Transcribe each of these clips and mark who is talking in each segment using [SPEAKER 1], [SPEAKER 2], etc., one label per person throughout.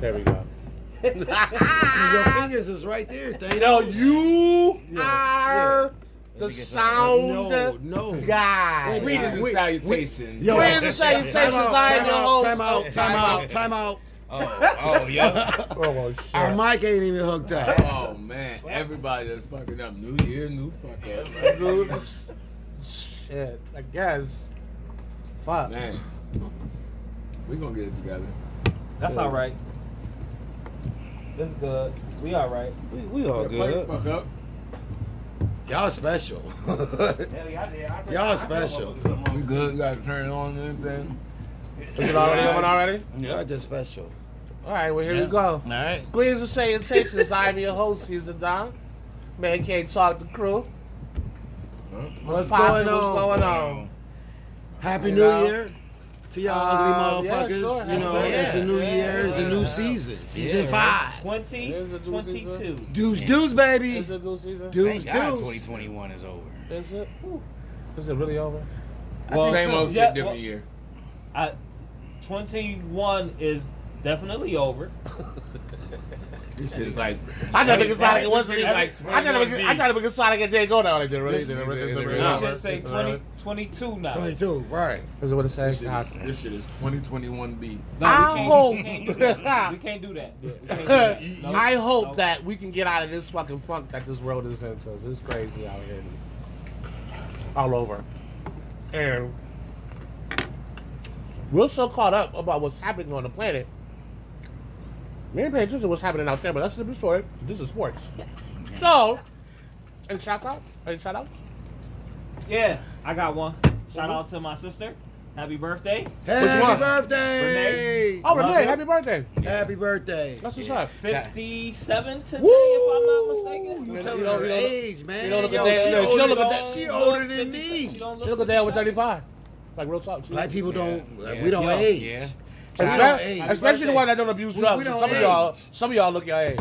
[SPEAKER 1] There we go.
[SPEAKER 2] Your
[SPEAKER 1] Ah.
[SPEAKER 2] fingers is right there. Thank
[SPEAKER 1] No,
[SPEAKER 2] you.
[SPEAKER 1] you
[SPEAKER 2] Yeah.
[SPEAKER 1] are the
[SPEAKER 3] Let me get
[SPEAKER 1] sound
[SPEAKER 2] No, no.
[SPEAKER 1] guy.
[SPEAKER 2] Wait,
[SPEAKER 1] Read it.
[SPEAKER 2] wait,
[SPEAKER 3] Greetings and
[SPEAKER 2] wait.
[SPEAKER 3] salutations.
[SPEAKER 2] Yo.
[SPEAKER 1] Read the salutations.
[SPEAKER 2] Time out,
[SPEAKER 1] I am
[SPEAKER 2] time
[SPEAKER 1] your
[SPEAKER 2] out,
[SPEAKER 1] host.
[SPEAKER 2] time out, time out, time out.
[SPEAKER 3] Oh, oh, yeah.
[SPEAKER 1] Oh, well, shit.
[SPEAKER 2] Our mic ain't even hooked up.
[SPEAKER 3] Oh man, everybody just fucking up. New year, new
[SPEAKER 1] Dude,
[SPEAKER 3] fucking.
[SPEAKER 1] this- shit. I guess. Fuck.
[SPEAKER 3] man, we gonna get it together.
[SPEAKER 4] That's all right. This is good. We all right.
[SPEAKER 5] We, we all
[SPEAKER 3] Yeah, play the
[SPEAKER 5] good.
[SPEAKER 3] fuck up.
[SPEAKER 2] Y'all special.
[SPEAKER 4] Hell yeah, I did. I took-
[SPEAKER 2] Y'all
[SPEAKER 4] I took
[SPEAKER 2] special.
[SPEAKER 4] up with some
[SPEAKER 3] We
[SPEAKER 4] of
[SPEAKER 3] good. You gotta turn it on and everything.
[SPEAKER 1] Is it already on already?
[SPEAKER 2] Y'all just special.
[SPEAKER 1] All right, well, here we go.
[SPEAKER 5] All right.
[SPEAKER 1] Greetings and salutations. I'm your host, Caesar Don. Man can't talk the crew.
[SPEAKER 2] What's
[SPEAKER 1] poppin'?
[SPEAKER 2] going on?
[SPEAKER 1] What's going on?
[SPEAKER 2] Happy
[SPEAKER 1] You
[SPEAKER 2] New
[SPEAKER 1] know?
[SPEAKER 2] Year to y'all
[SPEAKER 1] Uh,
[SPEAKER 2] ugly
[SPEAKER 1] yeah,
[SPEAKER 2] motherfuckers.
[SPEAKER 1] sure.
[SPEAKER 2] You know,
[SPEAKER 1] Yeah.
[SPEAKER 2] it's a new
[SPEAKER 1] Yeah.
[SPEAKER 2] year, it's a new
[SPEAKER 5] Yeah.
[SPEAKER 2] season. Season
[SPEAKER 5] Yeah, right.
[SPEAKER 2] five.
[SPEAKER 4] Twenty
[SPEAKER 1] There's a doozy, sir.
[SPEAKER 4] twenty-two.
[SPEAKER 2] Deuce, deuce, baby.
[SPEAKER 1] Is it new season?
[SPEAKER 2] Deuce,
[SPEAKER 5] Thank God
[SPEAKER 2] deuce.
[SPEAKER 5] 2021 is over.
[SPEAKER 1] Is it? Is it really over?
[SPEAKER 4] Well,
[SPEAKER 3] Same
[SPEAKER 4] so-
[SPEAKER 3] old shit,
[SPEAKER 4] yeah,
[SPEAKER 3] different
[SPEAKER 4] well,
[SPEAKER 3] year.
[SPEAKER 4] I, twenty-one is definitely over.
[SPEAKER 3] This shit is like.
[SPEAKER 1] I tried to make it sound like it wasn't even. I
[SPEAKER 3] Like
[SPEAKER 1] tried to make it. I tried to make it sound like it didn't go down. It didn't really.
[SPEAKER 3] This
[SPEAKER 1] didn't
[SPEAKER 3] is-
[SPEAKER 1] really-
[SPEAKER 3] is
[SPEAKER 1] didn't
[SPEAKER 3] it
[SPEAKER 1] really
[SPEAKER 3] really
[SPEAKER 4] I
[SPEAKER 3] over?
[SPEAKER 1] over.
[SPEAKER 4] should say
[SPEAKER 1] Is it really?
[SPEAKER 4] 20, 22 now.
[SPEAKER 2] 22, right.
[SPEAKER 1] Is it what it says?
[SPEAKER 3] This shit is- This shit is 2021B.
[SPEAKER 4] No, we can't,
[SPEAKER 1] I
[SPEAKER 4] we can't do that. We can't do that. We can't do that. No,
[SPEAKER 1] I hope
[SPEAKER 4] no.
[SPEAKER 1] that we can get out of this fucking funk that this world is in because it's crazy out here, all over, and we're so caught up about what's happening on the planet. We ain't paying attention to what's happening out there, but that's a different story. This is sports. So, any shout out? Any shout outs?
[SPEAKER 4] Yeah, I got one. Shout out to my sister. Happy birthday.
[SPEAKER 2] Happy
[SPEAKER 1] one?
[SPEAKER 2] birthday.
[SPEAKER 1] Oh,
[SPEAKER 4] Love
[SPEAKER 1] Renee,
[SPEAKER 4] you.
[SPEAKER 1] happy birthday!
[SPEAKER 2] Happy birthday.
[SPEAKER 1] That's what's up.
[SPEAKER 4] 57 today,
[SPEAKER 2] Woo!
[SPEAKER 4] if I'm not mistaken.
[SPEAKER 2] You
[SPEAKER 1] You
[SPEAKER 2] telling
[SPEAKER 1] know-
[SPEAKER 2] her
[SPEAKER 1] you know-
[SPEAKER 2] age, man.
[SPEAKER 1] you know look
[SPEAKER 2] Yo,
[SPEAKER 1] at that-
[SPEAKER 2] she
[SPEAKER 1] look, she
[SPEAKER 2] older
[SPEAKER 1] don't look at
[SPEAKER 2] than-
[SPEAKER 1] that-
[SPEAKER 2] She older than
[SPEAKER 4] 56. She
[SPEAKER 2] me.
[SPEAKER 4] don't
[SPEAKER 1] She look at that with
[SPEAKER 4] 57.
[SPEAKER 1] 35. Like real talk. She-
[SPEAKER 2] Black people don't,
[SPEAKER 5] Yeah.
[SPEAKER 2] we don't
[SPEAKER 4] Yeah.
[SPEAKER 2] age.
[SPEAKER 5] Yeah.
[SPEAKER 2] I
[SPEAKER 1] Espe-
[SPEAKER 2] don't
[SPEAKER 1] Especially,
[SPEAKER 2] age.
[SPEAKER 1] the one that don't abuse
[SPEAKER 2] We-
[SPEAKER 1] drugs.
[SPEAKER 2] we
[SPEAKER 1] and
[SPEAKER 2] don't
[SPEAKER 1] some of y'all,
[SPEAKER 2] age.
[SPEAKER 1] some of y'all look your age.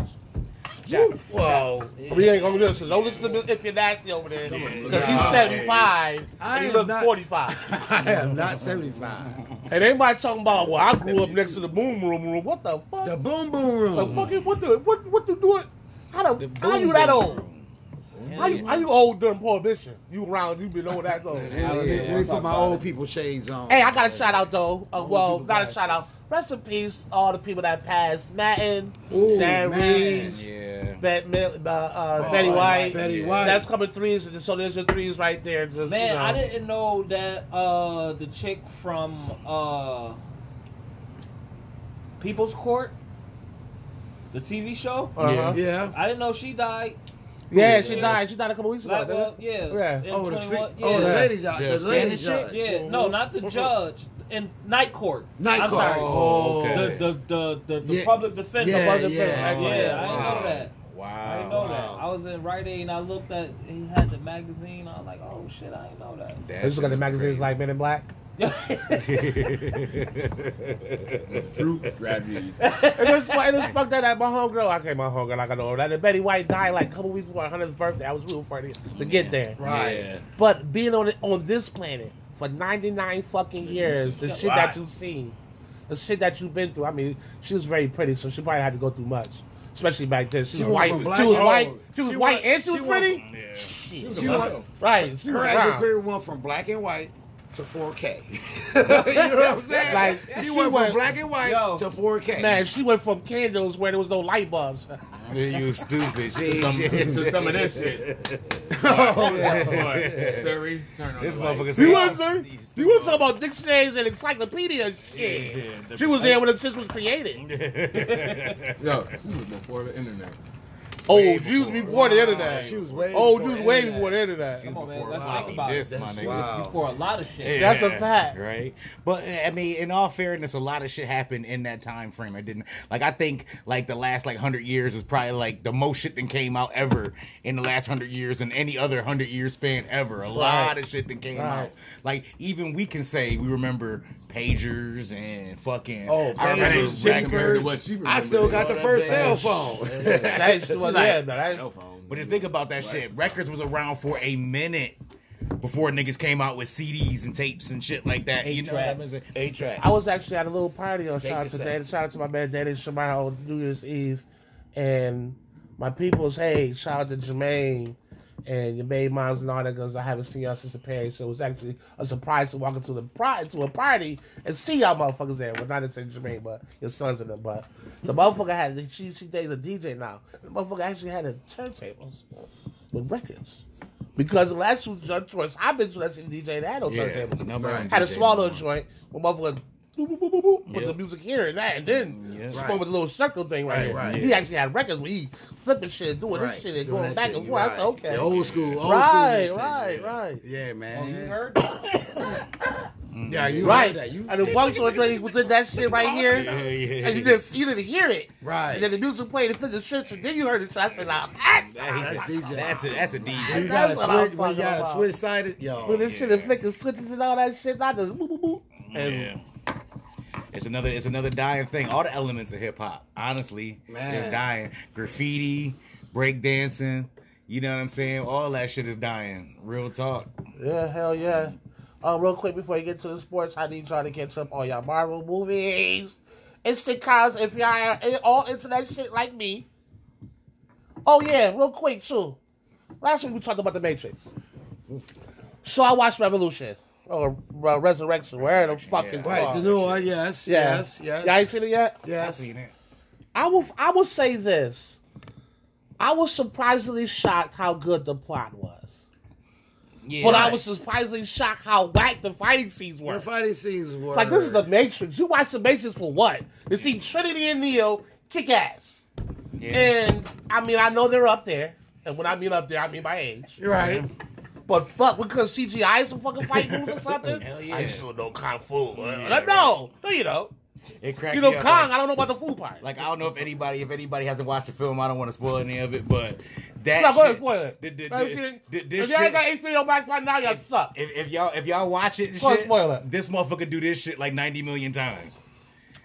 [SPEAKER 2] Whoa.
[SPEAKER 1] We ain't gonna listen. Don't listen to Miss Iffy Nasty over there because she's
[SPEAKER 3] Yeah.
[SPEAKER 1] seventy five
[SPEAKER 2] I
[SPEAKER 1] and you
[SPEAKER 2] am
[SPEAKER 1] look
[SPEAKER 2] not-
[SPEAKER 1] forty five.
[SPEAKER 2] I am not 75.
[SPEAKER 1] And anybody talking about, well, I grew up next to the boom room room. What the fuck?
[SPEAKER 2] The
[SPEAKER 1] The,
[SPEAKER 2] boom boom room.
[SPEAKER 1] fucking what the what what you doing? How the,
[SPEAKER 2] The
[SPEAKER 1] how you
[SPEAKER 2] boom
[SPEAKER 1] that
[SPEAKER 2] boom
[SPEAKER 1] old? How you how you old during prohibition? You around? You been old that old?
[SPEAKER 2] Let me- let me, put my old people shades on.
[SPEAKER 1] Hey, I got a shout out though. Uh,
[SPEAKER 2] Old
[SPEAKER 1] well,
[SPEAKER 2] people
[SPEAKER 1] not a
[SPEAKER 2] vibes.
[SPEAKER 1] shout out. Rest in peace, all the people that passed. Madden,
[SPEAKER 2] Ooh,
[SPEAKER 1] Dan
[SPEAKER 2] Madden.
[SPEAKER 1] Reeves,
[SPEAKER 5] Yeah.
[SPEAKER 1] Bet, Mil- uh, uh, Betty White.
[SPEAKER 2] Betty
[SPEAKER 5] Yeah.
[SPEAKER 2] White.
[SPEAKER 1] That's coming threes, and so there's your threes right there. Just,
[SPEAKER 4] Man,
[SPEAKER 1] you know.
[SPEAKER 4] I didn't know that uh, the chick from uh, People's Court, the TV show,
[SPEAKER 2] Oh.
[SPEAKER 1] Uh-huh. Yeah.
[SPEAKER 2] yeah.
[SPEAKER 4] I didn't know she died.
[SPEAKER 1] she
[SPEAKER 4] Yeah.
[SPEAKER 1] died. She died a couple weeks ago.
[SPEAKER 4] Like,
[SPEAKER 1] didn't
[SPEAKER 4] well,
[SPEAKER 1] it?
[SPEAKER 4] yeah,
[SPEAKER 1] Yeah.
[SPEAKER 4] in
[SPEAKER 2] Oh, the,
[SPEAKER 4] 21
[SPEAKER 2] fi-
[SPEAKER 4] yeah.
[SPEAKER 2] oh, the lady judge.
[SPEAKER 5] Yeah,
[SPEAKER 2] The lady
[SPEAKER 5] Spanish
[SPEAKER 2] judge.
[SPEAKER 4] Yeah, no, not the judge in night court.
[SPEAKER 2] Night
[SPEAKER 4] I'm
[SPEAKER 2] court.
[SPEAKER 4] Sorry.
[SPEAKER 2] Oh,
[SPEAKER 5] okay.
[SPEAKER 4] The the the, the, the
[SPEAKER 2] Yeah.
[SPEAKER 4] public defense.
[SPEAKER 2] Yeah,
[SPEAKER 4] the public
[SPEAKER 2] yeah.
[SPEAKER 4] defense.
[SPEAKER 5] Oh,
[SPEAKER 4] yeah, I
[SPEAKER 5] wow.
[SPEAKER 4] didn't know that. I didn't know
[SPEAKER 5] Wow.
[SPEAKER 4] that. I was in Rite Aid and I looked at he had the magazine. I was like, oh shit, I didn't know that.
[SPEAKER 1] I just look at the magazines like Men in Black.
[SPEAKER 3] Fruit grab these.
[SPEAKER 1] And just, and just fuck that at my homegirl. I came my homegirl. I got over that. And Betty White died like a couple weeks before her 100th birthday. I was rooting for her to, to get there.
[SPEAKER 2] Right.
[SPEAKER 5] Yeah.
[SPEAKER 1] But being on it, on this planet for 99 fucking years, the
[SPEAKER 4] Yeah.
[SPEAKER 1] shit that you've seen, the shit that you've been through. I mean, she was very pretty, so she probably had to go through much, especially back then. She,
[SPEAKER 2] She
[SPEAKER 1] was white.
[SPEAKER 2] went from black
[SPEAKER 1] She was
[SPEAKER 2] and
[SPEAKER 1] white.
[SPEAKER 2] old.
[SPEAKER 1] She was
[SPEAKER 2] She
[SPEAKER 1] white
[SPEAKER 2] went-
[SPEAKER 1] and she,
[SPEAKER 2] she
[SPEAKER 1] was
[SPEAKER 2] went
[SPEAKER 1] pretty.
[SPEAKER 2] She went,
[SPEAKER 1] right. She was
[SPEAKER 2] her
[SPEAKER 1] brown.
[SPEAKER 2] acting career went from black and white to 4K. you know what I'm saying?
[SPEAKER 1] Like,
[SPEAKER 2] she,
[SPEAKER 1] she
[SPEAKER 2] went,
[SPEAKER 1] went-
[SPEAKER 2] from black and white
[SPEAKER 4] Yo.
[SPEAKER 2] to 4K.
[SPEAKER 1] Man, she went from candles where there was no light bulbs.
[SPEAKER 5] You stupid.
[SPEAKER 3] To
[SPEAKER 5] shit.
[SPEAKER 3] some, to some of this shit.
[SPEAKER 2] oh, yeah.
[SPEAKER 3] Boy, Siri, turn on
[SPEAKER 5] This
[SPEAKER 3] the lights.
[SPEAKER 5] motherfucker
[SPEAKER 1] You want to say? You want to talk about dictionaries and encyclopedias? Shit.
[SPEAKER 5] Yeah, yeah,
[SPEAKER 1] she was there when the shit was created.
[SPEAKER 3] Yo, she was before the internet.
[SPEAKER 1] Oh,
[SPEAKER 5] Way
[SPEAKER 1] she was before
[SPEAKER 5] before.
[SPEAKER 1] the
[SPEAKER 2] Wow,
[SPEAKER 1] internet.
[SPEAKER 2] she was way
[SPEAKER 1] Oh, she
[SPEAKER 2] before
[SPEAKER 1] was way
[SPEAKER 2] internet.
[SPEAKER 1] before the internet.
[SPEAKER 4] Come on, man.
[SPEAKER 5] Before
[SPEAKER 4] Let's
[SPEAKER 5] wow.
[SPEAKER 4] think about
[SPEAKER 5] this,
[SPEAKER 4] it.
[SPEAKER 5] my
[SPEAKER 2] That's
[SPEAKER 5] nigga.
[SPEAKER 2] wild.
[SPEAKER 4] For a lot of shit.
[SPEAKER 1] That's a fact.
[SPEAKER 5] right? But I mean, in all fairness, a lot of shit happened in that time frame. I didn't like. I think like the last like hundred years is probably like the most shit that came out ever in the last hundred years and any other hundred year span ever. A lot of shit that came
[SPEAKER 1] Right.
[SPEAKER 5] out. Like even we can say we remember pagers and fucking.
[SPEAKER 2] Oh,
[SPEAKER 5] I
[SPEAKER 3] That
[SPEAKER 5] remember
[SPEAKER 3] ain't
[SPEAKER 2] pagers,
[SPEAKER 3] shit
[SPEAKER 5] Black
[SPEAKER 3] compared to
[SPEAKER 5] Mirror.
[SPEAKER 3] what she
[SPEAKER 2] I still got
[SPEAKER 3] remembered.
[SPEAKER 2] the first cell phone.
[SPEAKER 1] That's- well, yeah, man, I-
[SPEAKER 3] Cell phone.
[SPEAKER 5] But just think about that shit. Records was around for a minute. before niggas came out with CDs and tapes and shit like that. You know what I'm saying?
[SPEAKER 2] Eight tracks.
[SPEAKER 1] I was actually at a little party on
[SPEAKER 2] Take
[SPEAKER 1] shout out
[SPEAKER 2] the
[SPEAKER 1] to Danny,
[SPEAKER 2] sets.
[SPEAKER 1] shout out to my man Danny Shamaho on New Year's Eve, and my people's hey shout out to Jermaine and your baby moms and all that because I haven't seen y'all since the party, so it was actually a surprise to walk into the pri- to a party and see y'all motherfuckers there. Well, not to say Jermaine, but your sons and them. But the motherfucker had she she days a DJ now. The motherfucker actually had a turntables with records. Because the last two joints I've been to that's in DJ they had no
[SPEAKER 5] Yeah,
[SPEAKER 1] turntables.
[SPEAKER 5] number one
[SPEAKER 1] had a
[SPEAKER 5] DJ
[SPEAKER 1] smaller
[SPEAKER 5] number one.
[SPEAKER 1] joint where motherfucker boop, boop, boop, boop, boop, put
[SPEAKER 5] Yeah.
[SPEAKER 1] the music here and that and then
[SPEAKER 5] Yeah.
[SPEAKER 1] yeah.
[SPEAKER 2] Right.
[SPEAKER 1] with a little circle thing right,
[SPEAKER 2] Right,
[SPEAKER 1] here.
[SPEAKER 2] right.
[SPEAKER 1] He actually had records where he flipping shit, doing
[SPEAKER 2] Right.
[SPEAKER 1] this shit and
[SPEAKER 2] Doing
[SPEAKER 1] going
[SPEAKER 2] that
[SPEAKER 1] back
[SPEAKER 2] shit,
[SPEAKER 1] and
[SPEAKER 2] you
[SPEAKER 1] forth. I
[SPEAKER 2] right.
[SPEAKER 1] said, okay.
[SPEAKER 2] The old school, old school
[SPEAKER 1] right,
[SPEAKER 2] mixing.
[SPEAKER 1] right, right. Oh,
[SPEAKER 2] Oh, Yeah,
[SPEAKER 4] You
[SPEAKER 2] man.
[SPEAKER 4] heard?
[SPEAKER 2] Yeah, you
[SPEAKER 1] Right,
[SPEAKER 2] heard that. You,
[SPEAKER 1] and the Bucks were ready did that shit right here,
[SPEAKER 5] yeah,
[SPEAKER 1] and you just you didn't hear it,
[SPEAKER 2] Right. Oh,
[SPEAKER 1] And then the music played, and the shit, and then you heard it. So I said, "Nah, that's
[SPEAKER 2] That's DJ.
[SPEAKER 5] That's a that's a
[SPEAKER 2] you
[SPEAKER 5] DJ.
[SPEAKER 1] That's
[SPEAKER 2] gotta
[SPEAKER 1] what I'm
[SPEAKER 2] switch. When you
[SPEAKER 1] talking
[SPEAKER 2] gotta
[SPEAKER 1] about.
[SPEAKER 2] switch sided, yo.
[SPEAKER 1] when this shit and flicking switches and all that shit, not just boop boop boop." And
[SPEAKER 5] Yeah. It's another it's another dying thing. All the elements of hip hop, honestly, is
[SPEAKER 2] Man.
[SPEAKER 5] dying. Graffiti, breakdancing, you know what I'm saying? All that shit is dying. Real talk.
[SPEAKER 1] Yeah, hell yeah. Uh, real quick before you get to the sports, I need y'all to catch up on y'all Marvel movies. Instant cons if y'all are in- all into that shit like me. Oh yeah, real quick too. Last week we talked about the Matrix. So I watched Revolution or Re- Resurrection, where the fuck is
[SPEAKER 2] Right,
[SPEAKER 1] called.
[SPEAKER 2] the new one. Yes,
[SPEAKER 1] Yeah.
[SPEAKER 2] yes, yes.
[SPEAKER 1] Y'all ain't seen it yet?
[SPEAKER 2] yes.
[SPEAKER 1] I will. I will say this. I was surprisingly shocked how good the plot was.
[SPEAKER 5] Yeah.
[SPEAKER 1] But I was surprisingly shocked how whack the fighting scenes were.
[SPEAKER 2] The fighting scenes were
[SPEAKER 1] Like this is the Matrix. You watch the Matrix for what? To see Trinity and Neo kick ass. And I mean, I know they're up there. And when I mean up there, I mean my age.
[SPEAKER 2] right.
[SPEAKER 1] But fuck, we could CGI some fucking fight moves or something.
[SPEAKER 5] Hell yeah.
[SPEAKER 1] I still know kung fu. Uh, no, no, you don't.
[SPEAKER 5] It cracked
[SPEAKER 1] You know
[SPEAKER 5] me up,
[SPEAKER 1] Kong.
[SPEAKER 5] like-
[SPEAKER 1] I don't know about the food part.
[SPEAKER 5] Like I don't know if anybody if anybody hasn't watched the film, I don't want to spoil any of it, but that
[SPEAKER 1] no, go ahead,
[SPEAKER 5] shit-
[SPEAKER 1] spoil it.
[SPEAKER 5] Th- th-
[SPEAKER 1] Like,
[SPEAKER 5] th-
[SPEAKER 1] shit,
[SPEAKER 5] th- this
[SPEAKER 1] if y'all ain't
[SPEAKER 5] shit-
[SPEAKER 1] got HBO Max by now, y'all suck.
[SPEAKER 5] if, if y'all if y'all watch it, and
[SPEAKER 1] Go ahead,
[SPEAKER 5] shit,
[SPEAKER 1] spoil it.
[SPEAKER 5] this motherfucker do this shit like ninety million times.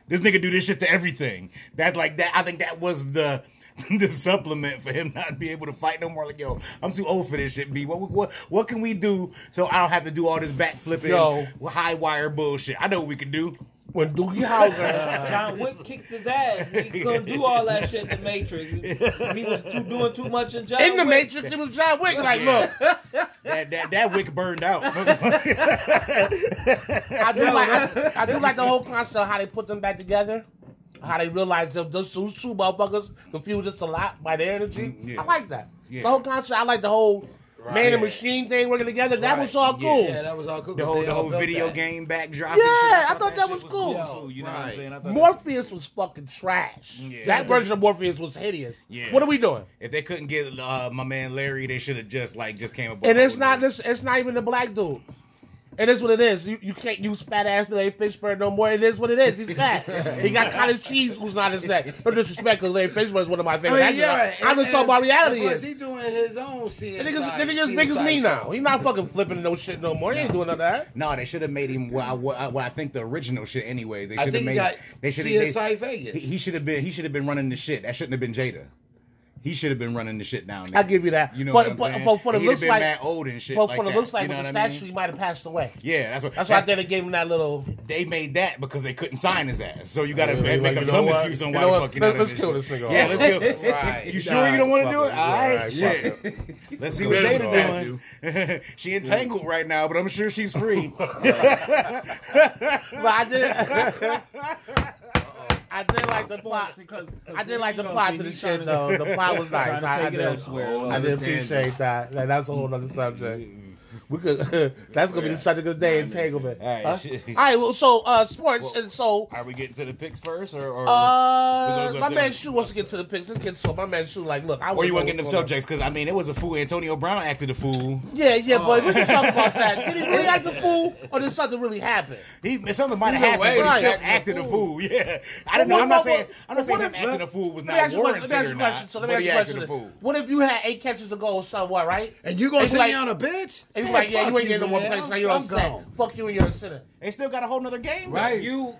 [SPEAKER 5] This nigga do this shit to everything. That's like that. I think that was the the supplement for him not be able to fight no more. Like yo, I'm too old for this shit. B, what what what can we do so I don't have to do all this back flipping
[SPEAKER 1] Yo.
[SPEAKER 5] high wire bullshit? I know what we can do.
[SPEAKER 1] When Doogie Howser,
[SPEAKER 4] John Wick kicked his ass. He couldn't do all that shit in the Matrix. He was too, doing too much in John
[SPEAKER 1] in the
[SPEAKER 4] Wick.
[SPEAKER 1] Matrix, it was John Wick. Like, look,
[SPEAKER 5] That that that wick burned out.
[SPEAKER 1] I do like I, I do like the whole concept of how they put them back together, how they realize that those two, two motherfuckers confused us a lot by their energy.
[SPEAKER 5] Mm, yeah.
[SPEAKER 1] I like that.
[SPEAKER 5] Yeah.
[SPEAKER 1] The whole concept. I like the whole man and
[SPEAKER 2] Yeah.
[SPEAKER 1] machine thing working together. That was all
[SPEAKER 5] Yeah.
[SPEAKER 1] cool.
[SPEAKER 2] Yeah, that was all cool.
[SPEAKER 5] the
[SPEAKER 2] 'cause
[SPEAKER 5] whole
[SPEAKER 2] they
[SPEAKER 5] the
[SPEAKER 2] all
[SPEAKER 5] whole
[SPEAKER 2] built
[SPEAKER 5] video
[SPEAKER 2] that.
[SPEAKER 5] game backdrop.
[SPEAKER 1] Yeah,
[SPEAKER 5] and shit.
[SPEAKER 1] I thought that
[SPEAKER 5] shit
[SPEAKER 1] was cool.
[SPEAKER 5] too, you know what I'm
[SPEAKER 2] Right.
[SPEAKER 5] saying? I thought that shit-
[SPEAKER 1] Morpheus was fucking trash.
[SPEAKER 5] Yeah.
[SPEAKER 1] That version of Morpheus was hideous.
[SPEAKER 5] Yeah.
[SPEAKER 1] What are we doing?
[SPEAKER 5] If they couldn't get uh, my man Larry, they should have just like just came up. with
[SPEAKER 1] And
[SPEAKER 5] a
[SPEAKER 1] it's
[SPEAKER 5] whole
[SPEAKER 1] not
[SPEAKER 5] new-
[SPEAKER 1] this. It's not even the black dude. It is what it is. You, you can't use fat ass Larry Fishburne no more. It is what it is. He's fat. he got cottage cheese who's not his neck. No disrespect, because Larry Fishburne is one of my favorite
[SPEAKER 2] I mean,
[SPEAKER 1] actors.
[SPEAKER 2] yeah, right.
[SPEAKER 1] I'm
[SPEAKER 2] And-
[SPEAKER 1] just talking about
[SPEAKER 2] and-
[SPEAKER 1] reality.
[SPEAKER 2] and
[SPEAKER 1] Is.
[SPEAKER 2] Plus, he doing his own
[SPEAKER 1] The
[SPEAKER 2] CSI.
[SPEAKER 1] nigga's, the nigga's big as me now. He's not fucking flipping no shit no more. He ain't doing none of that.
[SPEAKER 5] No, they should have made him what I, what, I, what I think the original shit. Anyway, they
[SPEAKER 2] I
[SPEAKER 5] should have
[SPEAKER 2] think he
[SPEAKER 5] made.
[SPEAKER 2] got
[SPEAKER 5] they should
[SPEAKER 2] CSI
[SPEAKER 5] have. He,
[SPEAKER 2] Vegas.
[SPEAKER 5] he should have been. He should have been running the shit. That shouldn't have been Jada. He should have been running the shit down there.
[SPEAKER 1] I give you that.
[SPEAKER 5] You know
[SPEAKER 1] but,
[SPEAKER 5] what I'm
[SPEAKER 1] but,
[SPEAKER 5] saying?
[SPEAKER 1] but for the
[SPEAKER 5] He'd have
[SPEAKER 1] looks
[SPEAKER 5] been
[SPEAKER 1] like,
[SPEAKER 5] mad old and shit
[SPEAKER 1] but
[SPEAKER 5] like
[SPEAKER 1] for the
[SPEAKER 5] that.
[SPEAKER 1] looks like,
[SPEAKER 5] You know
[SPEAKER 1] with the
[SPEAKER 5] what I mean?
[SPEAKER 1] statue, he might have passed away.
[SPEAKER 5] Yeah, that's what.
[SPEAKER 1] That's why I
[SPEAKER 5] that-
[SPEAKER 1] think they gave him that little.
[SPEAKER 5] they made that because they couldn't sign his ass. So you got to
[SPEAKER 1] Yeah,
[SPEAKER 5] make
[SPEAKER 1] like,
[SPEAKER 5] up
[SPEAKER 1] you know
[SPEAKER 5] some
[SPEAKER 1] what?
[SPEAKER 5] excuse on
[SPEAKER 1] You
[SPEAKER 5] why
[SPEAKER 1] know
[SPEAKER 5] the
[SPEAKER 1] what?
[SPEAKER 5] fuck you
[SPEAKER 1] Let's-
[SPEAKER 5] know
[SPEAKER 1] let's
[SPEAKER 5] this
[SPEAKER 1] kill
[SPEAKER 5] shit.
[SPEAKER 1] this nigga
[SPEAKER 5] Yeah,
[SPEAKER 1] off.
[SPEAKER 5] let's kill. him.
[SPEAKER 2] Right.
[SPEAKER 5] You sure you don't want to do it?
[SPEAKER 1] fuck it.
[SPEAKER 5] All
[SPEAKER 1] Yeah,
[SPEAKER 5] right, shit.
[SPEAKER 1] fuck
[SPEAKER 5] Let's see what
[SPEAKER 1] Yeah,
[SPEAKER 5] Jada doing. she entangled right now, but I'm sure she's free.
[SPEAKER 1] But I did. I did like the plot.
[SPEAKER 4] Because- 'cause
[SPEAKER 1] I
[SPEAKER 4] he-
[SPEAKER 1] did like the
[SPEAKER 4] you know,
[SPEAKER 1] plot
[SPEAKER 4] see,
[SPEAKER 1] to the
[SPEAKER 4] he
[SPEAKER 1] shit
[SPEAKER 4] tryna-
[SPEAKER 1] though. The plot was nice.
[SPEAKER 4] tryna
[SPEAKER 1] I, I
[SPEAKER 4] take it
[SPEAKER 1] did.
[SPEAKER 4] elsewhere.
[SPEAKER 1] I
[SPEAKER 3] Another
[SPEAKER 1] did appreciate
[SPEAKER 3] tangent.
[SPEAKER 1] that. Like, that's a whole other subject. We could. that's gonna be the subject of the day. Entanglement.
[SPEAKER 5] All right,
[SPEAKER 1] Huh?
[SPEAKER 5] shit.
[SPEAKER 1] All right. Well, so uh, sports
[SPEAKER 5] Well,
[SPEAKER 1] and so.
[SPEAKER 5] Are we getting to the picks first, or, or
[SPEAKER 1] Uh,
[SPEAKER 5] gonna go
[SPEAKER 1] my
[SPEAKER 5] to
[SPEAKER 1] man
[SPEAKER 5] the-
[SPEAKER 1] Shu wants to get to the picks. Let's get to it. My man Shu, like, look, I
[SPEAKER 5] or you
[SPEAKER 1] want
[SPEAKER 5] want to get them subjects? Because I mean, it was a fool. Antonio Brown acted a fool.
[SPEAKER 1] Yeah, yeah, but we can talk about that. Did he really act a fool, or did something really happen?
[SPEAKER 5] He something might have
[SPEAKER 3] Either
[SPEAKER 5] happened,
[SPEAKER 3] way,
[SPEAKER 5] but
[SPEAKER 1] he's
[SPEAKER 5] he still
[SPEAKER 1] acting a
[SPEAKER 5] acted a fool. Yeah, I
[SPEAKER 1] But
[SPEAKER 5] don't know.
[SPEAKER 1] what
[SPEAKER 5] I'm not
[SPEAKER 1] about-
[SPEAKER 5] saying I'm not
[SPEAKER 1] but
[SPEAKER 5] saying
[SPEAKER 1] what
[SPEAKER 5] him
[SPEAKER 1] if-
[SPEAKER 5] acting a fool was
[SPEAKER 1] Let me
[SPEAKER 5] not
[SPEAKER 1] ask you a question. Let me ask
[SPEAKER 5] warranted
[SPEAKER 1] you
[SPEAKER 5] or
[SPEAKER 1] a
[SPEAKER 5] not.
[SPEAKER 1] question. So let me
[SPEAKER 5] But
[SPEAKER 1] ask
[SPEAKER 5] he
[SPEAKER 1] you a
[SPEAKER 5] acted a
[SPEAKER 1] question.
[SPEAKER 5] fool.
[SPEAKER 1] What if you had eight catches to goal somewhere, right?
[SPEAKER 2] And you gonna
[SPEAKER 1] It's
[SPEAKER 2] sit
[SPEAKER 1] like-
[SPEAKER 2] me on a bench?
[SPEAKER 1] And you're
[SPEAKER 2] Man,
[SPEAKER 1] like, yeah,
[SPEAKER 2] fuck
[SPEAKER 1] you ain't getting no more
[SPEAKER 2] man.
[SPEAKER 1] place. Now you're
[SPEAKER 2] I'm
[SPEAKER 1] on set.
[SPEAKER 2] gone.
[SPEAKER 1] Fuck you and you're a sinner.
[SPEAKER 5] They still got a whole nother game.
[SPEAKER 3] Right.
[SPEAKER 5] left.
[SPEAKER 4] You,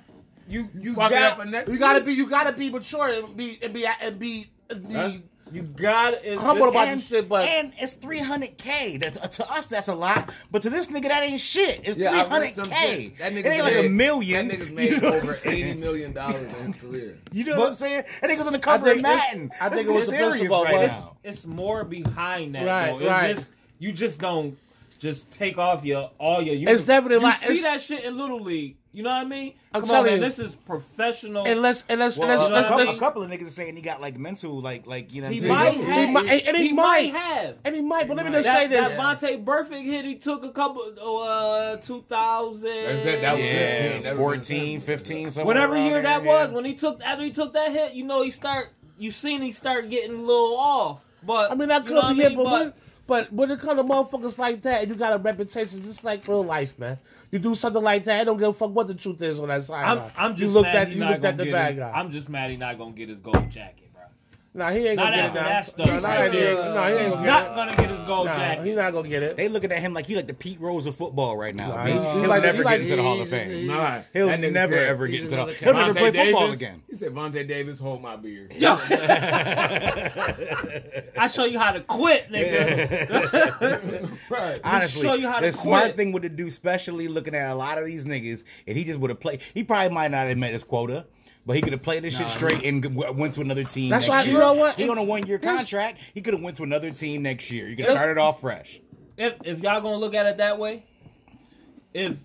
[SPEAKER 4] you, you
[SPEAKER 3] Fucking
[SPEAKER 4] got
[SPEAKER 3] up a next.
[SPEAKER 1] You gotta be, you gotta be mature and be and be and be, and be
[SPEAKER 3] That's-
[SPEAKER 4] You got it.
[SPEAKER 1] Humble
[SPEAKER 4] this-
[SPEAKER 1] about this shit, but-
[SPEAKER 5] and it's 300k. That's, uh, to us, that's a lot, but to this nigga, that ain't shit. It's
[SPEAKER 3] Yeah, I read
[SPEAKER 5] 300k.
[SPEAKER 3] some shit. That
[SPEAKER 5] it
[SPEAKER 3] nigga's
[SPEAKER 5] ain't like a
[SPEAKER 3] made-
[SPEAKER 5] million.
[SPEAKER 3] That nigga's
[SPEAKER 5] You
[SPEAKER 3] made
[SPEAKER 5] know what
[SPEAKER 3] over
[SPEAKER 5] I'm saying?
[SPEAKER 3] eighty million dollars in his career.
[SPEAKER 5] You know
[SPEAKER 4] But-
[SPEAKER 5] what I'm saying? That nigga's on the cover
[SPEAKER 1] think
[SPEAKER 5] of
[SPEAKER 1] it's-
[SPEAKER 5] Madden.
[SPEAKER 1] I think
[SPEAKER 5] Let's
[SPEAKER 1] it was
[SPEAKER 5] be
[SPEAKER 1] the
[SPEAKER 5] serious
[SPEAKER 1] festival,
[SPEAKER 5] right
[SPEAKER 1] but-
[SPEAKER 5] now.
[SPEAKER 4] it's more behind that.
[SPEAKER 1] Right,
[SPEAKER 4] though. It's
[SPEAKER 1] right.
[SPEAKER 4] Just, you just don't just take off your all your.
[SPEAKER 1] It's
[SPEAKER 4] uni-
[SPEAKER 1] definitely
[SPEAKER 4] you
[SPEAKER 1] like-
[SPEAKER 4] see
[SPEAKER 1] it's-
[SPEAKER 4] that shit in little league. You know what I mean?
[SPEAKER 1] I'm
[SPEAKER 4] Come on,
[SPEAKER 1] telling
[SPEAKER 4] man.
[SPEAKER 1] you.
[SPEAKER 4] This is professional.
[SPEAKER 1] And let's and let's
[SPEAKER 5] Well,
[SPEAKER 1] let's,
[SPEAKER 5] a,
[SPEAKER 4] you know
[SPEAKER 1] let's,
[SPEAKER 4] what I
[SPEAKER 5] couple,
[SPEAKER 1] let's
[SPEAKER 5] a couple of niggas are saying he got like mental, like, like you know, what
[SPEAKER 4] he
[SPEAKER 5] I'm
[SPEAKER 4] might
[SPEAKER 5] saying?
[SPEAKER 4] have.
[SPEAKER 1] He might- and he might.
[SPEAKER 4] have.
[SPEAKER 1] and he might, but let me
[SPEAKER 4] That,
[SPEAKER 1] just say this.
[SPEAKER 4] that Vontae Burfict hit. He took a couple. Uh, two thousand.
[SPEAKER 3] That's it, that was it.
[SPEAKER 5] yeah,
[SPEAKER 3] Yeah, that was
[SPEAKER 5] 14,
[SPEAKER 3] insane.
[SPEAKER 5] 15, somewhere
[SPEAKER 4] whatever
[SPEAKER 5] around
[SPEAKER 4] year
[SPEAKER 5] there,
[SPEAKER 4] that
[SPEAKER 5] yeah.
[SPEAKER 4] was when he took after he took that hit you know he start you seen he start getting a little off but
[SPEAKER 1] I mean, that
[SPEAKER 4] you
[SPEAKER 1] could
[SPEAKER 4] know what
[SPEAKER 1] be it,
[SPEAKER 4] I mean?
[SPEAKER 1] but, when, but when it comes to motherfuckers like that, and you got a reputation, just like real life, man. You do something like that, I don't give a fuck what the truth is on that side.
[SPEAKER 4] I'm, I'm just
[SPEAKER 1] you looked
[SPEAKER 4] mad
[SPEAKER 1] at
[SPEAKER 4] he
[SPEAKER 1] you
[SPEAKER 4] not
[SPEAKER 1] looked
[SPEAKER 4] gonna
[SPEAKER 1] at the
[SPEAKER 4] get
[SPEAKER 1] bad
[SPEAKER 4] his-
[SPEAKER 1] guy.
[SPEAKER 4] I'm just mad he not gonna get his gold jacket bro
[SPEAKER 1] nah, he ain't
[SPEAKER 4] not
[SPEAKER 1] gonna get it.
[SPEAKER 4] after that
[SPEAKER 1] Now.
[SPEAKER 4] stuff
[SPEAKER 1] Nah,
[SPEAKER 4] he's
[SPEAKER 1] nah, he ain't- nah, he ain't gonna
[SPEAKER 4] not gonna get his gold
[SPEAKER 1] get it. Nah,
[SPEAKER 4] jacket
[SPEAKER 1] he not gonna get it.
[SPEAKER 5] They looking at him like he like the Pete Rose of football right now.
[SPEAKER 1] Nah,
[SPEAKER 5] He-
[SPEAKER 1] he's- he's
[SPEAKER 5] he'll
[SPEAKER 1] like-
[SPEAKER 5] never
[SPEAKER 1] he's
[SPEAKER 5] get
[SPEAKER 1] like-
[SPEAKER 5] into the Hall of
[SPEAKER 2] he's-
[SPEAKER 5] Fame.
[SPEAKER 2] he's-
[SPEAKER 3] Nah,
[SPEAKER 5] He'll
[SPEAKER 3] that nigga's
[SPEAKER 5] never
[SPEAKER 3] dead.
[SPEAKER 5] ever
[SPEAKER 2] He's
[SPEAKER 5] get into the.
[SPEAKER 2] another
[SPEAKER 5] He'll never
[SPEAKER 3] Vontae
[SPEAKER 5] play football
[SPEAKER 3] Davis-
[SPEAKER 5] again.
[SPEAKER 3] He said, "Vontae Davis, hold my beer."
[SPEAKER 4] Yo. I show you how to quit nigga
[SPEAKER 3] right.
[SPEAKER 5] Honestly,
[SPEAKER 4] show you how to
[SPEAKER 5] the
[SPEAKER 4] quit.
[SPEAKER 5] smart thing would to do, especially looking at a lot of these niggas, if he just would have played, he probably might not have met his quota, but he could have played this shit straight and w- went to another team.
[SPEAKER 1] That's
[SPEAKER 5] next
[SPEAKER 1] why- you
[SPEAKER 5] year.
[SPEAKER 1] know what?
[SPEAKER 5] He on a one year
[SPEAKER 1] Here's-
[SPEAKER 5] contract. He could have went to another team next year. You could
[SPEAKER 1] Here's-
[SPEAKER 5] have started off fresh.
[SPEAKER 4] if, if y'all gonna look at it that way if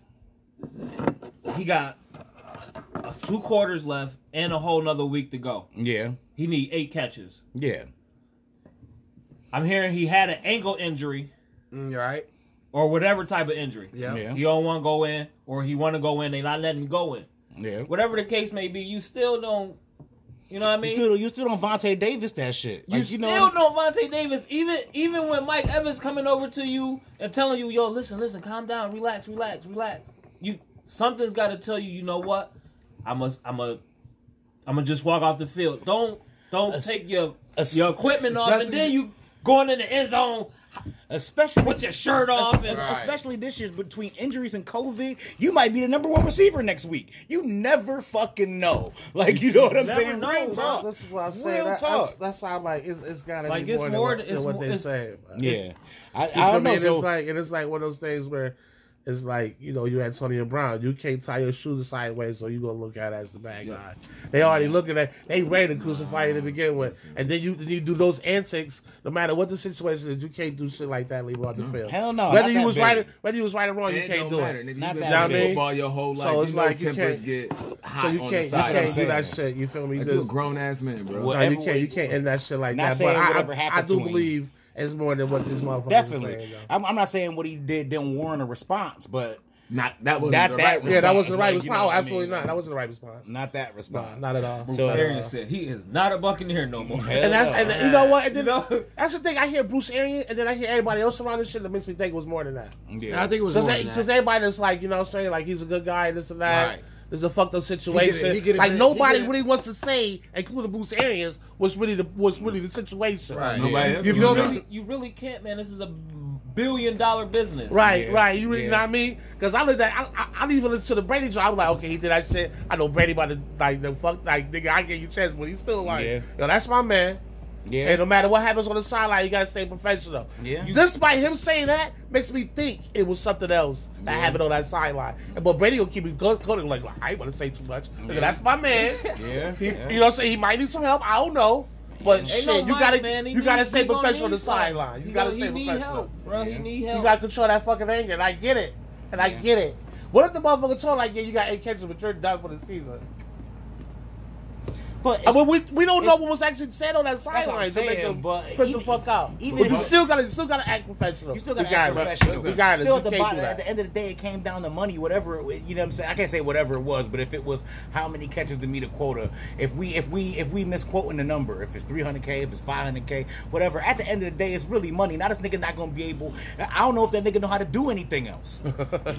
[SPEAKER 4] he got uh, two quarters left and a whole nother week to go
[SPEAKER 5] Yeah,
[SPEAKER 4] he need eight catches
[SPEAKER 5] yeah.
[SPEAKER 4] I'm hearing he had an ankle injury
[SPEAKER 2] Mm, you all right?
[SPEAKER 4] or whatever type of injury.
[SPEAKER 2] Yeah.
[SPEAKER 5] Yeah.
[SPEAKER 4] He don't want to go in or he want to go in. They not letting him go in.
[SPEAKER 5] Yeah.
[SPEAKER 4] Whatever the case may be, you still don't. You know what I
[SPEAKER 5] You
[SPEAKER 4] mean?
[SPEAKER 5] still, you still don't Vontae Davis that shit.
[SPEAKER 4] You
[SPEAKER 5] Like,
[SPEAKER 4] still
[SPEAKER 5] know-
[SPEAKER 4] know Vontae Davis, even even when Mike Evans coming over to you and telling you, "Yo, listen, listen, calm down, relax, relax, relax." You something's got to tell you. You know what? I'm a I'm a I'm gonna just walk off the field. Don't don't take your
[SPEAKER 5] a-
[SPEAKER 4] your equipment off, and
[SPEAKER 3] nothing-
[SPEAKER 4] then you going in the end zone
[SPEAKER 5] especially
[SPEAKER 4] with your shirt off and
[SPEAKER 5] Es- Especially this year between injuries and COVID, you might be the number one receiver next week. You never fucking know. Like you know what I'm
[SPEAKER 4] Never
[SPEAKER 5] saying?
[SPEAKER 4] know,
[SPEAKER 5] Real
[SPEAKER 4] bro.
[SPEAKER 5] talk.
[SPEAKER 1] This is what I'm saying.
[SPEAKER 5] Real
[SPEAKER 1] That- that's,
[SPEAKER 5] talk.
[SPEAKER 1] that's why I'm like, it's, it's gotta
[SPEAKER 4] Like,
[SPEAKER 1] be
[SPEAKER 4] it's
[SPEAKER 1] more,
[SPEAKER 4] more-
[SPEAKER 1] than, what,
[SPEAKER 4] it's
[SPEAKER 1] than what
[SPEAKER 4] more-
[SPEAKER 1] they
[SPEAKER 4] it's-
[SPEAKER 1] say.
[SPEAKER 5] Yeah, I,
[SPEAKER 1] You
[SPEAKER 5] I
[SPEAKER 1] feel
[SPEAKER 5] don't
[SPEAKER 1] me?
[SPEAKER 5] know.
[SPEAKER 1] And
[SPEAKER 5] So
[SPEAKER 1] it's like and it's like one of those things where it's like you know you Antonio Brown, you can't tie your shoe sideways, so you gonna look at it as the bad guy. They already looking at they ready to crucify you to begin with, and then you then you do those antics no matter what the situation is. You can't do shit like that. Leave it on the field.
[SPEAKER 5] Hell no,
[SPEAKER 1] Whether
[SPEAKER 5] not
[SPEAKER 1] you
[SPEAKER 5] that
[SPEAKER 1] was
[SPEAKER 5] big.
[SPEAKER 1] right, or- whether you was right or wrong,
[SPEAKER 3] And
[SPEAKER 1] you
[SPEAKER 3] it
[SPEAKER 1] can't
[SPEAKER 3] don't
[SPEAKER 1] do
[SPEAKER 3] matter,
[SPEAKER 1] it.
[SPEAKER 3] Nigga,
[SPEAKER 5] Not
[SPEAKER 3] you
[SPEAKER 5] that
[SPEAKER 3] been playing
[SPEAKER 1] big.
[SPEAKER 3] football your whole
[SPEAKER 1] So
[SPEAKER 3] life.
[SPEAKER 1] it's
[SPEAKER 3] you know
[SPEAKER 1] like you
[SPEAKER 3] tempers
[SPEAKER 1] can't-
[SPEAKER 3] get hot
[SPEAKER 1] So you
[SPEAKER 3] on
[SPEAKER 1] can't
[SPEAKER 3] the
[SPEAKER 1] you can't
[SPEAKER 3] side.
[SPEAKER 5] That's what
[SPEAKER 1] do
[SPEAKER 5] I'm
[SPEAKER 1] that
[SPEAKER 5] saying.
[SPEAKER 1] shit. You feel me?
[SPEAKER 3] Like, you a
[SPEAKER 1] Just-
[SPEAKER 3] grown ass man, bro.
[SPEAKER 5] What-
[SPEAKER 1] no, you
[SPEAKER 5] Whatever
[SPEAKER 1] can't
[SPEAKER 5] way-
[SPEAKER 1] you can't end that shit like
[SPEAKER 5] Not
[SPEAKER 1] that.
[SPEAKER 5] saying
[SPEAKER 1] But I,
[SPEAKER 5] whatever
[SPEAKER 1] I, I
[SPEAKER 5] happened
[SPEAKER 1] do
[SPEAKER 5] to him.
[SPEAKER 1] believe it's more than what these motherfuckers Are saying,
[SPEAKER 5] definitely,
[SPEAKER 1] though.
[SPEAKER 5] I'm, I'm not saying what he did didn't warrant a response, but
[SPEAKER 3] Not that was
[SPEAKER 5] Not
[SPEAKER 3] the
[SPEAKER 5] that
[SPEAKER 3] right
[SPEAKER 5] was-
[SPEAKER 1] Yeah, that
[SPEAKER 5] Response,
[SPEAKER 1] wasn't the right
[SPEAKER 5] like, you
[SPEAKER 1] response.
[SPEAKER 5] know
[SPEAKER 1] Oh,
[SPEAKER 5] what I
[SPEAKER 1] absolutely
[SPEAKER 5] mean?
[SPEAKER 1] not. That wasn't the right response.
[SPEAKER 5] not that
[SPEAKER 1] No,
[SPEAKER 5] response.
[SPEAKER 1] not at all.
[SPEAKER 5] So-
[SPEAKER 4] Arian said he is not a Buccaneer no more.
[SPEAKER 5] Hell
[SPEAKER 1] and that's
[SPEAKER 5] no.
[SPEAKER 1] and you know what? And then,
[SPEAKER 4] You know?
[SPEAKER 1] That's the thing. I hear Bruce Arian, and then I hear everybody else around this shit that makes me think it was more than that.
[SPEAKER 5] yeah.
[SPEAKER 2] I think it was more than
[SPEAKER 1] Because
[SPEAKER 2] that.
[SPEAKER 1] everybody that's like, you know, what I'm saying like he's a good guy, this and that.
[SPEAKER 2] Right.
[SPEAKER 1] This is a fucked up situation.
[SPEAKER 2] he get it,
[SPEAKER 1] like
[SPEAKER 2] man.
[SPEAKER 1] nobody
[SPEAKER 2] He get it.
[SPEAKER 1] really wants to say, including Bruce Arians, was really the was really the situation.
[SPEAKER 2] Right.
[SPEAKER 3] Nobody else
[SPEAKER 1] You
[SPEAKER 3] was
[SPEAKER 1] feel
[SPEAKER 3] doing
[SPEAKER 1] me?
[SPEAKER 3] it.
[SPEAKER 4] Really, you really can't, man. This is a billion dollar business.
[SPEAKER 1] Right,
[SPEAKER 5] Yeah,
[SPEAKER 1] right. You really
[SPEAKER 5] yeah.
[SPEAKER 1] know what I mean? Because I looked at, I, I, I even listened to the Brady joint. I was like, okay, he did that shit. I know Brady about to, like, the fuck, like, nigga, I gave you a chance, but he's still like,
[SPEAKER 5] Yeah.
[SPEAKER 1] yo, that's my man.
[SPEAKER 5] yeah.
[SPEAKER 1] And no matter what happens on the sideline, you gotta stay professional.
[SPEAKER 5] Yeah.
[SPEAKER 1] You- Despite him saying that, makes me think it was something else that happened on that sideline. And but Brady will keep it go- going like, I ain't wanna say too much. Nigga, That's my man.
[SPEAKER 5] yeah.
[SPEAKER 1] He-
[SPEAKER 5] yeah.
[SPEAKER 1] You know what I'm saying? He might need some help. I don't know. But shit,
[SPEAKER 4] no
[SPEAKER 1] you
[SPEAKER 4] mic,
[SPEAKER 1] gotta
[SPEAKER 4] man. He
[SPEAKER 1] you gotta
[SPEAKER 4] needs-
[SPEAKER 1] stay
[SPEAKER 4] he gonna
[SPEAKER 1] professional on the
[SPEAKER 4] need something.
[SPEAKER 1] sideline. You
[SPEAKER 4] He
[SPEAKER 1] gotta
[SPEAKER 4] gonna-
[SPEAKER 1] stay
[SPEAKER 4] he need
[SPEAKER 1] professional.
[SPEAKER 4] help, bro.
[SPEAKER 5] Yeah.
[SPEAKER 4] He need help.
[SPEAKER 1] You gotta control that fucking anger, and I get it, and I get it. What if the motherfucker told like, yeah, you got eight catches, but you're done for the season?
[SPEAKER 5] but
[SPEAKER 1] I mean, we we don't know
[SPEAKER 5] it's-
[SPEAKER 1] what was actually said on that
[SPEAKER 5] what I'm
[SPEAKER 1] sideline to make
[SPEAKER 5] saying,
[SPEAKER 1] them
[SPEAKER 5] but
[SPEAKER 1] piss the
[SPEAKER 5] even-
[SPEAKER 1] fuck out.
[SPEAKER 5] even
[SPEAKER 1] but you
[SPEAKER 5] if-
[SPEAKER 1] still gotta you still gotta act professional.
[SPEAKER 5] You still got to
[SPEAKER 1] You
[SPEAKER 5] act
[SPEAKER 1] gotta-
[SPEAKER 5] professional.
[SPEAKER 1] You gotta
[SPEAKER 5] still
[SPEAKER 1] still
[SPEAKER 5] at
[SPEAKER 1] you
[SPEAKER 5] the
[SPEAKER 1] can't
[SPEAKER 5] bottom.
[SPEAKER 1] do that.
[SPEAKER 5] At the end of the day, it came down to money, whatever. it- You know what I'm saying? I can't say whatever it was, but if it was how many catches to meet a quota, if we if we if we misquoting the number, if it's 300k, if it's 500k, whatever. At the end of the day, it's really money. Now this nigga not gonna be able. I don't know if that nigga know how to do anything else.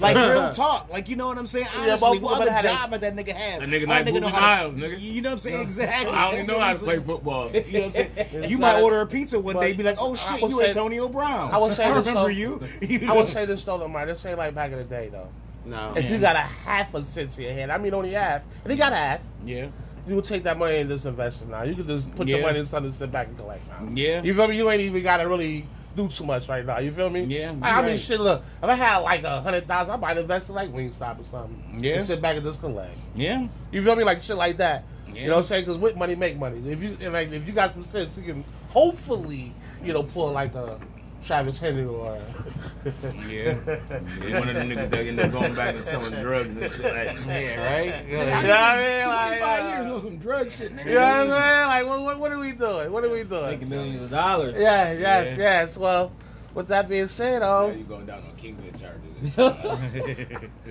[SPEAKER 5] like real talk. Like you know what I'm saying?
[SPEAKER 1] Yeah,
[SPEAKER 5] Honestly,
[SPEAKER 1] motherfucker
[SPEAKER 5] what
[SPEAKER 1] better
[SPEAKER 5] other
[SPEAKER 1] have that-
[SPEAKER 5] job that, that nigga have?
[SPEAKER 3] That nigga
[SPEAKER 5] All
[SPEAKER 3] like
[SPEAKER 5] nigga know
[SPEAKER 3] Booby
[SPEAKER 5] how to-
[SPEAKER 3] Miles, nigga.
[SPEAKER 5] You know what I'm saying? Exactly.
[SPEAKER 3] I don't even know
[SPEAKER 5] You
[SPEAKER 3] how to
[SPEAKER 5] what I'm
[SPEAKER 3] play
[SPEAKER 5] saying?
[SPEAKER 3] football.
[SPEAKER 5] You know what I'm saying?
[SPEAKER 1] It's
[SPEAKER 5] You might
[SPEAKER 1] not-
[SPEAKER 5] order a pizza one
[SPEAKER 1] but
[SPEAKER 5] day, be like, "Oh
[SPEAKER 1] I
[SPEAKER 5] shit,
[SPEAKER 1] would
[SPEAKER 5] you
[SPEAKER 1] say-
[SPEAKER 5] Antonio Brown."
[SPEAKER 1] I would say this,
[SPEAKER 5] remember
[SPEAKER 1] so-
[SPEAKER 5] you.
[SPEAKER 1] I would say this though, Lamar. This ain't like back in the day though.
[SPEAKER 2] No.
[SPEAKER 1] If you got a half a sense in your head, I mean only half, and he got a half.
[SPEAKER 5] Yeah.
[SPEAKER 1] you would take that money and just invest it now. You could just put your
[SPEAKER 5] Yeah.
[SPEAKER 1] money in something, sit back and collect now.
[SPEAKER 5] Yeah.
[SPEAKER 1] you feel me? You ain't even gotta really do too much right now. You feel me?
[SPEAKER 5] Yeah,
[SPEAKER 1] I, I
[SPEAKER 5] you're
[SPEAKER 1] mean,
[SPEAKER 5] right.
[SPEAKER 1] shit. Look, if I had like a hundred thousand, I might invest in like Wingstop or something.
[SPEAKER 5] Yeah.
[SPEAKER 1] and sit back and just collect.
[SPEAKER 5] Yeah.
[SPEAKER 1] You feel me? Like shit like that.
[SPEAKER 5] Yeah.
[SPEAKER 1] You know what I'm saying? Because with money, make money. If you and like, if you got some sense, you can hopefully, you know, pull like a Travis Henry or
[SPEAKER 5] Yeah.
[SPEAKER 3] One of the niggas that end up going back and selling drugs and shit. Like,
[SPEAKER 5] Yeah, right?
[SPEAKER 1] you know
[SPEAKER 5] Yeah,
[SPEAKER 1] what I mean? Like,
[SPEAKER 3] five years on some drug shit, nigga.
[SPEAKER 1] you know what I'm saying? Like, what, what, what are we doing? What are we
[SPEAKER 4] Make a
[SPEAKER 1] doing?
[SPEAKER 4] million dollars.
[SPEAKER 1] Yeah, yes, yes. Well, with that being said,
[SPEAKER 3] Now
[SPEAKER 1] um,
[SPEAKER 3] you go down on Kingman charges.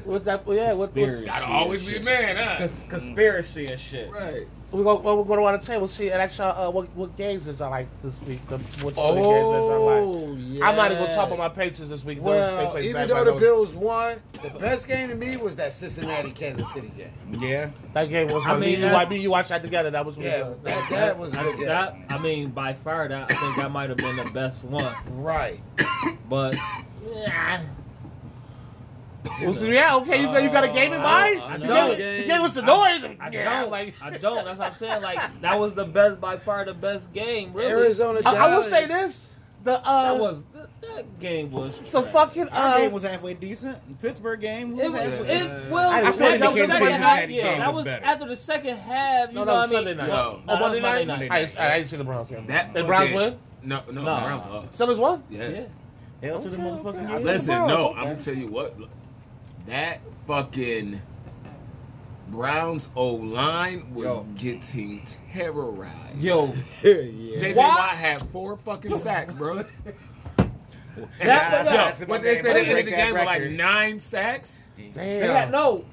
[SPEAKER 1] with that, yeah, what, what,
[SPEAKER 4] Conspiracy
[SPEAKER 3] Gotta
[SPEAKER 4] and
[SPEAKER 3] always be a
[SPEAKER 4] shit.
[SPEAKER 3] man,
[SPEAKER 4] Cons- Conspiracy and shit.
[SPEAKER 3] huh? Right.
[SPEAKER 1] we go, well, we're going around the table, see, and actually, uh, what, what games is I like this week? The, what, what games is I like?
[SPEAKER 2] Oh, yeah.
[SPEAKER 1] I'm not even gonna talk about my Patriots this week. Those
[SPEAKER 2] Well,
[SPEAKER 1] Patriots
[SPEAKER 2] even
[SPEAKER 1] back
[SPEAKER 2] though
[SPEAKER 1] by
[SPEAKER 2] the
[SPEAKER 1] those-
[SPEAKER 2] Bills won, the best game to me was that Cincinnati Kansas City game.
[SPEAKER 5] yeah.
[SPEAKER 1] That game was.
[SPEAKER 4] I
[SPEAKER 1] I mean,
[SPEAKER 4] mean,
[SPEAKER 1] you,
[SPEAKER 4] that-
[SPEAKER 1] I mean, you watched that together. That was really
[SPEAKER 2] Yeah,
[SPEAKER 1] good.
[SPEAKER 2] that, that was a good game.
[SPEAKER 4] That, I mean, by far, that I think that might have been the best one.
[SPEAKER 2] Right.
[SPEAKER 4] But yeah,
[SPEAKER 1] Well, so, yeah, okay. You, got- you got a game in
[SPEAKER 2] Uh,
[SPEAKER 1] mind?
[SPEAKER 4] I
[SPEAKER 1] You
[SPEAKER 4] know.
[SPEAKER 1] gave- you gave us the noise.
[SPEAKER 4] I
[SPEAKER 1] yeah,
[SPEAKER 4] don't
[SPEAKER 1] like
[SPEAKER 4] like. I don't. That's what I'm saying. Like that was the best, by far, the best game. Really,
[SPEAKER 2] Arizona.
[SPEAKER 1] I, I will
[SPEAKER 2] Dallas.
[SPEAKER 1] say this: the uh,
[SPEAKER 4] that was that, that game was.
[SPEAKER 1] the
[SPEAKER 4] trash.
[SPEAKER 1] fucking
[SPEAKER 5] Our
[SPEAKER 1] uh,
[SPEAKER 5] game was halfway decent. Pittsburgh game
[SPEAKER 4] It,
[SPEAKER 5] was
[SPEAKER 4] was-
[SPEAKER 5] halfway.
[SPEAKER 4] it, well,
[SPEAKER 1] I
[SPEAKER 4] that
[SPEAKER 1] still think
[SPEAKER 4] was
[SPEAKER 1] the Kansas
[SPEAKER 4] second
[SPEAKER 1] City
[SPEAKER 4] half,
[SPEAKER 5] Cincinnati
[SPEAKER 4] yeah,
[SPEAKER 5] game
[SPEAKER 4] that
[SPEAKER 5] was
[SPEAKER 4] was
[SPEAKER 5] better.
[SPEAKER 4] after the second half. You
[SPEAKER 1] no,
[SPEAKER 4] know
[SPEAKER 1] no,
[SPEAKER 4] what I
[SPEAKER 1] Sunday
[SPEAKER 4] mean?
[SPEAKER 1] night.
[SPEAKER 3] No.
[SPEAKER 1] Oh,
[SPEAKER 4] No,
[SPEAKER 1] Monday
[SPEAKER 4] Monday
[SPEAKER 1] night.
[SPEAKER 4] night.
[SPEAKER 1] I, didn't- I didn't see the Browns game.
[SPEAKER 3] That
[SPEAKER 1] the Browns
[SPEAKER 3] fucking-
[SPEAKER 1] win.
[SPEAKER 3] No, no,
[SPEAKER 4] No.
[SPEAKER 3] Browns lost.
[SPEAKER 1] Sellers won.
[SPEAKER 3] Yeah.
[SPEAKER 4] Yeah.
[SPEAKER 5] Hell to the
[SPEAKER 1] Okay,
[SPEAKER 5] motherfucking
[SPEAKER 1] okay.
[SPEAKER 5] game.
[SPEAKER 1] Let's-
[SPEAKER 3] Listen,
[SPEAKER 1] Browns,
[SPEAKER 3] no,
[SPEAKER 1] okay.
[SPEAKER 3] I'm gonna tell you what. look, That fucking Browns O line was
[SPEAKER 4] Yo.
[SPEAKER 3] getting terrorized.
[SPEAKER 4] Yo,
[SPEAKER 2] yeah.
[SPEAKER 3] JJ
[SPEAKER 4] Why?
[SPEAKER 3] Watt had four fucking sacks, bro.
[SPEAKER 5] That-
[SPEAKER 3] Yo,
[SPEAKER 5] that's about
[SPEAKER 3] what they
[SPEAKER 5] damn
[SPEAKER 3] said at the end
[SPEAKER 5] break
[SPEAKER 3] of the
[SPEAKER 5] that
[SPEAKER 3] game were like
[SPEAKER 5] record.
[SPEAKER 3] nine sacks,
[SPEAKER 1] Damn.
[SPEAKER 4] they had no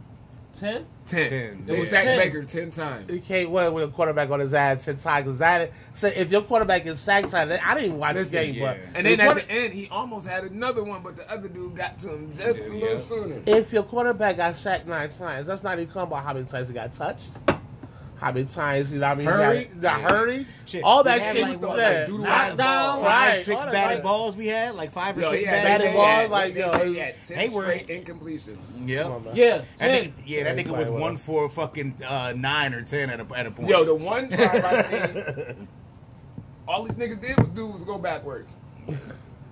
[SPEAKER 4] ten.
[SPEAKER 3] ten.
[SPEAKER 5] Ten,
[SPEAKER 3] They
[SPEAKER 5] yeah.
[SPEAKER 3] sacked
[SPEAKER 4] Ten.
[SPEAKER 3] Baker ten times.
[SPEAKER 1] You can't win with a quarterback on his ass and tie because that. So if your quarterback is sacked, tied, then I didn't even watch
[SPEAKER 3] Listen,
[SPEAKER 1] the game,
[SPEAKER 5] yeah.
[SPEAKER 1] but
[SPEAKER 3] And then
[SPEAKER 1] your
[SPEAKER 3] at
[SPEAKER 1] quarter-
[SPEAKER 3] the end, he almost had another one, but the other dude got to him just a
[SPEAKER 5] Yeah.
[SPEAKER 3] little sooner.
[SPEAKER 1] If your quarterback got sacked nine times, that's not even come about how many times he got touched. How many times he, I mean,
[SPEAKER 4] Hurry.
[SPEAKER 1] He got, the hurry,
[SPEAKER 5] Shit,
[SPEAKER 1] all
[SPEAKER 5] we
[SPEAKER 1] that
[SPEAKER 5] had
[SPEAKER 1] shit.
[SPEAKER 5] like,
[SPEAKER 1] was
[SPEAKER 5] what,
[SPEAKER 1] there.
[SPEAKER 5] like, doodle
[SPEAKER 4] Knockdown.
[SPEAKER 1] balls.
[SPEAKER 5] Five,
[SPEAKER 1] Right,
[SPEAKER 5] six
[SPEAKER 1] all that,
[SPEAKER 5] batted
[SPEAKER 1] like-
[SPEAKER 5] balls we had, like five or
[SPEAKER 3] Yo,
[SPEAKER 5] six
[SPEAKER 3] he had-
[SPEAKER 5] batted,
[SPEAKER 1] batted
[SPEAKER 3] they
[SPEAKER 1] balls,
[SPEAKER 3] had-
[SPEAKER 1] like,
[SPEAKER 3] they-
[SPEAKER 1] yo,
[SPEAKER 3] they had ten
[SPEAKER 5] they were-
[SPEAKER 3] straight incompletions.
[SPEAKER 5] Yep.
[SPEAKER 1] Come on, man.
[SPEAKER 4] Yeah,
[SPEAKER 5] That
[SPEAKER 4] ten.
[SPEAKER 5] nigga, yeah, that
[SPEAKER 1] Yeah,
[SPEAKER 5] nigga was
[SPEAKER 1] probably
[SPEAKER 5] one
[SPEAKER 1] was.
[SPEAKER 5] for fucking uh, nine or ten at a at a point.
[SPEAKER 3] Yo, the one drive I seen, all these niggas did was do was go backwards,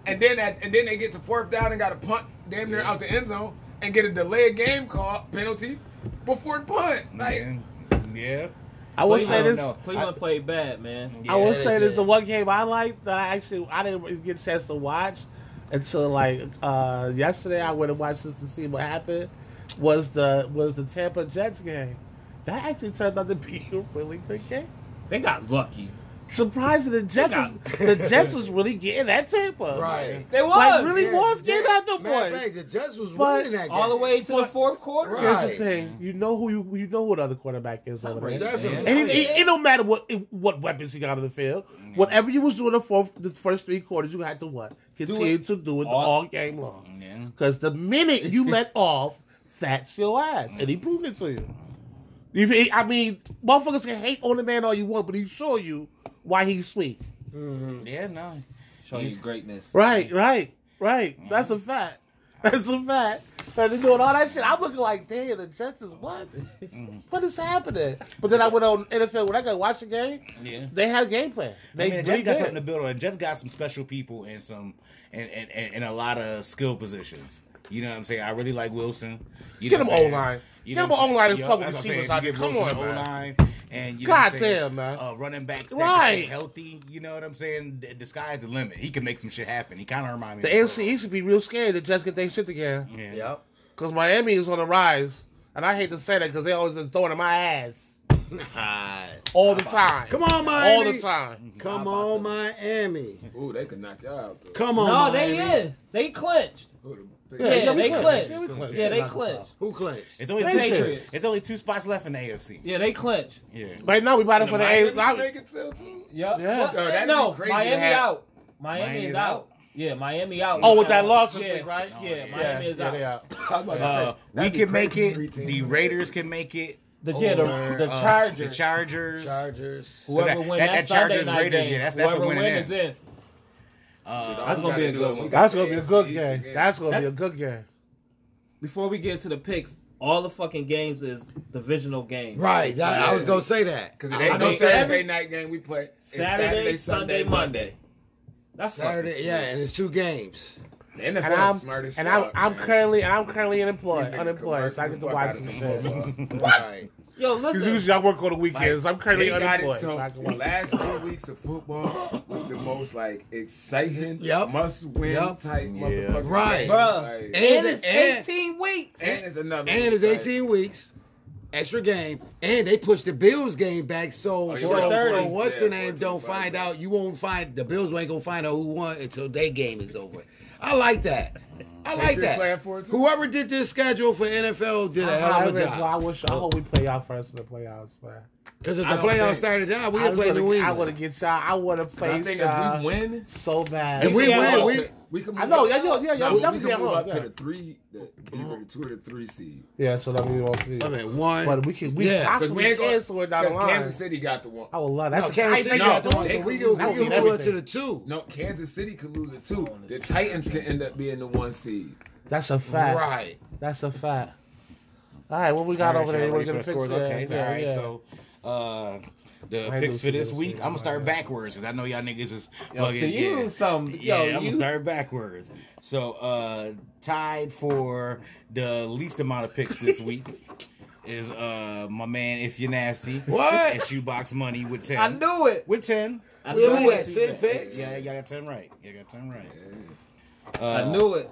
[SPEAKER 3] and then at, and then they get to fourth down and got a punt damn near out the end zone and get a delayed game call penalty before the punt. Like,
[SPEAKER 5] yeah. yeah.
[SPEAKER 1] I will
[SPEAKER 4] Please,
[SPEAKER 1] say
[SPEAKER 4] I don't
[SPEAKER 1] this.
[SPEAKER 5] know.
[SPEAKER 4] Cleveland played bad, man.
[SPEAKER 1] I will
[SPEAKER 2] Yeah,
[SPEAKER 1] say
[SPEAKER 2] they
[SPEAKER 1] this.
[SPEAKER 2] did.
[SPEAKER 1] The one game I like that I actually I didn't get a chance to watch until like uh, yesterday. I went and watched this to see what happened. Was the was the Tampa Jets game? That actually turned out to be a really good game.
[SPEAKER 4] They got lucky.
[SPEAKER 1] Surprising the Jets, was, the Jets was really getting at Tampa.
[SPEAKER 2] Right.
[SPEAKER 4] They was
[SPEAKER 1] Like, really
[SPEAKER 2] Yeah,
[SPEAKER 1] was getting
[SPEAKER 2] yeah.
[SPEAKER 1] at the
[SPEAKER 2] Matter of
[SPEAKER 1] boys.
[SPEAKER 2] fact, The Jets was
[SPEAKER 1] But
[SPEAKER 2] winning that game.
[SPEAKER 4] all the way to the fourth quarter.
[SPEAKER 2] Right.
[SPEAKER 1] Here's the thing. You know who you you know who the other quarterback is over there.
[SPEAKER 2] Definitely.
[SPEAKER 1] And it, it, it don't matter what what weapons he got on the field. Whatever you was doing the fourth the first three quarters, you had to what continue to do it all, Mm-hmm.
[SPEAKER 4] All-
[SPEAKER 1] game long.
[SPEAKER 5] Yeah.
[SPEAKER 1] Because the minute you let off, that's your ass, and he proved it to you. You feel- I mean, motherfuckers can hate on the man all you want, but he show you why he's sweet.
[SPEAKER 5] Yeah, no.
[SPEAKER 4] Show you greatness.
[SPEAKER 1] Right, right, right. That's a fact. That's a fact. And they're doing all that shit. I'm looking like, damn, the Jets is what? What is happening? But then I went on NFL when I got to watch the game.
[SPEAKER 5] Yeah.
[SPEAKER 1] They had a game plan.
[SPEAKER 5] I
[SPEAKER 1] They
[SPEAKER 5] mean, the
[SPEAKER 1] really
[SPEAKER 5] Jets got something to
[SPEAKER 1] did.
[SPEAKER 5] build on. The Jets got some special people and some and, and, and, and a lot of skill positions. You know what I'm saying? I really like Wilson. You
[SPEAKER 1] Get
[SPEAKER 5] know
[SPEAKER 1] him
[SPEAKER 5] what I'm saying?
[SPEAKER 1] O-line. Get
[SPEAKER 5] You know
[SPEAKER 1] him
[SPEAKER 5] what I'm
[SPEAKER 1] an O-line
[SPEAKER 5] saying?
[SPEAKER 1] and
[SPEAKER 5] Yo,
[SPEAKER 1] fuck with
[SPEAKER 5] that's what I'm
[SPEAKER 1] receivers
[SPEAKER 5] saying.
[SPEAKER 1] out there.
[SPEAKER 5] You get
[SPEAKER 1] Come
[SPEAKER 5] Wilson
[SPEAKER 1] on,
[SPEAKER 5] an
[SPEAKER 1] man.
[SPEAKER 5] O-line, and you know what I'm saying?
[SPEAKER 1] Goddamn, man.
[SPEAKER 5] Uh, running backs that
[SPEAKER 1] Right.
[SPEAKER 5] can stay healthy. You know what I'm saying? The, the sky's the limit. He can make some shit happen. He kind of remind me.
[SPEAKER 1] The
[SPEAKER 5] of
[SPEAKER 1] AFC East should be real scared to just get their shit together.
[SPEAKER 5] Burrow. Yeah.
[SPEAKER 2] Yep.
[SPEAKER 1] Because Miami is on the rise. And I hate to say that because they always just throwing in my ass all the time.
[SPEAKER 2] Come on, Miami.
[SPEAKER 1] All the time.
[SPEAKER 2] Come on, Miami.
[SPEAKER 3] ooh, they could knock y'all out. Though.
[SPEAKER 2] Come on.
[SPEAKER 4] No, they
[SPEAKER 2] Miami.
[SPEAKER 4] in. They clinched.
[SPEAKER 3] Ooh, the-
[SPEAKER 1] Yeah,
[SPEAKER 4] Yeah,
[SPEAKER 1] yeah, we
[SPEAKER 4] they
[SPEAKER 1] clinched.
[SPEAKER 4] clinched.
[SPEAKER 1] Yeah, we clinched.
[SPEAKER 4] Yeah, they
[SPEAKER 1] Yeah,
[SPEAKER 4] clinched.
[SPEAKER 2] Who clinched?
[SPEAKER 5] It's only two.
[SPEAKER 4] Patriots.
[SPEAKER 5] Shits. It's only two spots left in the AFC.
[SPEAKER 4] Yeah, they clinched.
[SPEAKER 5] Yeah.
[SPEAKER 1] Right now, we about it for the
[SPEAKER 3] Miami
[SPEAKER 1] A. I-
[SPEAKER 3] make it sell too.
[SPEAKER 4] Yep.
[SPEAKER 1] Yeah.
[SPEAKER 4] Well,
[SPEAKER 3] Yo, that'd
[SPEAKER 4] no,
[SPEAKER 3] be crazy to
[SPEAKER 4] Miami
[SPEAKER 3] have-
[SPEAKER 4] out. Miami,
[SPEAKER 5] Miami
[SPEAKER 4] is
[SPEAKER 5] is
[SPEAKER 4] out.
[SPEAKER 5] out?
[SPEAKER 4] Yeah, Miami out.
[SPEAKER 1] Oh, with that loss this
[SPEAKER 4] yeah.
[SPEAKER 1] week, right?
[SPEAKER 4] Yeah,
[SPEAKER 5] yeah.
[SPEAKER 1] Yeah,
[SPEAKER 4] Miami is
[SPEAKER 1] yeah,
[SPEAKER 4] out.
[SPEAKER 1] they out.
[SPEAKER 3] I'm about to
[SPEAKER 5] Uh,
[SPEAKER 3] say,
[SPEAKER 5] we
[SPEAKER 3] that'd be
[SPEAKER 5] can make
[SPEAKER 3] crazy
[SPEAKER 5] it.
[SPEAKER 3] for three
[SPEAKER 5] The
[SPEAKER 3] teams.
[SPEAKER 5] Raiders can make it.
[SPEAKER 4] The- yeah, the- the
[SPEAKER 5] uh,
[SPEAKER 4] Chargers.
[SPEAKER 5] The Chargers.
[SPEAKER 2] Chargers.
[SPEAKER 4] Whoever
[SPEAKER 5] That-
[SPEAKER 4] wins
[SPEAKER 5] that-
[SPEAKER 4] that,
[SPEAKER 5] that
[SPEAKER 4] Sunday
[SPEAKER 5] Chargers
[SPEAKER 4] night
[SPEAKER 5] Raiders,
[SPEAKER 4] game,
[SPEAKER 5] yeah, that's- that's a
[SPEAKER 4] whoever
[SPEAKER 5] winning
[SPEAKER 4] wins
[SPEAKER 5] in.
[SPEAKER 4] is
[SPEAKER 5] Uh,
[SPEAKER 3] All
[SPEAKER 4] That's
[SPEAKER 3] we
[SPEAKER 4] gonna be
[SPEAKER 3] gotta
[SPEAKER 4] a
[SPEAKER 3] do
[SPEAKER 4] good
[SPEAKER 3] is we
[SPEAKER 4] one.
[SPEAKER 3] gotta
[SPEAKER 1] That's gonna be a
[SPEAKER 3] AFC
[SPEAKER 1] good
[SPEAKER 3] East
[SPEAKER 1] game.
[SPEAKER 3] again.
[SPEAKER 1] That's gonna be
[SPEAKER 4] That-
[SPEAKER 1] a good game.
[SPEAKER 4] Before we get to the picks, all the fucking games is divisional games.
[SPEAKER 2] Right. That, I was
[SPEAKER 3] Yeah.
[SPEAKER 2] gonna say that.
[SPEAKER 3] Because
[SPEAKER 2] I,
[SPEAKER 3] they
[SPEAKER 2] I
[SPEAKER 3] no
[SPEAKER 2] know
[SPEAKER 4] they-
[SPEAKER 2] Saturday,
[SPEAKER 3] Saturday night game we play. It's
[SPEAKER 4] Saturday, Sunday, Monday. That's fucking
[SPEAKER 2] Saturday,
[SPEAKER 4] shit.
[SPEAKER 2] yeah, and it's two games.
[SPEAKER 3] The NFL
[SPEAKER 1] And
[SPEAKER 3] is
[SPEAKER 1] I'm
[SPEAKER 3] smart as
[SPEAKER 1] and
[SPEAKER 3] fuck,
[SPEAKER 1] I'm, I'm
[SPEAKER 3] man.
[SPEAKER 1] currently and I'm currently unemployed,
[SPEAKER 3] These niggas
[SPEAKER 1] unemployed,
[SPEAKER 3] coerce
[SPEAKER 1] so I
[SPEAKER 3] the
[SPEAKER 1] get to
[SPEAKER 3] fuck
[SPEAKER 1] watch
[SPEAKER 3] outta
[SPEAKER 1] some
[SPEAKER 3] some
[SPEAKER 1] shit.
[SPEAKER 3] motherfucker.
[SPEAKER 2] Right.
[SPEAKER 4] Yo,
[SPEAKER 1] Because
[SPEAKER 4] listen.
[SPEAKER 1] usually I work on the weekends. I'm currently
[SPEAKER 3] They got
[SPEAKER 1] unemployed.
[SPEAKER 3] it.
[SPEAKER 1] so I
[SPEAKER 3] So
[SPEAKER 1] can
[SPEAKER 3] the
[SPEAKER 1] watch.
[SPEAKER 3] last two weeks of football was the most like exciting,
[SPEAKER 2] Yep.
[SPEAKER 3] must-win
[SPEAKER 2] Yep.
[SPEAKER 3] type motherfucker.
[SPEAKER 2] Right.
[SPEAKER 3] game.
[SPEAKER 4] Bruh.
[SPEAKER 3] Like,
[SPEAKER 2] And,
[SPEAKER 4] And
[SPEAKER 2] and,
[SPEAKER 4] it's
[SPEAKER 2] and,
[SPEAKER 4] 18 weeks.
[SPEAKER 3] and it's another. one,
[SPEAKER 2] it's
[SPEAKER 3] like,
[SPEAKER 2] 18 weeks, extra game, and they pushed the Bills game back. So,
[SPEAKER 3] Oh,
[SPEAKER 2] so,
[SPEAKER 4] yeah,
[SPEAKER 2] so
[SPEAKER 4] 30.
[SPEAKER 2] what's
[SPEAKER 3] Yeah,
[SPEAKER 2] the name?
[SPEAKER 3] 14,
[SPEAKER 2] Don't
[SPEAKER 3] right,
[SPEAKER 2] find
[SPEAKER 3] right.
[SPEAKER 2] out. You won't find the Bills ain't gonna find out who won until their game is over. I like that. I like
[SPEAKER 3] Patriots playing
[SPEAKER 2] that.
[SPEAKER 3] for it, too.
[SPEAKER 2] Whoever did this schedule for NFL did a hell of a
[SPEAKER 1] However, I
[SPEAKER 2] job.
[SPEAKER 1] wish I hope we play y'all first in the playoffs, man.
[SPEAKER 2] Because if
[SPEAKER 1] I
[SPEAKER 2] the
[SPEAKER 1] don't
[SPEAKER 2] playoffs
[SPEAKER 1] think-
[SPEAKER 2] started out, we
[SPEAKER 1] I
[SPEAKER 2] would play
[SPEAKER 1] wanna-
[SPEAKER 2] New
[SPEAKER 1] I want to
[SPEAKER 2] England.
[SPEAKER 1] get y'all. I want to play
[SPEAKER 3] I think
[SPEAKER 1] y'all
[SPEAKER 3] if we win,
[SPEAKER 1] so bad.
[SPEAKER 2] If we
[SPEAKER 4] Yeah,
[SPEAKER 2] win,
[SPEAKER 4] well,
[SPEAKER 2] we
[SPEAKER 3] we can.
[SPEAKER 1] uh, I
[SPEAKER 3] move
[SPEAKER 1] know,
[SPEAKER 3] up-
[SPEAKER 1] yeah, yeah, yeah,
[SPEAKER 3] No,
[SPEAKER 1] yeah,
[SPEAKER 3] we
[SPEAKER 1] we
[SPEAKER 3] can
[SPEAKER 1] at
[SPEAKER 3] move
[SPEAKER 1] home,
[SPEAKER 3] up
[SPEAKER 1] yeah.
[SPEAKER 3] to the three, the, either the two or the three seed.
[SPEAKER 1] yeah, so that means we won't see.
[SPEAKER 2] I mean, one.
[SPEAKER 1] But we can. We
[SPEAKER 2] Yeah.
[SPEAKER 3] Because
[SPEAKER 1] possibly
[SPEAKER 3] we ain't
[SPEAKER 1] can
[SPEAKER 3] going
[SPEAKER 1] cancel it down the line.
[SPEAKER 3] Kansas City got the one.
[SPEAKER 1] I would love that.
[SPEAKER 2] No, Kansas City
[SPEAKER 3] no,
[SPEAKER 2] got the
[SPEAKER 3] they
[SPEAKER 2] one, so
[SPEAKER 3] could
[SPEAKER 2] we
[SPEAKER 3] lose.
[SPEAKER 2] can, we
[SPEAKER 1] That would
[SPEAKER 2] can
[SPEAKER 1] be
[SPEAKER 2] move up to
[SPEAKER 1] everything.
[SPEAKER 2] the two.
[SPEAKER 3] No, Kansas City could lose it too. The Titans could end up being the one seed.
[SPEAKER 1] That's a fact.
[SPEAKER 2] Right.
[SPEAKER 1] That's a fact. All right, what we got
[SPEAKER 5] All
[SPEAKER 1] over
[SPEAKER 5] right,
[SPEAKER 1] there?
[SPEAKER 5] y'all
[SPEAKER 1] We're
[SPEAKER 5] ready
[SPEAKER 1] gonna
[SPEAKER 5] for the
[SPEAKER 1] pick.
[SPEAKER 5] scores?
[SPEAKER 1] yeah,
[SPEAKER 5] Okay,
[SPEAKER 1] yeah,
[SPEAKER 5] all right.
[SPEAKER 1] yeah.
[SPEAKER 5] So, uh, the
[SPEAKER 1] I ain't
[SPEAKER 5] picks
[SPEAKER 1] lose
[SPEAKER 5] for this
[SPEAKER 1] this
[SPEAKER 5] week,
[SPEAKER 1] week.
[SPEAKER 5] I'm gonna start
[SPEAKER 1] Yeah.
[SPEAKER 5] backwards because I know y'all niggas is
[SPEAKER 4] Yo,
[SPEAKER 5] bugging.
[SPEAKER 4] so you
[SPEAKER 5] yeah.
[SPEAKER 4] some-
[SPEAKER 5] yeah,
[SPEAKER 4] yo,
[SPEAKER 5] I'm gonna
[SPEAKER 4] you-
[SPEAKER 5] start backwards. So, uh, tied for the least amount of picks this week. Is uh my man if you're nasty
[SPEAKER 2] What?
[SPEAKER 5] and shoebox money with ten
[SPEAKER 4] I knew it.
[SPEAKER 5] with ten
[SPEAKER 4] I
[SPEAKER 2] Who
[SPEAKER 4] knew
[SPEAKER 2] at
[SPEAKER 4] it.
[SPEAKER 2] 10 picks?
[SPEAKER 5] yeah you got ten right you got ten right Uh,
[SPEAKER 4] I knew it.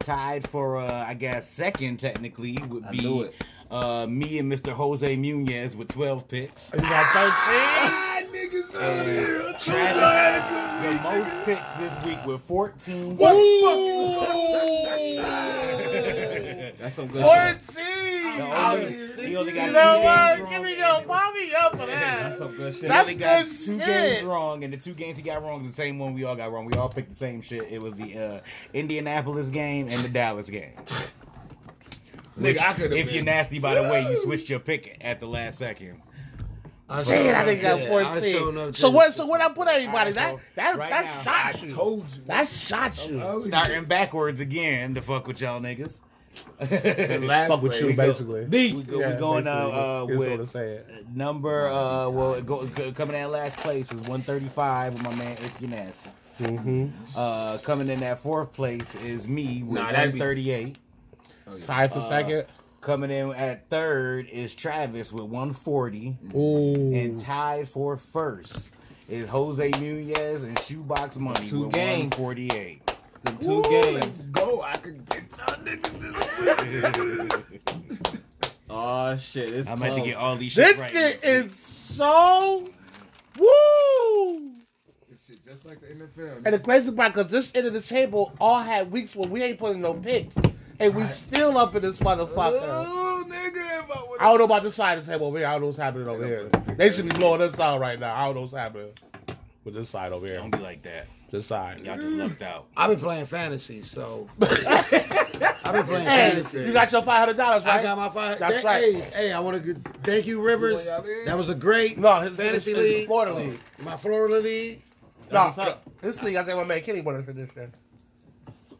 [SPEAKER 5] tied for uh, I guess second technically would
[SPEAKER 4] I knew
[SPEAKER 5] be
[SPEAKER 4] it.
[SPEAKER 5] uh, me and Mr. Jose Munez with twelve picks.
[SPEAKER 1] You got
[SPEAKER 2] Ah, niggas out here.
[SPEAKER 5] Travis, the most picks this week with fourteen.
[SPEAKER 1] 13.
[SPEAKER 4] That's some good. shit.
[SPEAKER 1] 14.
[SPEAKER 5] Only- he only
[SPEAKER 1] You
[SPEAKER 5] got
[SPEAKER 1] know
[SPEAKER 5] two games
[SPEAKER 1] what?
[SPEAKER 5] wrong.
[SPEAKER 1] Give me your mommy up for
[SPEAKER 4] That's
[SPEAKER 1] that.
[SPEAKER 4] some good shit.
[SPEAKER 5] He only
[SPEAKER 1] That's
[SPEAKER 5] got
[SPEAKER 1] good
[SPEAKER 5] two
[SPEAKER 1] shit.
[SPEAKER 5] games wrong, and the two games he got wrong is the same one we all got wrong. We all picked the same shit. It was the uh, Indianapolis game and the Dallas game.
[SPEAKER 3] Nigga, I could
[SPEAKER 5] If
[SPEAKER 3] have been.
[SPEAKER 5] you're nasty, by the way, you switched your pick at the last second.
[SPEAKER 2] I
[SPEAKER 1] Man, I think got 14. So what? So what I put everybody?
[SPEAKER 5] All right,
[SPEAKER 1] That
[SPEAKER 5] so
[SPEAKER 1] that
[SPEAKER 5] right
[SPEAKER 1] that
[SPEAKER 5] now,
[SPEAKER 1] shot
[SPEAKER 3] I
[SPEAKER 1] you.
[SPEAKER 3] told you.
[SPEAKER 1] That shot you.
[SPEAKER 5] Starting backwards again to fuck with y'all niggas.
[SPEAKER 3] last
[SPEAKER 1] Fuck with you,
[SPEAKER 3] place.
[SPEAKER 1] basically.
[SPEAKER 5] We,
[SPEAKER 4] D.
[SPEAKER 5] go, we going out uh,
[SPEAKER 1] with.
[SPEAKER 5] with number uh well go, go, coming in at last place is 135 with my man If You Nasty.
[SPEAKER 1] Mm-hmm.
[SPEAKER 5] Uh, coming in at fourth place is me with
[SPEAKER 3] Nah, that'd be-
[SPEAKER 5] 138.
[SPEAKER 3] Oh,
[SPEAKER 1] Tie
[SPEAKER 5] Uh,
[SPEAKER 1] for second.
[SPEAKER 5] Coming in at third is Travis with 140, and
[SPEAKER 1] Ooh.
[SPEAKER 5] tied for first is Jose Nunez and Shoebox Money
[SPEAKER 4] Two
[SPEAKER 5] with
[SPEAKER 4] games.
[SPEAKER 5] 148.
[SPEAKER 4] The two
[SPEAKER 3] Ooh,
[SPEAKER 4] games.
[SPEAKER 3] Let's go. I could get y'all niggas this week.
[SPEAKER 4] Oh shit. It's
[SPEAKER 5] I'm about to
[SPEAKER 4] close.
[SPEAKER 5] get all these shit
[SPEAKER 1] This
[SPEAKER 5] right.
[SPEAKER 1] shit
[SPEAKER 5] next
[SPEAKER 1] is so. Woo!
[SPEAKER 3] This shit just like the NFL.
[SPEAKER 1] And the crazy part, because this end of the table all had weeks where we ain't putting no picks. And we still up in this motherfucker.
[SPEAKER 3] Ooh, nigga, if I would
[SPEAKER 1] I don't know about this side of the table over here. I don't know what's happening over here. They should be blowing us out right now. I don't know what's happening with this side over
[SPEAKER 5] week.
[SPEAKER 1] here.
[SPEAKER 5] Don't be like that.
[SPEAKER 1] This side.
[SPEAKER 5] Y'all just lucked out.
[SPEAKER 2] I've been playing fantasy, so I've been playing
[SPEAKER 1] Hey,
[SPEAKER 2] fantasy.
[SPEAKER 1] you got your $500, right?
[SPEAKER 2] I got my five.
[SPEAKER 1] That's
[SPEAKER 2] That's
[SPEAKER 1] right.
[SPEAKER 2] Hey, hey, I want to thank you, Rivers.
[SPEAKER 3] You want y'all in?
[SPEAKER 2] That was a great
[SPEAKER 1] No, his-
[SPEAKER 2] fantasy
[SPEAKER 1] his- his
[SPEAKER 2] league. Oh.
[SPEAKER 1] Florida league.
[SPEAKER 2] My Florida league.
[SPEAKER 1] No,
[SPEAKER 4] what's up.
[SPEAKER 1] this thing I think my man Kenny wanted for this then.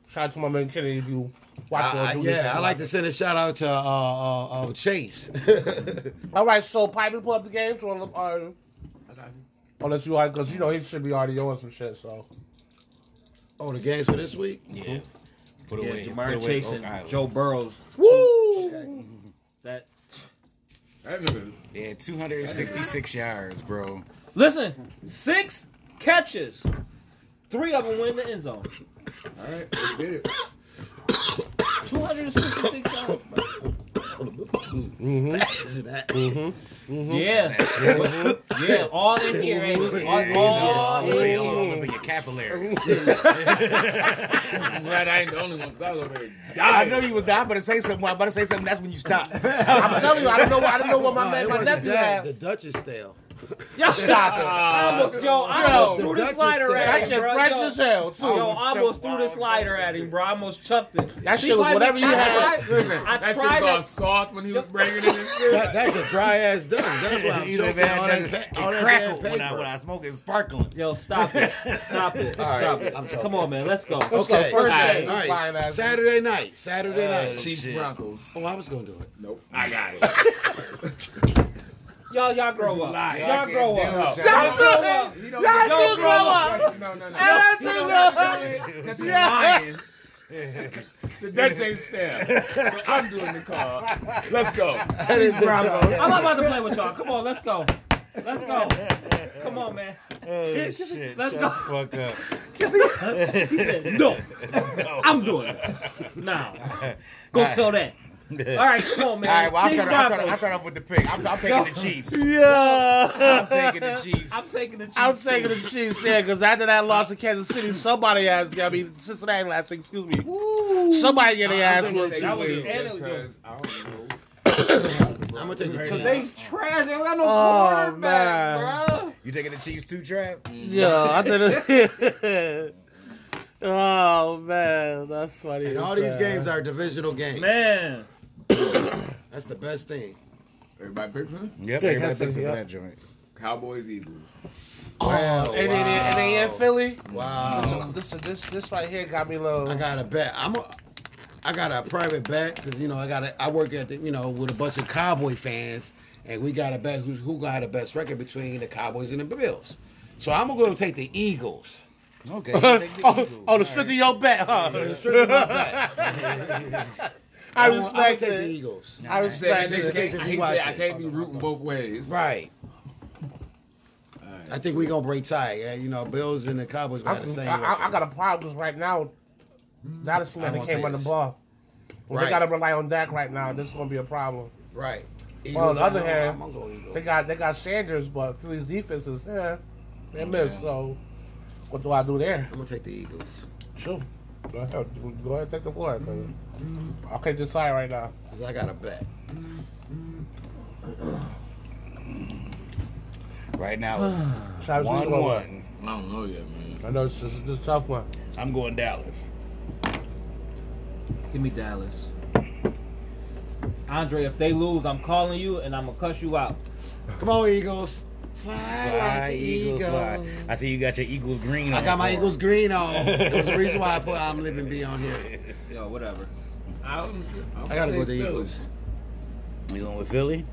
[SPEAKER 1] Shout out to my man Kenny if you watch
[SPEAKER 2] I, I-
[SPEAKER 1] or do this
[SPEAKER 2] yeah,
[SPEAKER 1] and
[SPEAKER 2] I
[SPEAKER 1] watch
[SPEAKER 2] like to send a shout out to uh, uh, uh, Chase.
[SPEAKER 1] it. All right, so Pipe pull up the games on the. Uh, Unless you are, because you know he should be already on some shit. So
[SPEAKER 2] oh, the games for this week.
[SPEAKER 5] Yeah. Put
[SPEAKER 4] Yeah,
[SPEAKER 5] away. put
[SPEAKER 4] Jamar
[SPEAKER 5] away
[SPEAKER 4] Chase
[SPEAKER 5] Oak
[SPEAKER 4] and
[SPEAKER 5] Island.
[SPEAKER 4] Joe Burrows.
[SPEAKER 1] woo.
[SPEAKER 4] That
[SPEAKER 3] That nigga.
[SPEAKER 5] Yeah, 266 yards, bro.
[SPEAKER 4] listen, six catches, three of them went in the end zone.
[SPEAKER 3] All right, we did it.
[SPEAKER 4] Two hundred and sixty-six yards. bro.
[SPEAKER 1] Mm-hmm.
[SPEAKER 2] Is it that?
[SPEAKER 4] Yeah,
[SPEAKER 1] Mm-hmm.
[SPEAKER 4] yeah, all in here, ain't it? all, all
[SPEAKER 5] All
[SPEAKER 4] in here.
[SPEAKER 5] all up in your capillary.
[SPEAKER 3] I'm glad I ain't the only one. 'cause I was over here
[SPEAKER 5] I
[SPEAKER 3] dying.
[SPEAKER 5] know you was dying. I'm about to say something. I'm about to say something. That's when you stop.
[SPEAKER 1] I'm telling you, I don't know. I don't know what my man,
[SPEAKER 2] It
[SPEAKER 1] my
[SPEAKER 2] wasn't
[SPEAKER 1] nephew
[SPEAKER 2] that,
[SPEAKER 1] had.
[SPEAKER 2] The Dutch is stale.
[SPEAKER 4] Yo,
[SPEAKER 1] Stop it.
[SPEAKER 4] I almost, yo, I
[SPEAKER 1] Yo,
[SPEAKER 4] almost
[SPEAKER 1] the
[SPEAKER 4] threw the
[SPEAKER 2] Dutchess
[SPEAKER 4] slider
[SPEAKER 2] thing.
[SPEAKER 4] at
[SPEAKER 1] That
[SPEAKER 4] him,
[SPEAKER 1] shit
[SPEAKER 4] bro.
[SPEAKER 1] fresh
[SPEAKER 4] Yo,
[SPEAKER 1] as hell too.
[SPEAKER 4] Yo, I almost threw the
[SPEAKER 2] wild
[SPEAKER 4] slider at him, bro. I almost chucked it.
[SPEAKER 1] That
[SPEAKER 4] See
[SPEAKER 1] shit was
[SPEAKER 4] why I
[SPEAKER 1] whatever
[SPEAKER 4] just-
[SPEAKER 1] you
[SPEAKER 4] I
[SPEAKER 1] had.
[SPEAKER 4] tried-
[SPEAKER 3] Listen,
[SPEAKER 4] I
[SPEAKER 3] that
[SPEAKER 4] tried
[SPEAKER 3] shit
[SPEAKER 4] to-
[SPEAKER 3] got soft when he was bringing it in.
[SPEAKER 2] That, that's a dry ass dunk. That's why I'm
[SPEAKER 5] Either
[SPEAKER 2] choking
[SPEAKER 5] that
[SPEAKER 2] all
[SPEAKER 5] or
[SPEAKER 2] that,
[SPEAKER 5] it
[SPEAKER 2] pa- all that
[SPEAKER 5] crackled
[SPEAKER 2] damn
[SPEAKER 5] when I,
[SPEAKER 2] paper.
[SPEAKER 5] when I smoke it, it's sparkling.
[SPEAKER 4] Yo, stop it. Stop it.
[SPEAKER 2] All
[SPEAKER 4] Stop
[SPEAKER 2] right,
[SPEAKER 4] it.
[SPEAKER 2] I'm joking.
[SPEAKER 4] Come on, man. Let's go.
[SPEAKER 2] Okay.
[SPEAKER 4] First
[SPEAKER 1] All
[SPEAKER 4] day.
[SPEAKER 1] right. All
[SPEAKER 2] All
[SPEAKER 1] Fine
[SPEAKER 2] right.
[SPEAKER 1] ass.
[SPEAKER 2] Saturday night. Saturday night.
[SPEAKER 5] Oh, shit.
[SPEAKER 3] Chiefs Broncos.
[SPEAKER 2] Oh, I was gonna do it.
[SPEAKER 3] Nope.
[SPEAKER 5] I got it.
[SPEAKER 4] Y'all, y'all grow up.
[SPEAKER 5] Lie.
[SPEAKER 4] Y'all
[SPEAKER 5] Y'all
[SPEAKER 4] grow
[SPEAKER 5] can't
[SPEAKER 4] up.
[SPEAKER 5] do it.
[SPEAKER 4] Y'all
[SPEAKER 1] Y'all
[SPEAKER 4] grow
[SPEAKER 1] too-
[SPEAKER 4] up.
[SPEAKER 3] Y'all
[SPEAKER 1] y'all
[SPEAKER 4] too grow
[SPEAKER 1] up.
[SPEAKER 3] No, no, no.
[SPEAKER 1] Y'all
[SPEAKER 3] He
[SPEAKER 1] too
[SPEAKER 3] don't
[SPEAKER 1] grow up.
[SPEAKER 3] do it 'cause you're
[SPEAKER 1] Yeah.
[SPEAKER 3] lying. The Dutch ain't stabbed. So I'm doing the call. Let's go.
[SPEAKER 2] That is the dry-
[SPEAKER 4] I'm not about to play with y'all. Come on, let's go. Let's go. Come on, man.
[SPEAKER 5] Oh, shit.
[SPEAKER 4] Let's
[SPEAKER 5] Shut
[SPEAKER 4] go.
[SPEAKER 5] the fuck up.
[SPEAKER 4] He said, no. I'm doing it. Now. Go
[SPEAKER 5] All right.
[SPEAKER 4] tell that. All right, come on, man.
[SPEAKER 5] All right, well, I'll
[SPEAKER 4] Chiefs,
[SPEAKER 5] start, I'll, start, I'll
[SPEAKER 4] Broncos.
[SPEAKER 5] start off with the pick. I'm, I'm taking the Chiefs. I'm
[SPEAKER 1] Yeah.
[SPEAKER 5] taking the Chiefs.
[SPEAKER 4] I'm taking the Chiefs.
[SPEAKER 1] I'm taking the Chiefs, yeah, because after that loss to Kansas City, somebody asked, I mean, Cincinnati last week, excuse me. Somebody get their
[SPEAKER 2] I'm
[SPEAKER 1] ass
[SPEAKER 2] taking the
[SPEAKER 1] whooped.
[SPEAKER 2] Chiefs.
[SPEAKER 1] too.
[SPEAKER 4] was
[SPEAKER 3] Because
[SPEAKER 4] anecdotal.
[SPEAKER 3] I don't know.
[SPEAKER 2] I'm gonna take the
[SPEAKER 4] Cause
[SPEAKER 2] Chiefs.
[SPEAKER 4] they trash. They don't got no
[SPEAKER 1] Oh,
[SPEAKER 4] quarterback,
[SPEAKER 1] man.
[SPEAKER 4] bro.
[SPEAKER 5] You taking the Chiefs too, Trav?
[SPEAKER 1] Yeah, I did Oh, man, that's funny.
[SPEAKER 2] And all these games are divisional games.
[SPEAKER 4] Man.
[SPEAKER 2] That's the best thing.
[SPEAKER 3] Everybody picks him?
[SPEAKER 5] Yep,
[SPEAKER 1] Yeah,
[SPEAKER 5] everybody
[SPEAKER 1] that's
[SPEAKER 5] picks
[SPEAKER 1] it,
[SPEAKER 5] up
[SPEAKER 1] yeah.
[SPEAKER 5] for that joint.
[SPEAKER 3] Cowboys, Eagles.
[SPEAKER 2] Wow.
[SPEAKER 1] And, then and then in
[SPEAKER 2] wow.
[SPEAKER 1] Philly,
[SPEAKER 2] Wow.
[SPEAKER 1] this, this, this right here got me low.
[SPEAKER 2] I got a bet. I'm a. I got a private bet because you know I got a, I work at the, you know with a bunch of Cowboy fans and we got a bet who who got the best record between the Cowboys and the Bills. So I'm gonna go take the Eagles.
[SPEAKER 5] Okay. you take the
[SPEAKER 1] oh,
[SPEAKER 5] Eagles.
[SPEAKER 1] oh,
[SPEAKER 5] All
[SPEAKER 1] the strength of your bet, huh? I
[SPEAKER 2] I'm gonna- I'm gonna
[SPEAKER 1] respect
[SPEAKER 2] take the
[SPEAKER 1] it.
[SPEAKER 2] Eagles.
[SPEAKER 1] I respect
[SPEAKER 3] I
[SPEAKER 1] it.
[SPEAKER 2] Jason-
[SPEAKER 3] hate to say I can't be rooting both ways.
[SPEAKER 2] Right. I think we gonna break tie. Yeah, you know, Bills and the Cowboys
[SPEAKER 1] I,
[SPEAKER 2] got the same. record.
[SPEAKER 1] I, I got a problem 'cause right now. Dallas seems like
[SPEAKER 2] I
[SPEAKER 1] they
[SPEAKER 2] want
[SPEAKER 1] can't run the
[SPEAKER 2] Vegas.
[SPEAKER 1] ball. Well, They
[SPEAKER 2] Right.
[SPEAKER 1] got to rely on Dak right now. This is gonna be a problem.
[SPEAKER 2] right. Eagles,
[SPEAKER 1] on the
[SPEAKER 2] I
[SPEAKER 1] other
[SPEAKER 2] know,
[SPEAKER 1] hand,
[SPEAKER 2] I'm gonna go Eagles.
[SPEAKER 1] They got they got Sanders, but Philly's defense is eh, they miss. So what do I do there?
[SPEAKER 2] I'm gonna take the Eagles.
[SPEAKER 1] Sure. Go ahead, go ahead and take the floor. 'cause I can't decide right now.
[SPEAKER 2] Cause I got a bet.
[SPEAKER 5] Right now, it's
[SPEAKER 1] Shout out to you,
[SPEAKER 5] 1
[SPEAKER 1] Lola.
[SPEAKER 5] 1.
[SPEAKER 3] I don't know yet, man.
[SPEAKER 1] I know this is this is a tough one.
[SPEAKER 5] I'm going Dallas.
[SPEAKER 4] Give me Dallas. Andre, if they lose, I'm calling you and I'm gonna cuss you out.
[SPEAKER 2] Come on, Eagles. Fly,
[SPEAKER 5] Fly,
[SPEAKER 2] like the
[SPEAKER 5] Eagles,
[SPEAKER 2] eagle.
[SPEAKER 5] fly. I see you got your Eagles green on.
[SPEAKER 2] I got my
[SPEAKER 5] for 'em.
[SPEAKER 2] Eagles green on. There's a reason why I put I'm living B on here.
[SPEAKER 4] Yo, whatever.
[SPEAKER 3] I, don't,
[SPEAKER 2] I gotta go with the Eagles.
[SPEAKER 5] You going with Philly?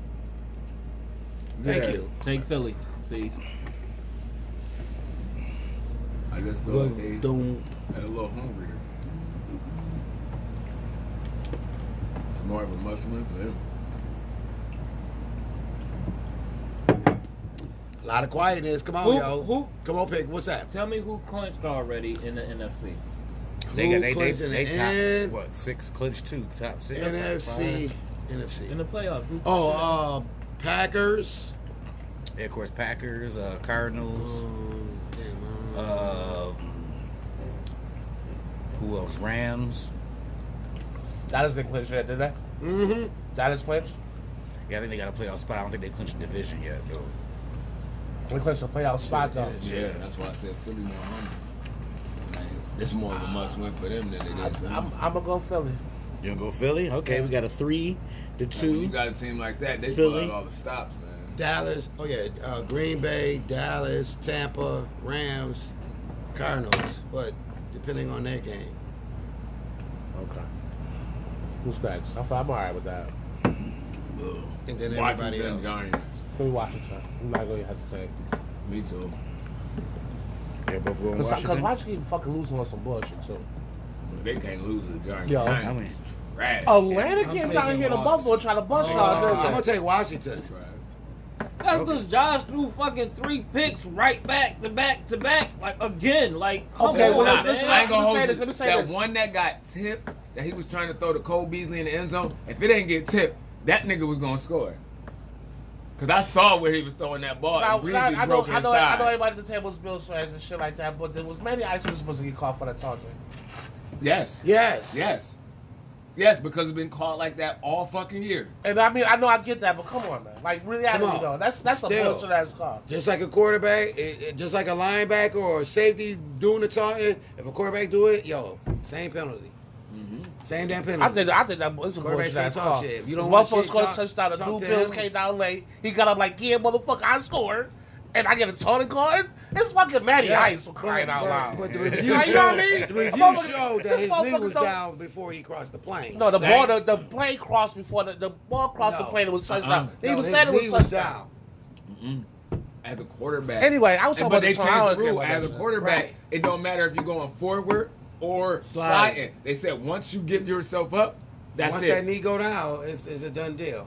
[SPEAKER 2] Thank you.
[SPEAKER 4] Take Philly. See.
[SPEAKER 3] I just feel
[SPEAKER 2] Look,
[SPEAKER 3] like they,
[SPEAKER 2] don't
[SPEAKER 3] they're a little hungrier. It's more of a must win for them.
[SPEAKER 2] a lot of quietness. Come on,
[SPEAKER 4] Who-
[SPEAKER 2] yo.
[SPEAKER 4] who-
[SPEAKER 2] Come on, pick. What's that?
[SPEAKER 4] Tell me who clinched already in the NFC.
[SPEAKER 5] They
[SPEAKER 2] Who
[SPEAKER 5] got they they,
[SPEAKER 2] clinched in
[SPEAKER 5] they
[SPEAKER 2] the
[SPEAKER 5] top
[SPEAKER 2] end?
[SPEAKER 5] what six clinch two top six
[SPEAKER 2] NFC.
[SPEAKER 4] In
[SPEAKER 2] NFC.
[SPEAKER 4] the playoffs. Who
[SPEAKER 2] Oh, uh, Packers.
[SPEAKER 5] Yeah, of course Packers uh, Cardinals
[SPEAKER 2] Um, damn, uh,
[SPEAKER 5] uh, who else Rams
[SPEAKER 1] Dallas didn't clinch yet, did they?
[SPEAKER 2] mhm.
[SPEAKER 1] Dallas clinched.
[SPEAKER 5] yeah I think they got a playoff spot I don't think they clinched the division yet though
[SPEAKER 1] We clinched the playoff spot though.
[SPEAKER 3] Yeah, that's why I said Philly more hungry. Like, it's more of a must win for them than it is for
[SPEAKER 1] I'm,
[SPEAKER 3] them.
[SPEAKER 1] I'm gonna go Philly.
[SPEAKER 5] you gonna go Philly okay we got a three to
[SPEAKER 3] Like, when you
[SPEAKER 5] two
[SPEAKER 3] got a team like that, they
[SPEAKER 5] Philly.
[SPEAKER 3] pull out all the stops, man.
[SPEAKER 2] Dallas. Oh yeah, uh, Green Bay, Dallas, Tampa, Rams, Cardinals. But depending on their game,
[SPEAKER 1] Okay. Who's next? I'm, I'm all right with that.
[SPEAKER 2] and then everybody
[SPEAKER 3] Washington
[SPEAKER 2] else.
[SPEAKER 3] Giants.
[SPEAKER 1] Give me Washington. I'm not gonna hesitate.
[SPEAKER 3] Me too.
[SPEAKER 5] they're both going
[SPEAKER 1] Because Washington?
[SPEAKER 5] Washington
[SPEAKER 1] keep fucking losing on some bullshit too.
[SPEAKER 3] But they can't lose to the Giants.
[SPEAKER 1] Yo.
[SPEAKER 5] Oh, I
[SPEAKER 3] Giants
[SPEAKER 5] mean
[SPEAKER 3] is trash.
[SPEAKER 1] Atlanta
[SPEAKER 4] I'm
[SPEAKER 1] came down here
[SPEAKER 4] taking
[SPEAKER 1] to
[SPEAKER 4] Washington.
[SPEAKER 1] Buffalo trying to bust
[SPEAKER 2] Uh,
[SPEAKER 1] y'all.
[SPEAKER 2] I'm gonna
[SPEAKER 1] didn't they?
[SPEAKER 2] take Washington.
[SPEAKER 3] Trash.
[SPEAKER 4] That's because Josh threw fucking three picks right back to back to back, like again, like come
[SPEAKER 1] Okay,
[SPEAKER 4] on,
[SPEAKER 1] well,
[SPEAKER 4] man.
[SPEAKER 1] listen,
[SPEAKER 3] I ain't
[SPEAKER 1] Let me
[SPEAKER 3] gonna hold
[SPEAKER 1] say
[SPEAKER 3] you.
[SPEAKER 1] this, let me say
[SPEAKER 3] that
[SPEAKER 1] this.
[SPEAKER 3] one that got tipped, that he was trying to throw to Cole Beasley in the end zone. If it ain't get tipped, that nigga was gonna score. Cause I saw where he was throwing that ball.
[SPEAKER 1] Now,
[SPEAKER 3] and Breeze
[SPEAKER 1] now, I, know,
[SPEAKER 3] broke
[SPEAKER 1] I, know, I
[SPEAKER 3] inside.
[SPEAKER 1] know everybody at the table is Bills fans and shit like that, but there was many I was supposed to get called for the taunting.
[SPEAKER 3] Yes.
[SPEAKER 2] Yes.
[SPEAKER 3] Yes. Yes, because it's been called like that all fucking year.
[SPEAKER 1] And I mean, I know I get that, but come on, man. Like, really, I
[SPEAKER 2] Come
[SPEAKER 1] don't
[SPEAKER 2] on.
[SPEAKER 1] know. That's that's a
[SPEAKER 2] Still.
[SPEAKER 1] bullshit ass call.
[SPEAKER 2] Just like a quarterback, it, it- just like a linebacker or a safety doing the talking, if a quarterback do it, yo, same penalty. Same damn penalty.
[SPEAKER 1] I think I think that it's a
[SPEAKER 2] Quarterback
[SPEAKER 1] bullshit
[SPEAKER 2] can't
[SPEAKER 1] ass
[SPEAKER 2] talk
[SPEAKER 1] call.
[SPEAKER 2] shit. If
[SPEAKER 1] This
[SPEAKER 2] you don't want
[SPEAKER 1] motherfucker
[SPEAKER 2] shit,
[SPEAKER 1] scored a
[SPEAKER 2] talk-
[SPEAKER 1] touchdown. The
[SPEAKER 2] talk
[SPEAKER 1] dude
[SPEAKER 2] to
[SPEAKER 1] Bills
[SPEAKER 2] him.
[SPEAKER 1] came down late. He got up like, yeah, motherfucker, I scored, and I get a total card. It's fucking Matty
[SPEAKER 2] Yeah.
[SPEAKER 1] Ice for crying
[SPEAKER 2] But-
[SPEAKER 1] out
[SPEAKER 2] but-
[SPEAKER 1] loud.
[SPEAKER 2] But the review
[SPEAKER 1] Like,
[SPEAKER 2] showed,
[SPEAKER 1] you know what I mean?
[SPEAKER 2] the review
[SPEAKER 1] Motherfucker-
[SPEAKER 2] showed that
[SPEAKER 1] this
[SPEAKER 2] his knee
[SPEAKER 1] motherfucker
[SPEAKER 2] was
[SPEAKER 1] don't-
[SPEAKER 2] down before he crossed the plane.
[SPEAKER 1] No, the
[SPEAKER 3] Say.
[SPEAKER 1] ball, the, the plane crossed before the, the ball crossed the
[SPEAKER 2] No.
[SPEAKER 1] plane. It was touchdown.
[SPEAKER 3] Uh-uh.
[SPEAKER 1] They
[SPEAKER 2] No,
[SPEAKER 1] even
[SPEAKER 2] his
[SPEAKER 1] said it
[SPEAKER 2] knee
[SPEAKER 1] was
[SPEAKER 2] was
[SPEAKER 1] touchdown.
[SPEAKER 2] down.
[SPEAKER 3] as a quarterback.
[SPEAKER 1] Anyway, I was talking
[SPEAKER 3] And- but
[SPEAKER 1] about
[SPEAKER 3] they
[SPEAKER 1] this one. I
[SPEAKER 3] changed
[SPEAKER 1] don't
[SPEAKER 3] the
[SPEAKER 1] care
[SPEAKER 3] rule
[SPEAKER 1] about
[SPEAKER 3] as a
[SPEAKER 1] that.
[SPEAKER 3] quarterback.
[SPEAKER 2] Right.
[SPEAKER 3] It don't matter if you're going forward or
[SPEAKER 1] Slide.
[SPEAKER 3] sliding. They said once you give yourself up, that's
[SPEAKER 2] Once
[SPEAKER 3] it.
[SPEAKER 2] that knee go down, it's, it's a done deal.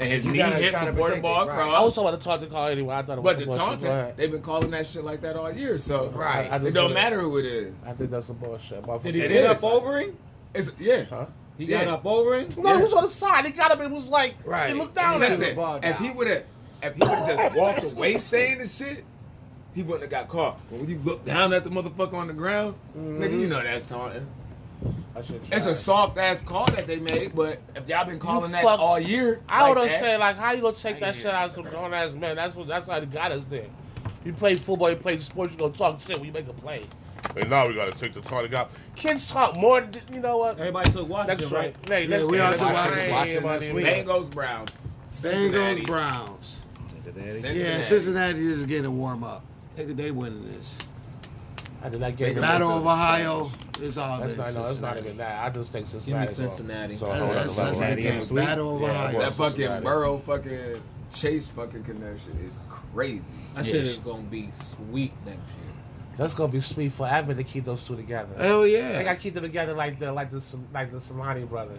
[SPEAKER 3] and his
[SPEAKER 2] You
[SPEAKER 3] knee
[SPEAKER 2] gotta
[SPEAKER 3] hit
[SPEAKER 2] try to
[SPEAKER 3] before the
[SPEAKER 2] protect
[SPEAKER 3] ball
[SPEAKER 2] it, right.
[SPEAKER 1] I was
[SPEAKER 3] crossed.
[SPEAKER 1] talking about the taunting call anyway. I thought it was
[SPEAKER 3] But the
[SPEAKER 1] some bullshit. Go
[SPEAKER 3] taunting,
[SPEAKER 1] ahead.
[SPEAKER 3] they've been calling that shit like that all year. So
[SPEAKER 2] Right.
[SPEAKER 1] I just
[SPEAKER 3] it don't
[SPEAKER 1] wanna-
[SPEAKER 3] matter who it is.
[SPEAKER 1] I think that's some bullshit. motherfucker.
[SPEAKER 4] Did he
[SPEAKER 3] It
[SPEAKER 4] get
[SPEAKER 3] is.
[SPEAKER 4] up over him?
[SPEAKER 3] It's yeah.
[SPEAKER 1] Huh?
[SPEAKER 4] He got
[SPEAKER 3] Yeah.
[SPEAKER 4] up over him?
[SPEAKER 1] No, he
[SPEAKER 3] Yeah.
[SPEAKER 1] was on the side. He got up and was like,
[SPEAKER 2] Right.
[SPEAKER 1] he looked down at
[SPEAKER 2] Listen.
[SPEAKER 1] him.
[SPEAKER 2] the ball
[SPEAKER 3] if he
[SPEAKER 2] down.
[SPEAKER 3] would have, if he would have just walked away saying the shit, he wouldn't have got caught. But when you look down at the motherfucker on the ground, nigga, you know that's taunting.
[SPEAKER 1] That shit
[SPEAKER 3] It's a
[SPEAKER 1] trash.
[SPEAKER 3] soft ass call that they made, but if y'all been calling that
[SPEAKER 1] fucks.
[SPEAKER 3] all year,
[SPEAKER 1] I don't
[SPEAKER 3] like that-
[SPEAKER 1] understand. Like, how you gonna take that shit out of some grown ass man? That's what. That's how they got us there. You play football, you play sports, you gonna talk shit when you make a play. And now we gotta take the target out. Kids talk more. than- You know what?
[SPEAKER 4] Everybody took Washington,
[SPEAKER 1] That's
[SPEAKER 4] right?
[SPEAKER 1] right. Hey,
[SPEAKER 2] Yeah,
[SPEAKER 1] let's
[SPEAKER 2] we
[SPEAKER 1] get
[SPEAKER 2] all
[SPEAKER 1] it.
[SPEAKER 2] took
[SPEAKER 1] Let's
[SPEAKER 2] Washington-
[SPEAKER 1] get it.
[SPEAKER 5] Washington last
[SPEAKER 1] Everybody-
[SPEAKER 5] week.
[SPEAKER 3] Bengals Browns.
[SPEAKER 2] Bengals,
[SPEAKER 3] Cincinnati.
[SPEAKER 2] Browns.
[SPEAKER 3] Cincinnati.
[SPEAKER 2] Yeah, Cincinnati is getting a warm up. They, they winning this.
[SPEAKER 1] I did not get it.
[SPEAKER 2] Battle of Ohio is all
[SPEAKER 1] That's
[SPEAKER 2] been
[SPEAKER 1] not, no, that's not
[SPEAKER 2] Cincinnati.
[SPEAKER 1] even that. I just think Cincinnati.
[SPEAKER 4] Cincinnati.
[SPEAKER 1] So,
[SPEAKER 2] That's- that's Cincinnati
[SPEAKER 5] Cincinnati
[SPEAKER 2] game.
[SPEAKER 5] next week?
[SPEAKER 2] Battle of
[SPEAKER 1] Yeah,
[SPEAKER 2] Ohio.
[SPEAKER 1] well,
[SPEAKER 3] That fucking
[SPEAKER 1] Cincinnati.
[SPEAKER 3] Burrow fucking Chase fucking connection is crazy.
[SPEAKER 4] I
[SPEAKER 5] Yes.
[SPEAKER 4] said it's gonna be sweet next year.
[SPEAKER 1] that's gonna be sweet forever to keep those two together.
[SPEAKER 2] Hell
[SPEAKER 1] I think I
[SPEAKER 2] yeah.
[SPEAKER 1] keep them together like the like the Sol- like the Solani brothers.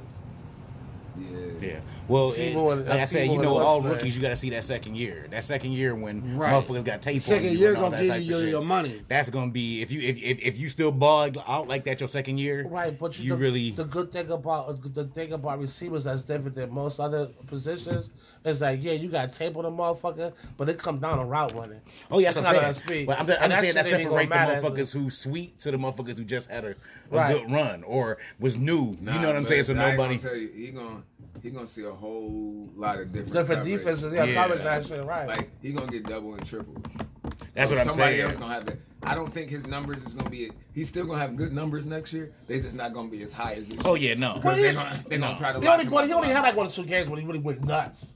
[SPEAKER 3] Yeah.
[SPEAKER 5] Yeah. Well,
[SPEAKER 1] See
[SPEAKER 5] and
[SPEAKER 1] what-
[SPEAKER 5] like I
[SPEAKER 1] see
[SPEAKER 5] said, you
[SPEAKER 1] what
[SPEAKER 5] know,
[SPEAKER 1] it
[SPEAKER 5] all
[SPEAKER 1] was, man.
[SPEAKER 5] rookies, you got to see that second year. That second year when
[SPEAKER 2] Right.
[SPEAKER 5] motherfuckers got tape.
[SPEAKER 2] Second
[SPEAKER 5] on you
[SPEAKER 2] year
[SPEAKER 5] and all
[SPEAKER 2] gonna
[SPEAKER 5] that
[SPEAKER 2] give you
[SPEAKER 5] type of
[SPEAKER 2] your-
[SPEAKER 5] shit.
[SPEAKER 2] your money.
[SPEAKER 5] That's gonna be if you if if, if you still bug out like that your second year.
[SPEAKER 1] Right, but you,
[SPEAKER 5] you
[SPEAKER 1] the,
[SPEAKER 5] really
[SPEAKER 1] the good thing about the thing about receivers that's different than most other positions is like yeah, you got tape on the motherfucker, but it come down to route running.
[SPEAKER 5] Oh yeah, that's
[SPEAKER 1] It's
[SPEAKER 5] what I'm
[SPEAKER 1] not
[SPEAKER 5] saying.
[SPEAKER 1] on speed.
[SPEAKER 5] But I'm,
[SPEAKER 1] And
[SPEAKER 5] I'm
[SPEAKER 1] that
[SPEAKER 5] saying
[SPEAKER 1] shit
[SPEAKER 5] that
[SPEAKER 1] ain't gonna
[SPEAKER 5] separate the
[SPEAKER 1] matter.
[SPEAKER 5] motherfuckers who sweet to the motherfuckers who just had a, a
[SPEAKER 1] Right.
[SPEAKER 5] good run or was new.
[SPEAKER 3] Nah,
[SPEAKER 5] you know what I'm
[SPEAKER 3] but
[SPEAKER 5] saying? So
[SPEAKER 3] I ain't
[SPEAKER 5] nobody.
[SPEAKER 3] gonna tell you, he gonna he gonna see a whole lot of different
[SPEAKER 1] Different
[SPEAKER 3] coverage.
[SPEAKER 1] defenses, yeah,
[SPEAKER 5] Yeah.
[SPEAKER 1] coverage that shit, right?
[SPEAKER 3] Like he gonna get double and triple.
[SPEAKER 5] That's
[SPEAKER 3] So
[SPEAKER 5] what I'm
[SPEAKER 3] somebody
[SPEAKER 5] saying.
[SPEAKER 3] Else gonna have that. I don't think his numbers is gonna be. He's still gonna have good numbers next year. They just not gonna be as high as this.
[SPEAKER 5] Oh
[SPEAKER 3] year.
[SPEAKER 5] yeah, no.
[SPEAKER 1] Well,
[SPEAKER 3] Because
[SPEAKER 1] he-
[SPEAKER 3] they're gonna, they gonna
[SPEAKER 5] no.
[SPEAKER 3] try to.
[SPEAKER 1] He
[SPEAKER 3] lock
[SPEAKER 1] only,
[SPEAKER 3] him
[SPEAKER 1] but
[SPEAKER 3] up
[SPEAKER 1] he
[SPEAKER 3] a
[SPEAKER 1] only
[SPEAKER 3] lot.
[SPEAKER 1] had like one or two games when he really went nuts.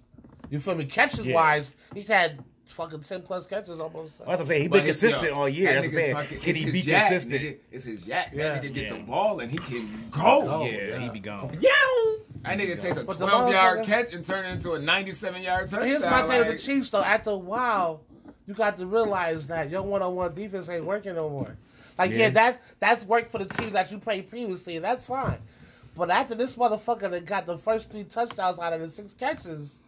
[SPEAKER 1] You feel me? Catches
[SPEAKER 5] Yeah.
[SPEAKER 1] wise, he's had fucking ten plus catches almost.
[SPEAKER 5] That's what I'm saying. He
[SPEAKER 3] But
[SPEAKER 5] been
[SPEAKER 3] it's-
[SPEAKER 5] consistent
[SPEAKER 3] yo,
[SPEAKER 5] all year.
[SPEAKER 3] that
[SPEAKER 5] That's what I'm
[SPEAKER 3] nigga's
[SPEAKER 5] saying.
[SPEAKER 3] fucking-
[SPEAKER 5] Can
[SPEAKER 3] it's
[SPEAKER 5] he
[SPEAKER 3] his
[SPEAKER 5] be
[SPEAKER 3] yak,
[SPEAKER 5] consistent?
[SPEAKER 3] nigga. It's his yak.
[SPEAKER 1] Yeah.
[SPEAKER 3] That nigga get
[SPEAKER 5] Yeah.
[SPEAKER 3] the ball and he can go.
[SPEAKER 2] Oh,
[SPEAKER 5] yeah,
[SPEAKER 2] yeah.
[SPEAKER 5] he be gone.
[SPEAKER 3] Yeah. That nigga take a
[SPEAKER 1] But the
[SPEAKER 3] 12 yard
[SPEAKER 1] motherfucker-
[SPEAKER 3] catch and turn it into a 97 yard touchdown.
[SPEAKER 1] But here's my thing
[SPEAKER 3] like-
[SPEAKER 1] with the Chiefs, though. After a while, you got to realize that your one-on-one defense ain't working no more. Like, yeah,
[SPEAKER 5] Yeah.
[SPEAKER 1] that that's worked for the teams that you played previously, and that's fine. But after this motherfucker that got the first three touchdowns out of the six catches,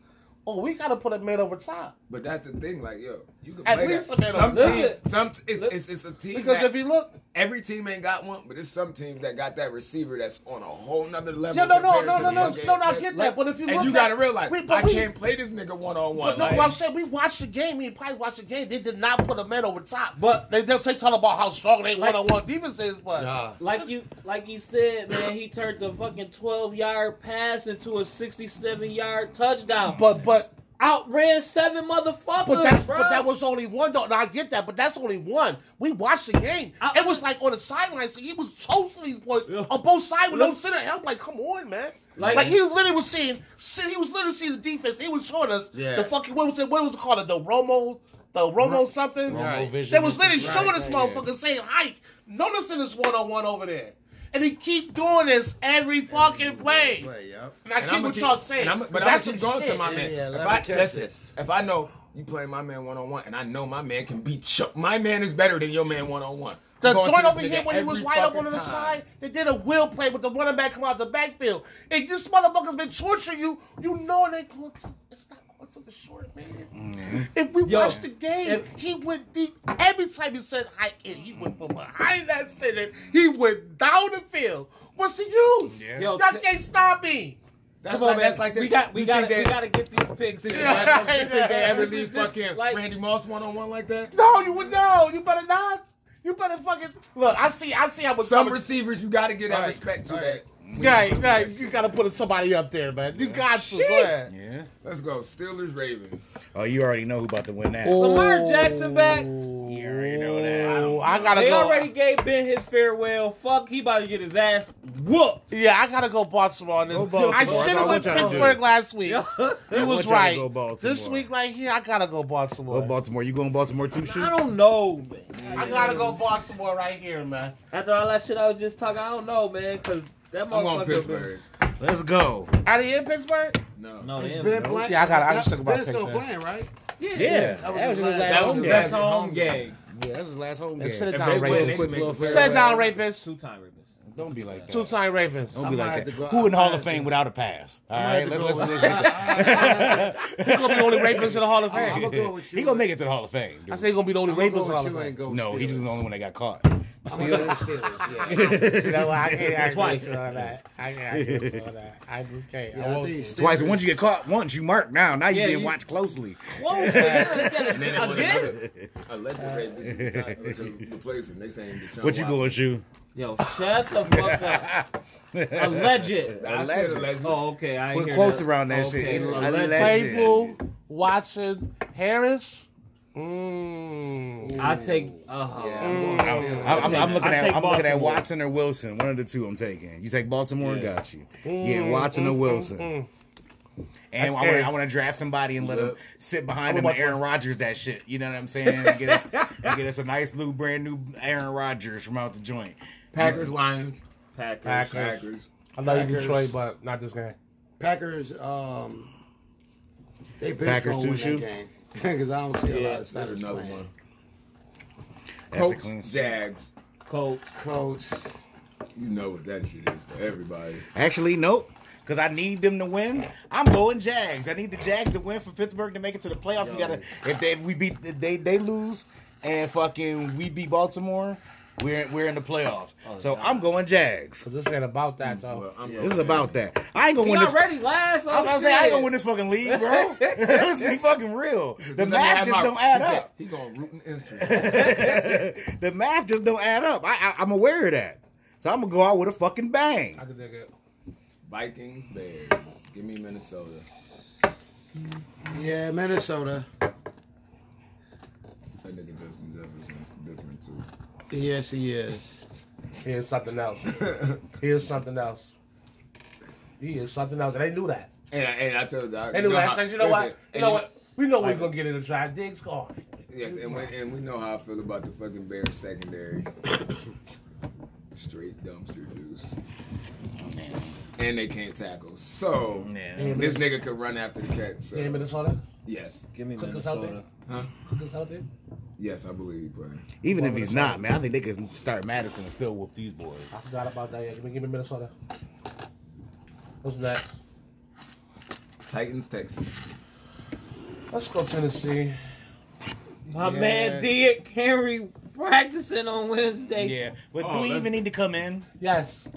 [SPEAKER 1] oh, we got to put a man over top.
[SPEAKER 3] But that's the thing, like yo, you can
[SPEAKER 1] At
[SPEAKER 3] play
[SPEAKER 1] least
[SPEAKER 3] that.
[SPEAKER 1] a man
[SPEAKER 3] some
[SPEAKER 1] on
[SPEAKER 3] team,
[SPEAKER 4] this.
[SPEAKER 3] some it's, it's, it's a team
[SPEAKER 1] Because
[SPEAKER 3] that-
[SPEAKER 1] if you look,
[SPEAKER 3] every team ain't got one, but it's some teams that got that receiver that's on a whole nother level.
[SPEAKER 1] no, no, no,
[SPEAKER 3] compared
[SPEAKER 1] no,
[SPEAKER 3] to
[SPEAKER 1] no,
[SPEAKER 3] the
[SPEAKER 1] no,
[SPEAKER 3] young
[SPEAKER 1] no, no, I
[SPEAKER 3] guys.
[SPEAKER 1] get that. But if you look
[SPEAKER 3] And you
[SPEAKER 1] at-
[SPEAKER 3] gotta realize,
[SPEAKER 1] we- but
[SPEAKER 3] I
[SPEAKER 1] we-
[SPEAKER 3] can't play this nigga one on
[SPEAKER 1] But
[SPEAKER 3] one.
[SPEAKER 1] no, what I'm saying, we watched the game. We probably watched the game. They did not put a man over top.
[SPEAKER 4] But-
[SPEAKER 1] they they'll take talk about how strong they
[SPEAKER 4] Like-
[SPEAKER 1] one on one defense is. But
[SPEAKER 2] Nah.
[SPEAKER 4] Like you, like you said, man, he turned the fucking twelve yard pass into a sixty-seven yard touchdown.
[SPEAKER 1] but but
[SPEAKER 4] outran seven motherfuckers,
[SPEAKER 1] But that's
[SPEAKER 4] bro.
[SPEAKER 1] but that was only one though. Now I get that, but that's only one. We watched the game.
[SPEAKER 4] I-
[SPEAKER 1] it was like on the sidelines. He was toasting these boys on both sides with no center. And I'm like, come on, man. Like,
[SPEAKER 4] Like-
[SPEAKER 1] he was literally was seeing. see- He was literally seeing the defense. He was showing us
[SPEAKER 2] Yeah.
[SPEAKER 1] the fucking what was it? What was it called? The Romo. The Romo something.
[SPEAKER 2] Romo
[SPEAKER 5] vision.
[SPEAKER 1] They was literally
[SPEAKER 2] Right,
[SPEAKER 1] showing this
[SPEAKER 2] right, yeah.
[SPEAKER 1] motherfucker saying, "Hike, noticing this one on one over there." And he keep doing this every fucking play.
[SPEAKER 2] But, yep.
[SPEAKER 1] And I
[SPEAKER 3] And
[SPEAKER 1] get
[SPEAKER 3] I'ma
[SPEAKER 1] what
[SPEAKER 3] keep-
[SPEAKER 1] y'all saying.
[SPEAKER 3] and I'ma- but
[SPEAKER 1] that's
[SPEAKER 3] I'm gonna keep
[SPEAKER 1] some
[SPEAKER 3] going to
[SPEAKER 1] shit.
[SPEAKER 3] my
[SPEAKER 2] Yeah,
[SPEAKER 3] man.
[SPEAKER 2] yeah,
[SPEAKER 3] if
[SPEAKER 2] let
[SPEAKER 3] I
[SPEAKER 2] me catch
[SPEAKER 3] listen,
[SPEAKER 2] this.
[SPEAKER 3] if I know you play my man one on one, and I know my man can beat your, my man is better than your man one on one.
[SPEAKER 1] The joint over here when he was wide up on the side, they did a will play with the running back come out the backfield. And this motherfucker's been torturing you. You know it ain't going to. It's not going to the short man. If we
[SPEAKER 4] Mm. Yo,
[SPEAKER 1] watched the game,
[SPEAKER 4] if-
[SPEAKER 1] he went deep. Every time he said hike in, he went from behind that center. He went down the field. What's the use?
[SPEAKER 5] Yeah.
[SPEAKER 4] Yo,
[SPEAKER 1] Y'all
[SPEAKER 4] t-
[SPEAKER 1] can't stop me.
[SPEAKER 3] That's
[SPEAKER 4] Come
[SPEAKER 3] like,
[SPEAKER 4] on, man.
[SPEAKER 3] That's like the,
[SPEAKER 4] we got, we
[SPEAKER 3] you
[SPEAKER 4] got,
[SPEAKER 3] think
[SPEAKER 4] we
[SPEAKER 3] that-
[SPEAKER 4] got to get these picks.
[SPEAKER 3] Think
[SPEAKER 1] Yeah.
[SPEAKER 3] they think they ever
[SPEAKER 4] This is
[SPEAKER 3] leave
[SPEAKER 4] just
[SPEAKER 3] fucking
[SPEAKER 4] like-
[SPEAKER 3] Randy Moss one on one like that?
[SPEAKER 1] No, you would no. You better not. You better fucking look. I see. I see. I was
[SPEAKER 3] Some receivers you got to get that
[SPEAKER 2] Right,
[SPEAKER 3] respect to
[SPEAKER 2] right.
[SPEAKER 3] that.
[SPEAKER 1] Right, right. You gotta put somebody up there, man. You got to. Go ahead.
[SPEAKER 5] Yeah.
[SPEAKER 3] Let's go. Steelers Ravens.
[SPEAKER 5] Oh, you already know who about to win that.
[SPEAKER 4] Lamar Jackson back.
[SPEAKER 5] You already know that.
[SPEAKER 1] Ooh, Oh, I gotta
[SPEAKER 4] They
[SPEAKER 1] go.
[SPEAKER 4] already gave Ben his farewell. Fuck, he about to get his ass whooped.
[SPEAKER 1] yeah, I gotta go Baltimore on this.
[SPEAKER 5] Go Baltimore.
[SPEAKER 1] I
[SPEAKER 5] That's
[SPEAKER 1] should
[SPEAKER 5] what I
[SPEAKER 1] have went
[SPEAKER 5] want y'all to do.
[SPEAKER 1] Pittsburgh last week.
[SPEAKER 4] Yo, I
[SPEAKER 1] He was
[SPEAKER 5] want y'all to
[SPEAKER 1] right.
[SPEAKER 5] go Baltimore.
[SPEAKER 1] This week right here, I gotta go Baltimore.
[SPEAKER 5] Go Baltimore. You going Baltimore too, shoot?
[SPEAKER 4] don't know, man.
[SPEAKER 1] I gotta go Baltimore right here, man.
[SPEAKER 4] After all that shit I was just talking, I don't know, man, because that
[SPEAKER 3] I'm on
[SPEAKER 4] motherfucker. been-
[SPEAKER 3] Pittsburgh.
[SPEAKER 5] Let's go.
[SPEAKER 1] Out of here, Pittsburgh.
[SPEAKER 3] No.
[SPEAKER 4] No,
[SPEAKER 2] It's
[SPEAKER 4] they
[SPEAKER 2] been
[SPEAKER 4] ain't.
[SPEAKER 2] playing.
[SPEAKER 1] Yeah, I gotta- I'm just thinking about
[SPEAKER 2] Ben's still
[SPEAKER 1] Pittsburgh.
[SPEAKER 2] playing, right?
[SPEAKER 4] yeah,
[SPEAKER 5] Yeah.
[SPEAKER 2] That was his last
[SPEAKER 4] That
[SPEAKER 2] home
[SPEAKER 4] was
[SPEAKER 2] game.
[SPEAKER 4] his last home game.
[SPEAKER 5] Yeah, that's his last home
[SPEAKER 1] And
[SPEAKER 5] game.
[SPEAKER 1] sit it
[SPEAKER 3] If
[SPEAKER 1] down,
[SPEAKER 3] they win,
[SPEAKER 1] Ravens.
[SPEAKER 3] they make
[SPEAKER 5] Quick
[SPEAKER 3] the
[SPEAKER 5] little
[SPEAKER 1] Sit
[SPEAKER 5] fair-
[SPEAKER 1] down, Ravens.
[SPEAKER 4] Two time rapist.
[SPEAKER 5] Don't be like that.
[SPEAKER 1] Two time Ravens.
[SPEAKER 5] Don't be
[SPEAKER 2] I might
[SPEAKER 5] like
[SPEAKER 2] have
[SPEAKER 5] that.
[SPEAKER 2] to go-
[SPEAKER 5] Who in the Hall
[SPEAKER 2] I
[SPEAKER 5] of
[SPEAKER 2] might have
[SPEAKER 5] Fame
[SPEAKER 2] to-
[SPEAKER 5] without a pass? All
[SPEAKER 2] I
[SPEAKER 5] right,
[SPEAKER 2] had to
[SPEAKER 5] let's
[SPEAKER 2] go
[SPEAKER 5] listen to
[SPEAKER 2] with-
[SPEAKER 5] this. nigga.
[SPEAKER 1] He's gonna be the only Ravens in the Hall of
[SPEAKER 2] I- I'ma
[SPEAKER 1] Fame.
[SPEAKER 2] go with you.
[SPEAKER 5] He gonna make it to the Hall of Fame. dude.
[SPEAKER 1] I say he's gonna be the only
[SPEAKER 2] I'm
[SPEAKER 1] Ravens
[SPEAKER 2] gonna
[SPEAKER 1] in the
[SPEAKER 2] go
[SPEAKER 1] Hall
[SPEAKER 2] with
[SPEAKER 1] of
[SPEAKER 2] you and
[SPEAKER 1] Fame.
[SPEAKER 2] go.
[SPEAKER 5] no, he's
[SPEAKER 2] Steelers.
[SPEAKER 5] the only one that got caught.
[SPEAKER 2] I'm gonna go with Steelers. Yeah.
[SPEAKER 1] No, I can't argue
[SPEAKER 4] Twice.
[SPEAKER 1] with all that. I can't argue with all that. I just can't. I
[SPEAKER 2] Yeah, I
[SPEAKER 1] won't.
[SPEAKER 2] think
[SPEAKER 5] Twice.
[SPEAKER 2] Steelers-
[SPEAKER 5] Once you get caught, once you mark. Now, now you
[SPEAKER 4] Yeah,
[SPEAKER 5] didn't
[SPEAKER 4] you-
[SPEAKER 5] watch closely.
[SPEAKER 4] Whoa, so you gotta get
[SPEAKER 3] And then they
[SPEAKER 4] it
[SPEAKER 3] want
[SPEAKER 4] again?
[SPEAKER 3] another alleged Ravens to- to replace him. They saying Deshaun
[SPEAKER 5] What you
[SPEAKER 3] Watson.
[SPEAKER 5] going, shoot?
[SPEAKER 4] Yo, shut the fuck up. Alleged.
[SPEAKER 3] I said
[SPEAKER 5] Alleged.
[SPEAKER 3] alleged.
[SPEAKER 4] Oh, okay. I ain't
[SPEAKER 5] Put
[SPEAKER 4] hear
[SPEAKER 5] quotes
[SPEAKER 4] that.
[SPEAKER 5] around that
[SPEAKER 4] okay.
[SPEAKER 5] shit.
[SPEAKER 4] Alleged.
[SPEAKER 5] Alleged.
[SPEAKER 1] Claypool, Watson, Harris. Mm.
[SPEAKER 4] I take. Uh,
[SPEAKER 2] Yeah, I'm going with Steelers.
[SPEAKER 5] I'm, I'm- I'm looking
[SPEAKER 4] I
[SPEAKER 5] at I'm
[SPEAKER 4] take
[SPEAKER 5] looking at
[SPEAKER 4] Baltimore.
[SPEAKER 5] Watson or Wilson. One of the two I'm taking. You take Baltimore and
[SPEAKER 4] Yeah. Mm,
[SPEAKER 5] got you. yeah, Watson or Wilson. And
[SPEAKER 1] That's
[SPEAKER 5] I want
[SPEAKER 1] scary.
[SPEAKER 5] to I want to draft somebody and let him sit
[SPEAKER 1] I'm
[SPEAKER 5] behind him and
[SPEAKER 1] about
[SPEAKER 5] Aaron Rodgers that shit. You know what I'm saying? And get us, and get us a nice new brand new Aaron Rodgers from out the joint.
[SPEAKER 3] Packers, Lions,
[SPEAKER 4] Packers.
[SPEAKER 3] Packers.
[SPEAKER 1] I love you,
[SPEAKER 2] Packers.
[SPEAKER 1] Detroit, but not this game.
[SPEAKER 2] Packers, um, they bitch
[SPEAKER 5] Packers
[SPEAKER 2] gonna win
[SPEAKER 5] two-shoe?
[SPEAKER 2] that game because I don't see a
[SPEAKER 4] Yeah,
[SPEAKER 2] lot of
[SPEAKER 4] there's
[SPEAKER 3] That's
[SPEAKER 2] starters
[SPEAKER 3] another
[SPEAKER 2] playing.
[SPEAKER 3] one.
[SPEAKER 5] That's a clean
[SPEAKER 3] Colts,
[SPEAKER 5] sweep.
[SPEAKER 3] Jags.
[SPEAKER 4] Colts.
[SPEAKER 2] Colts.
[SPEAKER 3] You know what that shit is for everybody.
[SPEAKER 5] Actually, nope. Because I need them to win. I'm going Jags. I need the Jags to win for Pittsburgh to make it to the playoffs. We
[SPEAKER 4] Yo.
[SPEAKER 5] gotta if they if we beat if they they lose and fucking we beat Baltimore. We're, we're in the playoffs, so
[SPEAKER 4] God.
[SPEAKER 5] I'm going Jags.
[SPEAKER 1] So this ain't about that, though.
[SPEAKER 3] Well, I'm
[SPEAKER 5] This is
[SPEAKER 3] going
[SPEAKER 5] about
[SPEAKER 3] Ravens.
[SPEAKER 5] that. I ain't gonna
[SPEAKER 4] He
[SPEAKER 5] win this.
[SPEAKER 4] already last.
[SPEAKER 5] I'm
[SPEAKER 4] oh,
[SPEAKER 5] gonna say I ain't
[SPEAKER 4] shit.
[SPEAKER 5] gonna win this fucking league, bro. Let's be fucking real. The
[SPEAKER 3] He
[SPEAKER 5] math
[SPEAKER 3] doesn't
[SPEAKER 5] just
[SPEAKER 3] have
[SPEAKER 5] don't
[SPEAKER 3] my-
[SPEAKER 5] add
[SPEAKER 3] he said
[SPEAKER 5] up.
[SPEAKER 3] He going rooting instrument.
[SPEAKER 5] The math just don't add up. I, I, I'm aware of that, so I'm gonna go out with a fucking bang.
[SPEAKER 1] I can dig it.
[SPEAKER 3] Vikings, Bears. Give me Minnesota.
[SPEAKER 2] Yeah, Minnesota.
[SPEAKER 3] That nigga Justin Jefferson's different too.
[SPEAKER 2] Yes, he is.
[SPEAKER 1] He is something else. he is something else. He is something else. And they knew that.
[SPEAKER 3] And I, and I told you. I-
[SPEAKER 1] Anyway,
[SPEAKER 3] how-
[SPEAKER 1] I said, you know what?
[SPEAKER 3] listen,
[SPEAKER 1] You
[SPEAKER 3] and
[SPEAKER 1] know what? We know we're
[SPEAKER 3] Like-
[SPEAKER 1] going to get in the draft. Diggs gone.
[SPEAKER 3] Yes, and we, and we know how I feel about the fucking Bears secondary. Straight dumpster juice. And they can't tackle. So
[SPEAKER 5] Yeah.
[SPEAKER 3] this nigga could run after the catch.
[SPEAKER 1] Yeah,
[SPEAKER 3] So.
[SPEAKER 1] Minnesota?
[SPEAKER 3] Yes.
[SPEAKER 4] Give me
[SPEAKER 1] Cook us out there.
[SPEAKER 4] Minnesota.
[SPEAKER 3] Huh?
[SPEAKER 1] Cook us out there?
[SPEAKER 3] Yes, I believe he playing.
[SPEAKER 5] Even if he's not, man, I think they can start Madison and still whoop these boys.
[SPEAKER 1] I forgot about that. Yeah, give me, give me Minnesota. What's next?
[SPEAKER 3] Titans, Texans.
[SPEAKER 1] Let's go Tennessee.
[SPEAKER 4] My
[SPEAKER 2] Yeah.
[SPEAKER 4] man Dick Henry practicing on Wednesday.
[SPEAKER 5] Yeah, but
[SPEAKER 3] Oh,
[SPEAKER 5] do we
[SPEAKER 3] that's-
[SPEAKER 5] even need to come in?
[SPEAKER 1] Yes.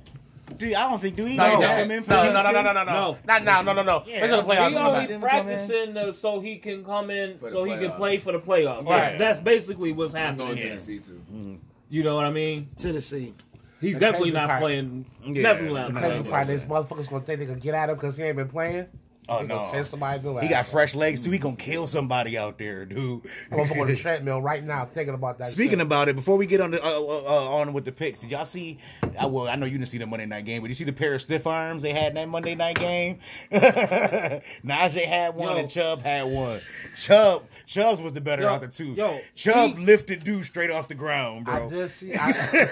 [SPEAKER 5] Do I don't think do we even
[SPEAKER 1] No,
[SPEAKER 5] need
[SPEAKER 1] no,
[SPEAKER 5] to
[SPEAKER 1] no,
[SPEAKER 5] come in for
[SPEAKER 1] no, no,
[SPEAKER 5] Houston?
[SPEAKER 1] no, no, no, no.
[SPEAKER 4] No.
[SPEAKER 1] Not now. No, no, no.
[SPEAKER 5] Yeah,
[SPEAKER 1] We're going to play
[SPEAKER 5] I
[SPEAKER 4] He
[SPEAKER 5] was
[SPEAKER 1] out.
[SPEAKER 4] only
[SPEAKER 5] Didn't come
[SPEAKER 4] practicing uh, so he can come in,
[SPEAKER 3] For the
[SPEAKER 4] so he can
[SPEAKER 3] playoffs.
[SPEAKER 4] play for the playoffs. That's,
[SPEAKER 1] Right.
[SPEAKER 4] that's basically what's
[SPEAKER 3] I'm going
[SPEAKER 4] happening
[SPEAKER 3] to
[SPEAKER 4] here.
[SPEAKER 3] Tennessee too.
[SPEAKER 1] Mm,
[SPEAKER 4] You know what I mean?
[SPEAKER 2] Tennessee.
[SPEAKER 4] He's
[SPEAKER 1] The
[SPEAKER 4] definitely
[SPEAKER 1] crazy
[SPEAKER 4] not
[SPEAKER 1] part-
[SPEAKER 4] playing.
[SPEAKER 5] Yeah,
[SPEAKER 4] definitely not
[SPEAKER 5] the
[SPEAKER 1] Crazy
[SPEAKER 5] Yeah,
[SPEAKER 1] part
[SPEAKER 4] playing.
[SPEAKER 5] yeah.
[SPEAKER 1] is motherfuckers going to think they can get at him because he ain't been playing.
[SPEAKER 5] Oh,
[SPEAKER 1] They gonna
[SPEAKER 5] no.
[SPEAKER 1] chase somebody new
[SPEAKER 5] He
[SPEAKER 1] ass.
[SPEAKER 5] got fresh legs too. He gonna kill somebody out there, dude.
[SPEAKER 1] I'm gonna go on the treadmill right now thinking about that.
[SPEAKER 5] Speaking
[SPEAKER 1] shit.
[SPEAKER 5] about it, before we get on the uh, uh, uh, on with the picks, did y'all see? I well, I know you didn't see the Monday night game, but you see the pair of stiff arms they had in that Monday night game. Najee had one
[SPEAKER 4] Yo.
[SPEAKER 5] and Chubb had one. Chubb, Chubb's was the better
[SPEAKER 4] Yo,
[SPEAKER 5] out of the two.
[SPEAKER 4] yo,
[SPEAKER 5] Chubb
[SPEAKER 4] he-
[SPEAKER 5] lifted dude straight off the ground,
[SPEAKER 1] I
[SPEAKER 5] bro.
[SPEAKER 1] did see, I,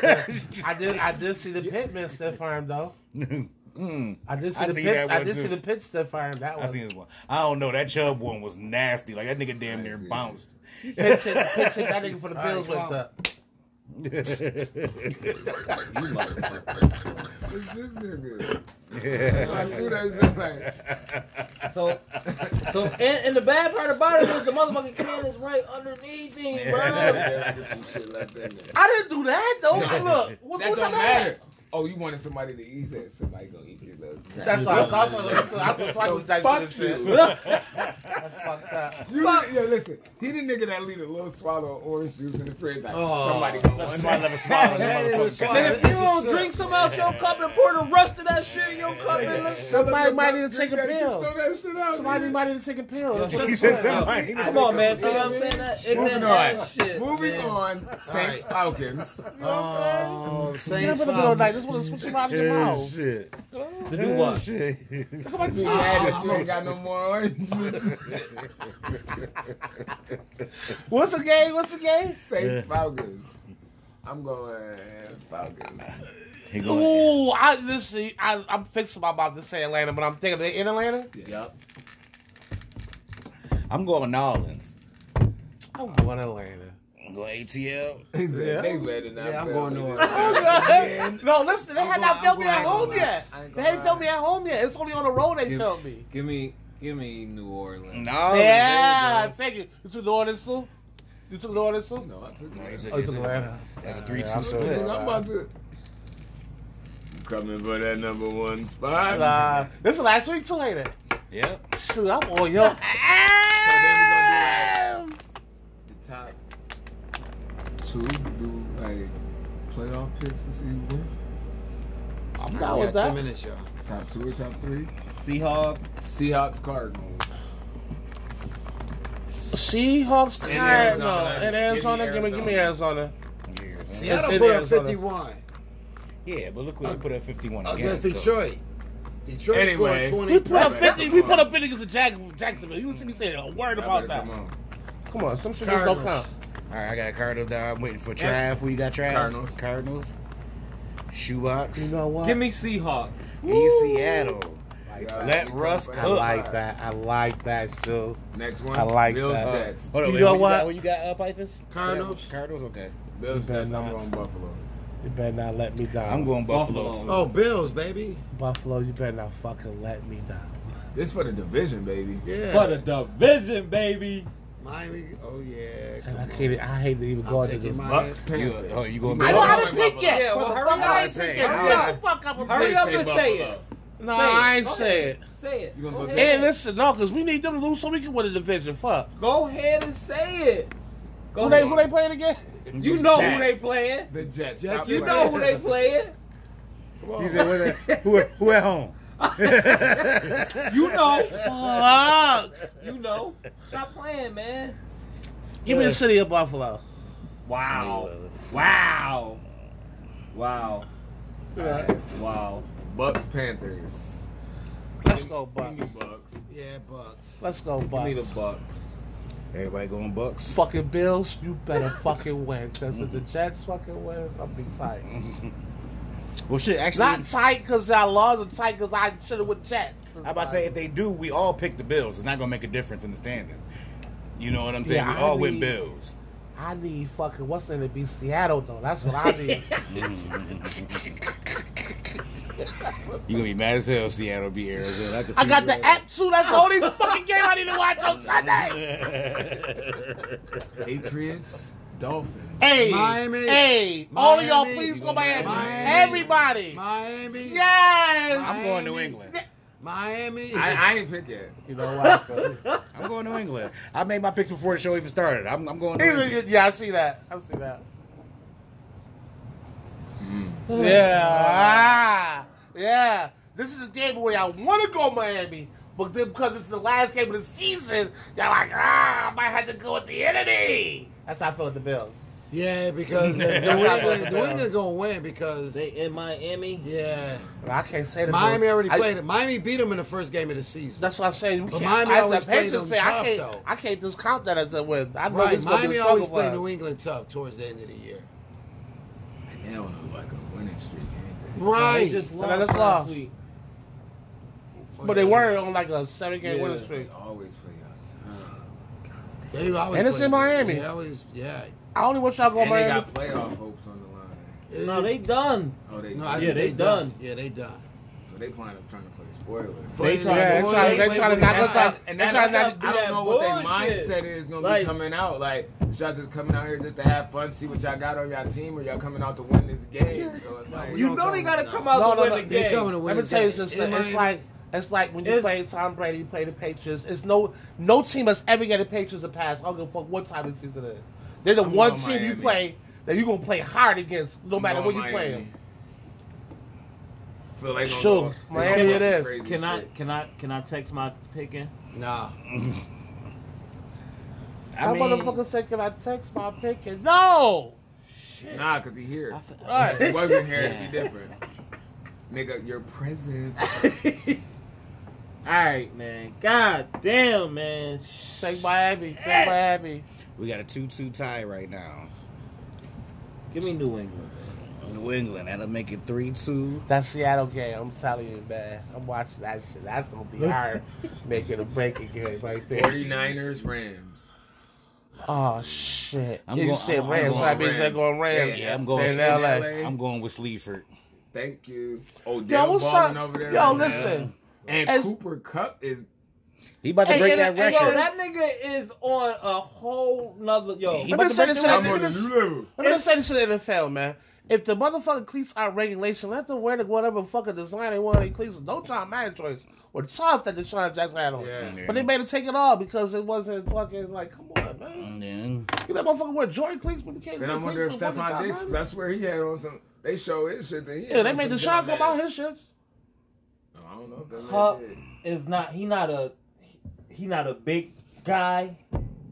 [SPEAKER 1] I did, I did see the Pittman stiff arm though. I did see
[SPEAKER 5] Mm. I
[SPEAKER 1] the
[SPEAKER 5] seen
[SPEAKER 1] pit,
[SPEAKER 5] that
[SPEAKER 1] I
[SPEAKER 5] one,
[SPEAKER 1] did
[SPEAKER 5] too.
[SPEAKER 1] see the pit stiff arm. That
[SPEAKER 5] I
[SPEAKER 1] was
[SPEAKER 5] seen this one. I don't know. That Chubb one was nasty. Like that nigga damn near
[SPEAKER 3] see it.
[SPEAKER 5] bounced.
[SPEAKER 1] pitch hit, pitch hit that nigga for the Bills
[SPEAKER 2] All right,
[SPEAKER 1] with the.
[SPEAKER 3] What's this nigga? I knew that shit like.
[SPEAKER 4] So, so and, and the bad part about it was the motherfucking can is right underneath him, bro.
[SPEAKER 3] Yeah, I did some shit like that. nigga.
[SPEAKER 1] I didn't do that though. Look, what's
[SPEAKER 3] That
[SPEAKER 1] what's
[SPEAKER 3] don't
[SPEAKER 1] that?
[SPEAKER 3] matter. oh, you wanted somebody to eat that. Somebody gonna eat this little crap.
[SPEAKER 1] That's why. That's why. That's why. That's why. we dissect
[SPEAKER 3] Fuck
[SPEAKER 1] this shit.
[SPEAKER 3] you.
[SPEAKER 1] That's fucked up.
[SPEAKER 3] You, yo, listen. He the nigga that leave a little swallow of orange juice in the fridge. Like,
[SPEAKER 2] Oh.
[SPEAKER 3] somebody gonna want
[SPEAKER 5] Somebody
[SPEAKER 3] that.
[SPEAKER 5] let a smile on
[SPEAKER 2] That is
[SPEAKER 5] the
[SPEAKER 2] a
[SPEAKER 4] And
[SPEAKER 2] smile.
[SPEAKER 5] motherfucker.
[SPEAKER 4] if
[SPEAKER 2] This
[SPEAKER 4] you
[SPEAKER 2] is
[SPEAKER 4] don't
[SPEAKER 2] so-
[SPEAKER 4] drink some out your cup and pour the rest of that shit in your cup and listen.
[SPEAKER 1] Somebody might need to take a
[SPEAKER 3] That shit,
[SPEAKER 1] pill.
[SPEAKER 3] Throw that shit out.
[SPEAKER 1] Somebody
[SPEAKER 3] nigga.
[SPEAKER 1] might need to take a pill. That's what
[SPEAKER 5] He
[SPEAKER 1] I'm
[SPEAKER 5] said
[SPEAKER 1] saying.
[SPEAKER 5] somebody-
[SPEAKER 4] Come on, man. See what I'm saying? That ignorant
[SPEAKER 3] Moving
[SPEAKER 4] ass
[SPEAKER 3] on.
[SPEAKER 4] shit.
[SPEAKER 3] Moving
[SPEAKER 4] man.
[SPEAKER 3] on. Saints Falcons.
[SPEAKER 2] Oh,
[SPEAKER 1] Get up
[SPEAKER 2] Saints
[SPEAKER 1] in the middle of the night.
[SPEAKER 2] Falcons.
[SPEAKER 1] Just want to switch them out of your
[SPEAKER 5] Yeah,
[SPEAKER 1] mouth.
[SPEAKER 5] shit.
[SPEAKER 4] To do what?
[SPEAKER 5] Shit.
[SPEAKER 1] Look at my
[SPEAKER 3] He
[SPEAKER 1] teeth.
[SPEAKER 3] had this. He ain't got no more orange juice.
[SPEAKER 1] What's the game? What's the game?
[SPEAKER 3] Saints Falcons. I'm going Falcons.
[SPEAKER 5] He going-
[SPEAKER 1] Ooh, I listen. I, I'm fixing my mouth to say Atlanta, but I'm thinking they in Atlanta.
[SPEAKER 3] Yep.
[SPEAKER 5] I'm going New Orleans.
[SPEAKER 1] I'm going Atlanta.
[SPEAKER 5] I'm going ATL.
[SPEAKER 3] He said
[SPEAKER 1] Yeah.
[SPEAKER 3] they better not.
[SPEAKER 2] Yeah, I'm
[SPEAKER 3] fail
[SPEAKER 2] going
[SPEAKER 3] me.
[SPEAKER 2] to-
[SPEAKER 1] no, listen, they
[SPEAKER 2] I'm
[SPEAKER 1] had
[SPEAKER 2] going-
[SPEAKER 1] not filmed
[SPEAKER 2] I'm
[SPEAKER 1] me at
[SPEAKER 2] going-
[SPEAKER 1] home yet.
[SPEAKER 3] I ain't
[SPEAKER 1] They
[SPEAKER 3] gonna
[SPEAKER 1] hadn't filmed me
[SPEAKER 3] lie.
[SPEAKER 1] at home yet. It's only on the road they
[SPEAKER 6] Give-
[SPEAKER 1] filmed me.
[SPEAKER 6] Give me, give me New Orleans.
[SPEAKER 5] New Orleans.
[SPEAKER 1] Yeah,
[SPEAKER 5] there
[SPEAKER 1] take it. You took the orders too? You took the orders too?
[SPEAKER 3] No, I took
[SPEAKER 5] you go. It's
[SPEAKER 3] it.
[SPEAKER 5] a-
[SPEAKER 1] Oh, you
[SPEAKER 5] it's
[SPEAKER 1] took
[SPEAKER 5] a-
[SPEAKER 1] Atlanta.
[SPEAKER 5] That's a three
[SPEAKER 1] I'm
[SPEAKER 5] two
[SPEAKER 1] good.
[SPEAKER 5] split.
[SPEAKER 3] I'm about to. Coming for that number one spot.
[SPEAKER 1] Nah, this is last week too, ain't it?
[SPEAKER 5] Yep.
[SPEAKER 1] Shoot, I'm on your ass.
[SPEAKER 3] the top two do like playoff picks to see who win?
[SPEAKER 1] I'm
[SPEAKER 2] We
[SPEAKER 1] down with
[SPEAKER 2] got ten
[SPEAKER 1] that.
[SPEAKER 2] minutes, y'all.
[SPEAKER 3] Top two or top three?
[SPEAKER 4] Seahawk.
[SPEAKER 3] Seahawks Cardinals.
[SPEAKER 1] Seahawks,
[SPEAKER 6] In
[SPEAKER 1] Arizona,
[SPEAKER 6] Arizona.
[SPEAKER 1] in Arizona, give me, give me Arizona.
[SPEAKER 2] Seattle
[SPEAKER 1] it
[SPEAKER 2] put up
[SPEAKER 1] is, hold on.
[SPEAKER 2] 51
[SPEAKER 5] Yeah, but look what you put at 51
[SPEAKER 2] against
[SPEAKER 5] though.
[SPEAKER 2] Detroit. Detroit
[SPEAKER 3] Anyway,
[SPEAKER 2] scored 20.
[SPEAKER 1] We put up
[SPEAKER 3] Right,
[SPEAKER 1] fifty.
[SPEAKER 3] come
[SPEAKER 1] We
[SPEAKER 3] on.
[SPEAKER 1] put up fifty against the Jag- Jacksonville. You didn't see me say a word about that.
[SPEAKER 3] Come on.
[SPEAKER 1] Come on, some shit just don't
[SPEAKER 2] Cardinals.
[SPEAKER 1] count.
[SPEAKER 5] All right, I got Cardinals down. I'm waiting for Trav. Who you got, Trav?
[SPEAKER 3] Cardinals.
[SPEAKER 5] Cardinals. Shoebox.
[SPEAKER 1] You know what?
[SPEAKER 4] Give me Seahawks.
[SPEAKER 5] He's Seattle. Let Russ
[SPEAKER 1] I
[SPEAKER 5] cook.
[SPEAKER 1] like that. I like that shoe.
[SPEAKER 3] Next one.
[SPEAKER 1] I like
[SPEAKER 3] Bills
[SPEAKER 1] that.
[SPEAKER 3] Jets.
[SPEAKER 5] Uh, Hold
[SPEAKER 1] You
[SPEAKER 5] wait,
[SPEAKER 1] know
[SPEAKER 5] who
[SPEAKER 1] what?
[SPEAKER 5] got- Who you got, uh, Pipers?
[SPEAKER 2] Cardinals.
[SPEAKER 5] Cardinals, okay.
[SPEAKER 3] Bills
[SPEAKER 1] better
[SPEAKER 3] Jets. I'm
[SPEAKER 1] not.
[SPEAKER 3] going Buffalo.
[SPEAKER 1] You better not let me down.
[SPEAKER 5] I'm going Buffalo.
[SPEAKER 4] Buffalo.
[SPEAKER 2] Oh, Bills, baby.
[SPEAKER 1] Buffalo. You better not fucking let me down.
[SPEAKER 3] This for the division, baby.
[SPEAKER 2] Yeah.
[SPEAKER 4] For the division, baby.
[SPEAKER 2] Miami. Oh, yeah.
[SPEAKER 1] And
[SPEAKER 2] Come
[SPEAKER 1] I
[SPEAKER 2] on.
[SPEAKER 1] can't. e- I hate to even go
[SPEAKER 2] I'm
[SPEAKER 1] into
[SPEAKER 2] taking
[SPEAKER 1] this.
[SPEAKER 2] my
[SPEAKER 3] Bucks
[SPEAKER 5] You,
[SPEAKER 3] Panthers.
[SPEAKER 5] oh, you going
[SPEAKER 1] I don't have a
[SPEAKER 3] Buffalo.
[SPEAKER 1] pick yet.
[SPEAKER 4] Yeah, well, hurry
[SPEAKER 1] Motherfucker, I
[SPEAKER 4] up.
[SPEAKER 1] ain't pick yet.
[SPEAKER 5] Say it.
[SPEAKER 1] Shut
[SPEAKER 4] Hurry
[SPEAKER 1] the fuck up. I'm
[SPEAKER 4] Hurry
[SPEAKER 1] picking.
[SPEAKER 4] up and say it.
[SPEAKER 1] No,
[SPEAKER 4] Say it.
[SPEAKER 1] I ain't
[SPEAKER 4] Go
[SPEAKER 1] say
[SPEAKER 4] ahead.
[SPEAKER 1] it.
[SPEAKER 4] Say it.
[SPEAKER 3] You gonna
[SPEAKER 4] Go
[SPEAKER 3] go
[SPEAKER 1] Hey,
[SPEAKER 4] ahead.
[SPEAKER 1] listen, no, because we need them to lose so we can win the division. Fuck.
[SPEAKER 4] Go ahead and say it. Go
[SPEAKER 1] Who they,
[SPEAKER 4] ahead.
[SPEAKER 1] who they playing again?
[SPEAKER 4] You know who they playing.
[SPEAKER 3] The Jets.
[SPEAKER 2] Jets,
[SPEAKER 3] Stop
[SPEAKER 4] You
[SPEAKER 3] it.
[SPEAKER 4] know who they playing.
[SPEAKER 5] He said, what at- who, at- who at home?
[SPEAKER 4] You know.
[SPEAKER 1] Fuck.
[SPEAKER 4] You know. Stop playing, man.
[SPEAKER 1] Give me the city of Buffalo.
[SPEAKER 4] Wow. Wow. Wow.
[SPEAKER 1] Yeah.
[SPEAKER 4] Wow.
[SPEAKER 3] Bucks Panthers.
[SPEAKER 1] Let's go,
[SPEAKER 3] Give me
[SPEAKER 1] Bucks.
[SPEAKER 3] Bucks.
[SPEAKER 2] Yeah, Bucks.
[SPEAKER 1] Let's go, Bucks.
[SPEAKER 4] Give me the Bucks.
[SPEAKER 5] Everybody going Bucks.
[SPEAKER 1] Fucking Bills, you better fucking win. Because if the Jets fucking win, I'll be tight.
[SPEAKER 5] Well, shit, actually,
[SPEAKER 1] Not tight because I lost, and tight because I should have with Jets.
[SPEAKER 5] How about I say if they do, we all pick the Bills. It's not gonna make a difference in the standings. You know what I'm saying?
[SPEAKER 1] Yeah,
[SPEAKER 5] we
[SPEAKER 1] I
[SPEAKER 5] all win
[SPEAKER 1] need-
[SPEAKER 5] Bills.
[SPEAKER 1] I need fucking what's in it be Seattle though. That's what I need.
[SPEAKER 5] You gonna be mad as hell. Seattle be Arizona. I, can
[SPEAKER 1] I
[SPEAKER 5] see
[SPEAKER 1] got
[SPEAKER 5] you
[SPEAKER 1] the app too. That's the only fucking game I need to watch on Sunday.
[SPEAKER 3] Patriots. Dolphins.
[SPEAKER 1] Hey,
[SPEAKER 2] Miami.
[SPEAKER 1] hey, all of y'all,
[SPEAKER 2] Miami.
[SPEAKER 1] please go Miami.
[SPEAKER 2] Miami.
[SPEAKER 1] Everybody,
[SPEAKER 2] Miami.
[SPEAKER 1] yes.
[SPEAKER 5] I'm going New England.
[SPEAKER 2] Miami.
[SPEAKER 3] I, I ain't pick yet.
[SPEAKER 1] You know what? though?
[SPEAKER 5] I'm going New England. I made my picks before the show even started. I'm, I'm going. New England.
[SPEAKER 1] Even- yeah, I see that. I see that.
[SPEAKER 2] Mm.
[SPEAKER 1] Yeah, ah, yeah. This is a game where y'all want to go Miami, but then because it's the last game of the season, y'all like, ah, I might have to go with the enemy. That's how I feel with the Bills.
[SPEAKER 2] yeah, because New England, New England gonna win because
[SPEAKER 4] They in Miami.
[SPEAKER 2] yeah,
[SPEAKER 1] Well, I can't say that.
[SPEAKER 2] Miami
[SPEAKER 1] though.
[SPEAKER 2] already
[SPEAKER 1] I-
[SPEAKER 2] played it. Miami beat them in the first game of the season.
[SPEAKER 1] That's what I'm saying. We
[SPEAKER 2] But
[SPEAKER 1] can't,
[SPEAKER 2] Miami
[SPEAKER 1] as
[SPEAKER 2] always
[SPEAKER 1] a Patriots
[SPEAKER 2] played them
[SPEAKER 1] fan, I can't,
[SPEAKER 2] tough, though.
[SPEAKER 1] I can't discount that as a win. I know
[SPEAKER 2] right.
[SPEAKER 1] this going to be
[SPEAKER 2] Miami
[SPEAKER 1] a
[SPEAKER 2] always
[SPEAKER 1] struggle
[SPEAKER 2] play
[SPEAKER 1] for
[SPEAKER 2] New
[SPEAKER 1] us.
[SPEAKER 2] England tough towards the end of the year.
[SPEAKER 3] They don't look like a winning streak. ain't
[SPEAKER 4] They
[SPEAKER 2] Right.
[SPEAKER 4] just
[SPEAKER 1] And they
[SPEAKER 4] lost
[SPEAKER 1] just
[SPEAKER 4] last
[SPEAKER 1] lost.
[SPEAKER 4] week.
[SPEAKER 1] But they were on like a seven-game
[SPEAKER 4] Yeah.
[SPEAKER 1] winning
[SPEAKER 3] They
[SPEAKER 1] streak.
[SPEAKER 3] They always play on time.
[SPEAKER 2] They always
[SPEAKER 1] And it's
[SPEAKER 2] play
[SPEAKER 1] in
[SPEAKER 2] them.
[SPEAKER 1] Miami.
[SPEAKER 2] They always, yeah.
[SPEAKER 1] I only wish y'all go
[SPEAKER 3] And they
[SPEAKER 1] Miami.
[SPEAKER 3] got playoff hopes on the line.
[SPEAKER 2] It-
[SPEAKER 4] No, they done.
[SPEAKER 3] Oh, they.
[SPEAKER 2] No, I
[SPEAKER 4] Yeah,
[SPEAKER 2] think
[SPEAKER 4] they
[SPEAKER 2] they done.
[SPEAKER 4] done.
[SPEAKER 2] Yeah, they done.
[SPEAKER 3] so they planning on trying to play spoilers.
[SPEAKER 1] They
[SPEAKER 2] Play-
[SPEAKER 1] try, they
[SPEAKER 2] play-
[SPEAKER 1] try, they
[SPEAKER 2] play-
[SPEAKER 1] try to
[SPEAKER 2] play-
[SPEAKER 1] knock
[SPEAKER 3] And
[SPEAKER 1] us out. They
[SPEAKER 3] and that's,
[SPEAKER 1] try to knock.
[SPEAKER 3] I
[SPEAKER 4] not-
[SPEAKER 3] don't know what their
[SPEAKER 4] bullshit.
[SPEAKER 3] mindset is gonna
[SPEAKER 4] Like-
[SPEAKER 3] be coming out. Like, y'all just coming out here just to have fun, see what y'all got on y'all team, or y'all coming out to win this game. So it's like,
[SPEAKER 2] we
[SPEAKER 4] You
[SPEAKER 2] don't
[SPEAKER 4] know they
[SPEAKER 2] come-
[SPEAKER 4] gotta
[SPEAKER 2] no.
[SPEAKER 4] come out
[SPEAKER 1] No,
[SPEAKER 4] to
[SPEAKER 1] no,
[SPEAKER 4] win
[SPEAKER 1] no,
[SPEAKER 4] the
[SPEAKER 1] they
[SPEAKER 4] game.
[SPEAKER 2] They coming to win.
[SPEAKER 1] Let me
[SPEAKER 2] this
[SPEAKER 1] tell you
[SPEAKER 2] game.
[SPEAKER 1] something.
[SPEAKER 2] It
[SPEAKER 1] It's
[SPEAKER 2] might-
[SPEAKER 1] like it's like when you
[SPEAKER 4] It's-
[SPEAKER 1] play Tom Brady, you play the Patriots. It's no no team has ever get the Patriots a pass. I don't give a fuck what time of the season it is. They're the
[SPEAKER 3] I'm
[SPEAKER 1] one
[SPEAKER 3] going
[SPEAKER 1] team you
[SPEAKER 3] Miami.
[SPEAKER 1] play that you're gonna play hard against, no
[SPEAKER 3] I'm
[SPEAKER 1] matter where
[SPEAKER 3] going
[SPEAKER 1] you play
[SPEAKER 3] Miami.
[SPEAKER 1] them.
[SPEAKER 3] Feel like gonna
[SPEAKER 1] Sure.
[SPEAKER 3] go- they
[SPEAKER 1] Miami
[SPEAKER 3] gonna go
[SPEAKER 1] it
[SPEAKER 3] some
[SPEAKER 1] is.
[SPEAKER 3] crazy
[SPEAKER 4] Can I
[SPEAKER 3] shit.
[SPEAKER 4] can I can I text my pick in?
[SPEAKER 2] Nah.
[SPEAKER 5] I
[SPEAKER 1] that
[SPEAKER 5] mean,
[SPEAKER 1] motherfucker said, "Can I text my pick?" And no,
[SPEAKER 3] Nah, cause he here. If he
[SPEAKER 1] right?
[SPEAKER 3] wasn't here, it'd be different. Nigga, your present.
[SPEAKER 4] All right, man. God damn, man.
[SPEAKER 1] Take Miami, take Miami.
[SPEAKER 5] we got a two-two tie right now.
[SPEAKER 4] Give me New England. man.
[SPEAKER 5] New England, that'll make it three-two.
[SPEAKER 1] That Seattle game, I'm telling you, man. I'm watching that shit. That's gonna be hard making a breaking game right there.
[SPEAKER 3] 49ers, Rams.
[SPEAKER 1] Oh shit!
[SPEAKER 5] I'm
[SPEAKER 1] you
[SPEAKER 5] going-
[SPEAKER 1] said
[SPEAKER 5] I'm- I'm
[SPEAKER 1] Rams.
[SPEAKER 5] going
[SPEAKER 1] that means they're
[SPEAKER 3] Rams.
[SPEAKER 1] going Rams.
[SPEAKER 5] Yeah, I'm going.
[SPEAKER 1] They're in
[SPEAKER 5] Sleaford.
[SPEAKER 1] LA.
[SPEAKER 3] LA.
[SPEAKER 5] I'm going with Sleaford.
[SPEAKER 3] Thank you. Odell
[SPEAKER 1] Yo, what's
[SPEAKER 3] Oh, balling
[SPEAKER 1] up?
[SPEAKER 3] over there.
[SPEAKER 1] Yo,
[SPEAKER 3] right now.
[SPEAKER 1] listen.
[SPEAKER 3] And
[SPEAKER 1] As-
[SPEAKER 3] Cooper Cup is
[SPEAKER 5] He about to
[SPEAKER 1] Hey,
[SPEAKER 5] break
[SPEAKER 1] and-
[SPEAKER 5] that
[SPEAKER 1] and-
[SPEAKER 5] record.
[SPEAKER 4] uh, Yo, that nigga is on a whole nother yo.
[SPEAKER 1] Let
[SPEAKER 5] He
[SPEAKER 1] me
[SPEAKER 5] about to
[SPEAKER 1] say
[SPEAKER 5] break
[SPEAKER 1] this
[SPEAKER 5] the
[SPEAKER 1] to
[SPEAKER 5] record.
[SPEAKER 1] the-
[SPEAKER 3] I'm on a new level.
[SPEAKER 1] Let me just say this to the NFL, man. If the motherfucking cleats are regulation, let them wear the whatever fucking design they want on their cleats. No John Madden choice or tough that Deshaun Jackson had on.
[SPEAKER 2] Yeah.
[SPEAKER 1] But they made it take it all because it wasn't fucking like, come on, man.
[SPEAKER 5] Yeah.
[SPEAKER 1] You let motherfucker wear Jordan cleats, but you can't.
[SPEAKER 3] Then
[SPEAKER 1] wear
[SPEAKER 3] I wonder if
[SPEAKER 1] cleats with fucking
[SPEAKER 3] Stephon
[SPEAKER 1] John
[SPEAKER 3] Diggs,
[SPEAKER 1] Madden.
[SPEAKER 3] that's where he had on some. They show his shit. And he had
[SPEAKER 1] Yeah, they
[SPEAKER 3] on
[SPEAKER 1] made
[SPEAKER 3] some
[SPEAKER 1] Deshaun
[SPEAKER 3] John
[SPEAKER 1] come out
[SPEAKER 3] Madden.
[SPEAKER 1] his shits.
[SPEAKER 3] No, I don't know if that's what
[SPEAKER 4] Cup
[SPEAKER 3] they did.
[SPEAKER 4] is not he not a he not a big guy,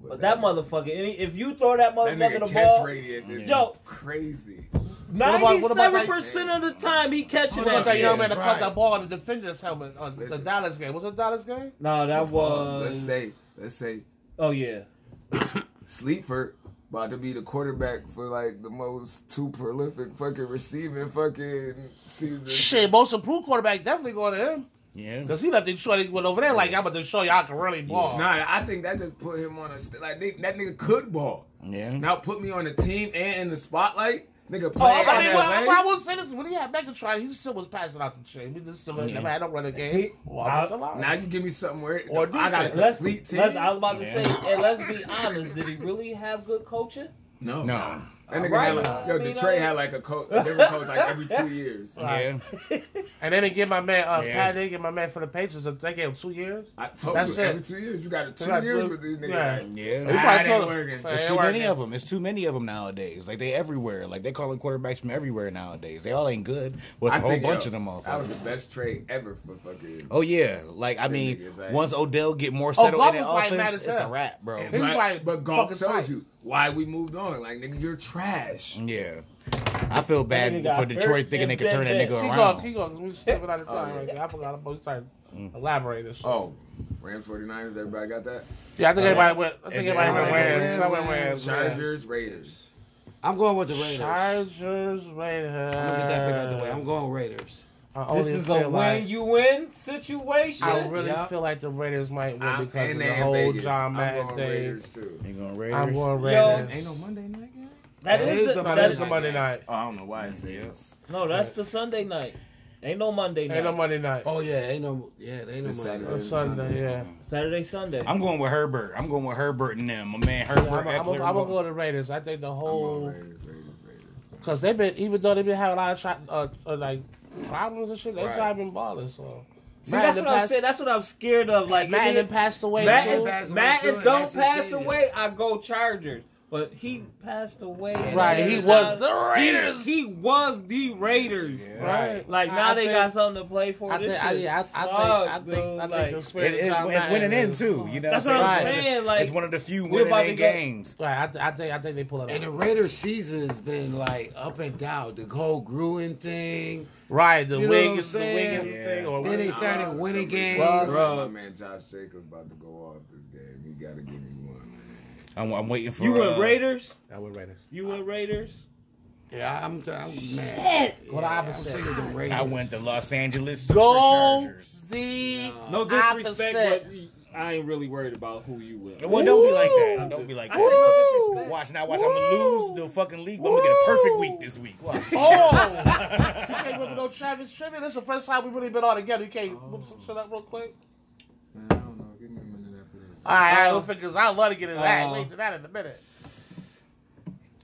[SPEAKER 4] but that motherfucker. Any, if you throw that
[SPEAKER 3] That
[SPEAKER 4] motherfucker
[SPEAKER 3] nigga
[SPEAKER 4] the
[SPEAKER 3] catch
[SPEAKER 4] ball,
[SPEAKER 3] radius is
[SPEAKER 4] Yo.
[SPEAKER 3] crazy.
[SPEAKER 1] about- what about
[SPEAKER 4] ninety-seven
[SPEAKER 1] that-
[SPEAKER 4] percent of the time he catching
[SPEAKER 1] What about
[SPEAKER 4] that
[SPEAKER 1] that young
[SPEAKER 4] shit.
[SPEAKER 1] man that caught
[SPEAKER 2] right.
[SPEAKER 1] that ball in the defender's helmet on the
[SPEAKER 3] Listen.
[SPEAKER 1] Dallas game? Was it Dallas game?
[SPEAKER 4] No, that was.
[SPEAKER 3] Let's say, let's say,
[SPEAKER 4] Oh yeah.
[SPEAKER 3] Sleeper about to be the quarterback for like the most two prolific fucking receiving fucking season.
[SPEAKER 1] Shit, most improved quarterback definitely going to him
[SPEAKER 5] Yeah.
[SPEAKER 1] because he left Detroit and went over there like I'm about to show y'all I can really ball.
[SPEAKER 3] Nah, I think that just put him on a st- like they, that nigga could ball.
[SPEAKER 5] Yeah.
[SPEAKER 3] Now put me on the team and in the spotlight, nigga.
[SPEAKER 1] Oh,
[SPEAKER 3] Play
[SPEAKER 1] I mean,
[SPEAKER 3] in
[SPEAKER 1] well, I,
[SPEAKER 3] LA.
[SPEAKER 1] well, I will say this: when he had Megatron, he still was passing out the chain. We just still
[SPEAKER 5] Yeah.
[SPEAKER 1] never had no running game.
[SPEAKER 4] He-
[SPEAKER 1] Well, it's
[SPEAKER 4] I-
[SPEAKER 1] a lot.
[SPEAKER 3] Now you give me something where
[SPEAKER 1] Or
[SPEAKER 3] I got a
[SPEAKER 1] defense.
[SPEAKER 4] Let's,
[SPEAKER 3] complete
[SPEAKER 4] let's
[SPEAKER 3] team.
[SPEAKER 4] I was about to
[SPEAKER 5] Yeah.
[SPEAKER 4] say, and let's be honest, did he really have good coaching?
[SPEAKER 3] no,
[SPEAKER 5] No.
[SPEAKER 3] That nigga
[SPEAKER 4] Right.
[SPEAKER 3] had like, yo,
[SPEAKER 4] I mean,
[SPEAKER 3] Detroit
[SPEAKER 4] I-
[SPEAKER 3] had like a coach, a different coach like every two years.
[SPEAKER 5] Yeah.
[SPEAKER 1] and they didn't give my man uh,
[SPEAKER 5] Yeah.
[SPEAKER 1] Pat. They didn't give my man for the Patriots. They gave him two years.
[SPEAKER 3] I told
[SPEAKER 1] That's
[SPEAKER 3] you
[SPEAKER 1] it.
[SPEAKER 3] every two years you got a two
[SPEAKER 1] Right,
[SPEAKER 3] years
[SPEAKER 1] blue-
[SPEAKER 3] with these niggas.
[SPEAKER 1] yeah.
[SPEAKER 5] Yeah.
[SPEAKER 1] He probably
[SPEAKER 3] Nah, it ain't
[SPEAKER 1] told him-
[SPEAKER 3] working.
[SPEAKER 1] Hey,
[SPEAKER 5] There's
[SPEAKER 1] it
[SPEAKER 5] too
[SPEAKER 1] working.
[SPEAKER 5] many of them. It's too many of them nowadays. Like they everywhere. Like they calling quarterbacks from everywhere nowadays. They all ain't good. Well,
[SPEAKER 3] I
[SPEAKER 5] it's a whole
[SPEAKER 3] think,
[SPEAKER 5] bunch
[SPEAKER 3] yo,
[SPEAKER 5] of them
[SPEAKER 3] That was
[SPEAKER 5] motherfuckers.
[SPEAKER 3] the best trade ever for fucking.
[SPEAKER 5] Oh yeah. Like I mean,
[SPEAKER 3] niggas, like-
[SPEAKER 5] once Odell get more settled
[SPEAKER 1] Goff
[SPEAKER 5] in the
[SPEAKER 1] was like mad
[SPEAKER 5] offense,
[SPEAKER 1] as
[SPEAKER 5] it's a
[SPEAKER 1] hell.
[SPEAKER 5] wrap, bro.
[SPEAKER 1] He's
[SPEAKER 3] but,
[SPEAKER 1] like
[SPEAKER 3] but
[SPEAKER 1] fucking
[SPEAKER 3] Golf told
[SPEAKER 1] tight.
[SPEAKER 3] you why we moved on. Like nigga, you're trash.
[SPEAKER 1] Mm.
[SPEAKER 5] Yeah. I feel
[SPEAKER 4] nigga
[SPEAKER 5] bad
[SPEAKER 4] got
[SPEAKER 5] for
[SPEAKER 4] hurt
[SPEAKER 5] Detroit thinking they
[SPEAKER 4] and
[SPEAKER 5] could turn that
[SPEAKER 4] bent
[SPEAKER 5] nigga
[SPEAKER 1] Keep going,
[SPEAKER 5] around.
[SPEAKER 1] keep going. 'cause We stepping out of time. right there. I forgot about. We started elaborating. this shit.
[SPEAKER 3] Oh, Rams 49ers. Everybody got that.
[SPEAKER 1] yeah, I think everybody went. I think
[SPEAKER 5] and-
[SPEAKER 1] everybody went
[SPEAKER 2] and-
[SPEAKER 1] Rams. I
[SPEAKER 2] and-
[SPEAKER 1] went Rams. Rams.
[SPEAKER 3] Chargers, Raiders.
[SPEAKER 2] I'm going with the Raiders.
[SPEAKER 1] Chargers, Raiders.
[SPEAKER 2] I'm gonna get that pick out the way. I'm going Raiders.
[SPEAKER 1] I
[SPEAKER 4] This
[SPEAKER 1] only
[SPEAKER 4] is
[SPEAKER 1] feel
[SPEAKER 4] a win
[SPEAKER 1] like-
[SPEAKER 4] you win situation.
[SPEAKER 1] I really
[SPEAKER 2] Yeah.
[SPEAKER 1] feel like the Raiders might win
[SPEAKER 3] I'm-
[SPEAKER 1] because of
[SPEAKER 3] and
[SPEAKER 1] the
[SPEAKER 3] they in
[SPEAKER 1] whole
[SPEAKER 3] Vegas.
[SPEAKER 1] John
[SPEAKER 3] I'm
[SPEAKER 1] Madden
[SPEAKER 3] going
[SPEAKER 1] thing.
[SPEAKER 3] Raiders too.
[SPEAKER 5] You going Raiders?
[SPEAKER 1] I'm going
[SPEAKER 4] Yo.
[SPEAKER 1] Raiders.
[SPEAKER 3] Ain't no Monday night game.
[SPEAKER 4] that
[SPEAKER 2] It
[SPEAKER 4] is
[SPEAKER 2] is
[SPEAKER 4] the,
[SPEAKER 2] the
[SPEAKER 4] that
[SPEAKER 1] That
[SPEAKER 4] is
[SPEAKER 1] is
[SPEAKER 2] Monday
[SPEAKER 1] a Monday night.
[SPEAKER 3] Oh, I don't know why I say yes.
[SPEAKER 4] no, that's the Sunday night. Ain't no Monday night.
[SPEAKER 1] Ain't no Monday night.
[SPEAKER 2] Oh yeah, ain't no yeah, there ain't no
[SPEAKER 3] Just
[SPEAKER 2] money.
[SPEAKER 1] On
[SPEAKER 3] Saturday.
[SPEAKER 2] left.
[SPEAKER 1] Sunday, yeah.
[SPEAKER 4] Saturday, Sunday.
[SPEAKER 5] I'm going with Herbert. I'm going with Herbert and them. My man
[SPEAKER 1] I'm
[SPEAKER 5] Herbert.
[SPEAKER 1] gonna
[SPEAKER 5] Eckler,
[SPEAKER 1] go to the Raiders. I think the whole
[SPEAKER 3] Raiders, Raiders, Raiders.
[SPEAKER 1] because they've been even though they've been having a lot of tri- uh, uh, like problems and shit, they've
[SPEAKER 2] Right.
[SPEAKER 1] been balling. So
[SPEAKER 4] See, that's what I'm
[SPEAKER 1] passed,
[SPEAKER 4] saying. That's what I'm scared of. Like
[SPEAKER 1] Madden
[SPEAKER 4] it is-
[SPEAKER 1] passed away.
[SPEAKER 4] Madden,
[SPEAKER 1] too.
[SPEAKER 2] passed away
[SPEAKER 4] Madden
[SPEAKER 2] too, and
[SPEAKER 4] don't
[SPEAKER 2] that's the
[SPEAKER 4] pass
[SPEAKER 2] thing.
[SPEAKER 4] away. I go Chargers, but he passed away.
[SPEAKER 1] right, he
[SPEAKER 2] Raiders
[SPEAKER 1] was
[SPEAKER 2] got-
[SPEAKER 1] the Raiders.
[SPEAKER 4] He, he was the Raiders.
[SPEAKER 1] right,
[SPEAKER 4] Like now
[SPEAKER 1] I
[SPEAKER 4] they
[SPEAKER 1] think-
[SPEAKER 4] got something to play for.
[SPEAKER 1] I
[SPEAKER 4] this
[SPEAKER 1] think, I,
[SPEAKER 4] shit
[SPEAKER 1] yeah, I, I think, I
[SPEAKER 4] suck,
[SPEAKER 1] think, I
[SPEAKER 4] dude.
[SPEAKER 1] think
[SPEAKER 4] Like,
[SPEAKER 1] the
[SPEAKER 5] It-
[SPEAKER 1] spirit of
[SPEAKER 5] it's,
[SPEAKER 1] John
[SPEAKER 5] it's winning
[SPEAKER 1] Madden
[SPEAKER 5] in
[SPEAKER 1] is-
[SPEAKER 5] too. You know,
[SPEAKER 4] That's
[SPEAKER 5] what
[SPEAKER 1] what I'm
[SPEAKER 5] It's one of-
[SPEAKER 4] saying, like,
[SPEAKER 5] it's one of the few
[SPEAKER 4] we're
[SPEAKER 5] winning
[SPEAKER 4] about
[SPEAKER 5] in
[SPEAKER 4] to go-
[SPEAKER 5] games.
[SPEAKER 1] Right, I, th- I think, I think they pull it
[SPEAKER 2] And the
[SPEAKER 1] out.
[SPEAKER 2] Raiders season's been like up and down. The whole Gruen thing.
[SPEAKER 1] Right, the
[SPEAKER 2] You know what I'm
[SPEAKER 1] Wiggins, the
[SPEAKER 2] saying?
[SPEAKER 1] Wiggins
[SPEAKER 5] Yeah.
[SPEAKER 1] thing, or
[SPEAKER 2] Then they started winning games.
[SPEAKER 3] Bro, my man Josh Jacobs about to go off this game. You gotta give me one.
[SPEAKER 5] I'm, I'm waiting for
[SPEAKER 4] you went
[SPEAKER 5] uh,
[SPEAKER 4] Raiders.
[SPEAKER 1] I went Raiders.
[SPEAKER 4] You went Raiders.
[SPEAKER 2] Yeah, I'm, I'm mad.
[SPEAKER 1] Go the
[SPEAKER 2] Yeah,
[SPEAKER 1] opposite.
[SPEAKER 2] I'm sick of the Raiders.
[SPEAKER 5] I went to Los Angeles
[SPEAKER 1] Go
[SPEAKER 5] Superchargers.
[SPEAKER 1] the
[SPEAKER 4] No disrespect,
[SPEAKER 1] Opposite.
[SPEAKER 4] but I ain't really worried about who you with.
[SPEAKER 5] Well, don't be like that. Don't be like
[SPEAKER 4] I said no
[SPEAKER 5] that.
[SPEAKER 4] disrespect.
[SPEAKER 5] Watch now, watch. I'm gonna lose the fucking league, but I'm gonna get a perfect week this week. Watch.
[SPEAKER 1] Oh, I can't remember no Travis trivia. This is the first time we've really been all together. You can't whip some shit up real quick. Uh,
[SPEAKER 6] Man, I don't know. Give me a minute after this.
[SPEAKER 1] All right, I don't think because I love to get into that.
[SPEAKER 4] Oh.
[SPEAKER 1] Wait to that in a minute.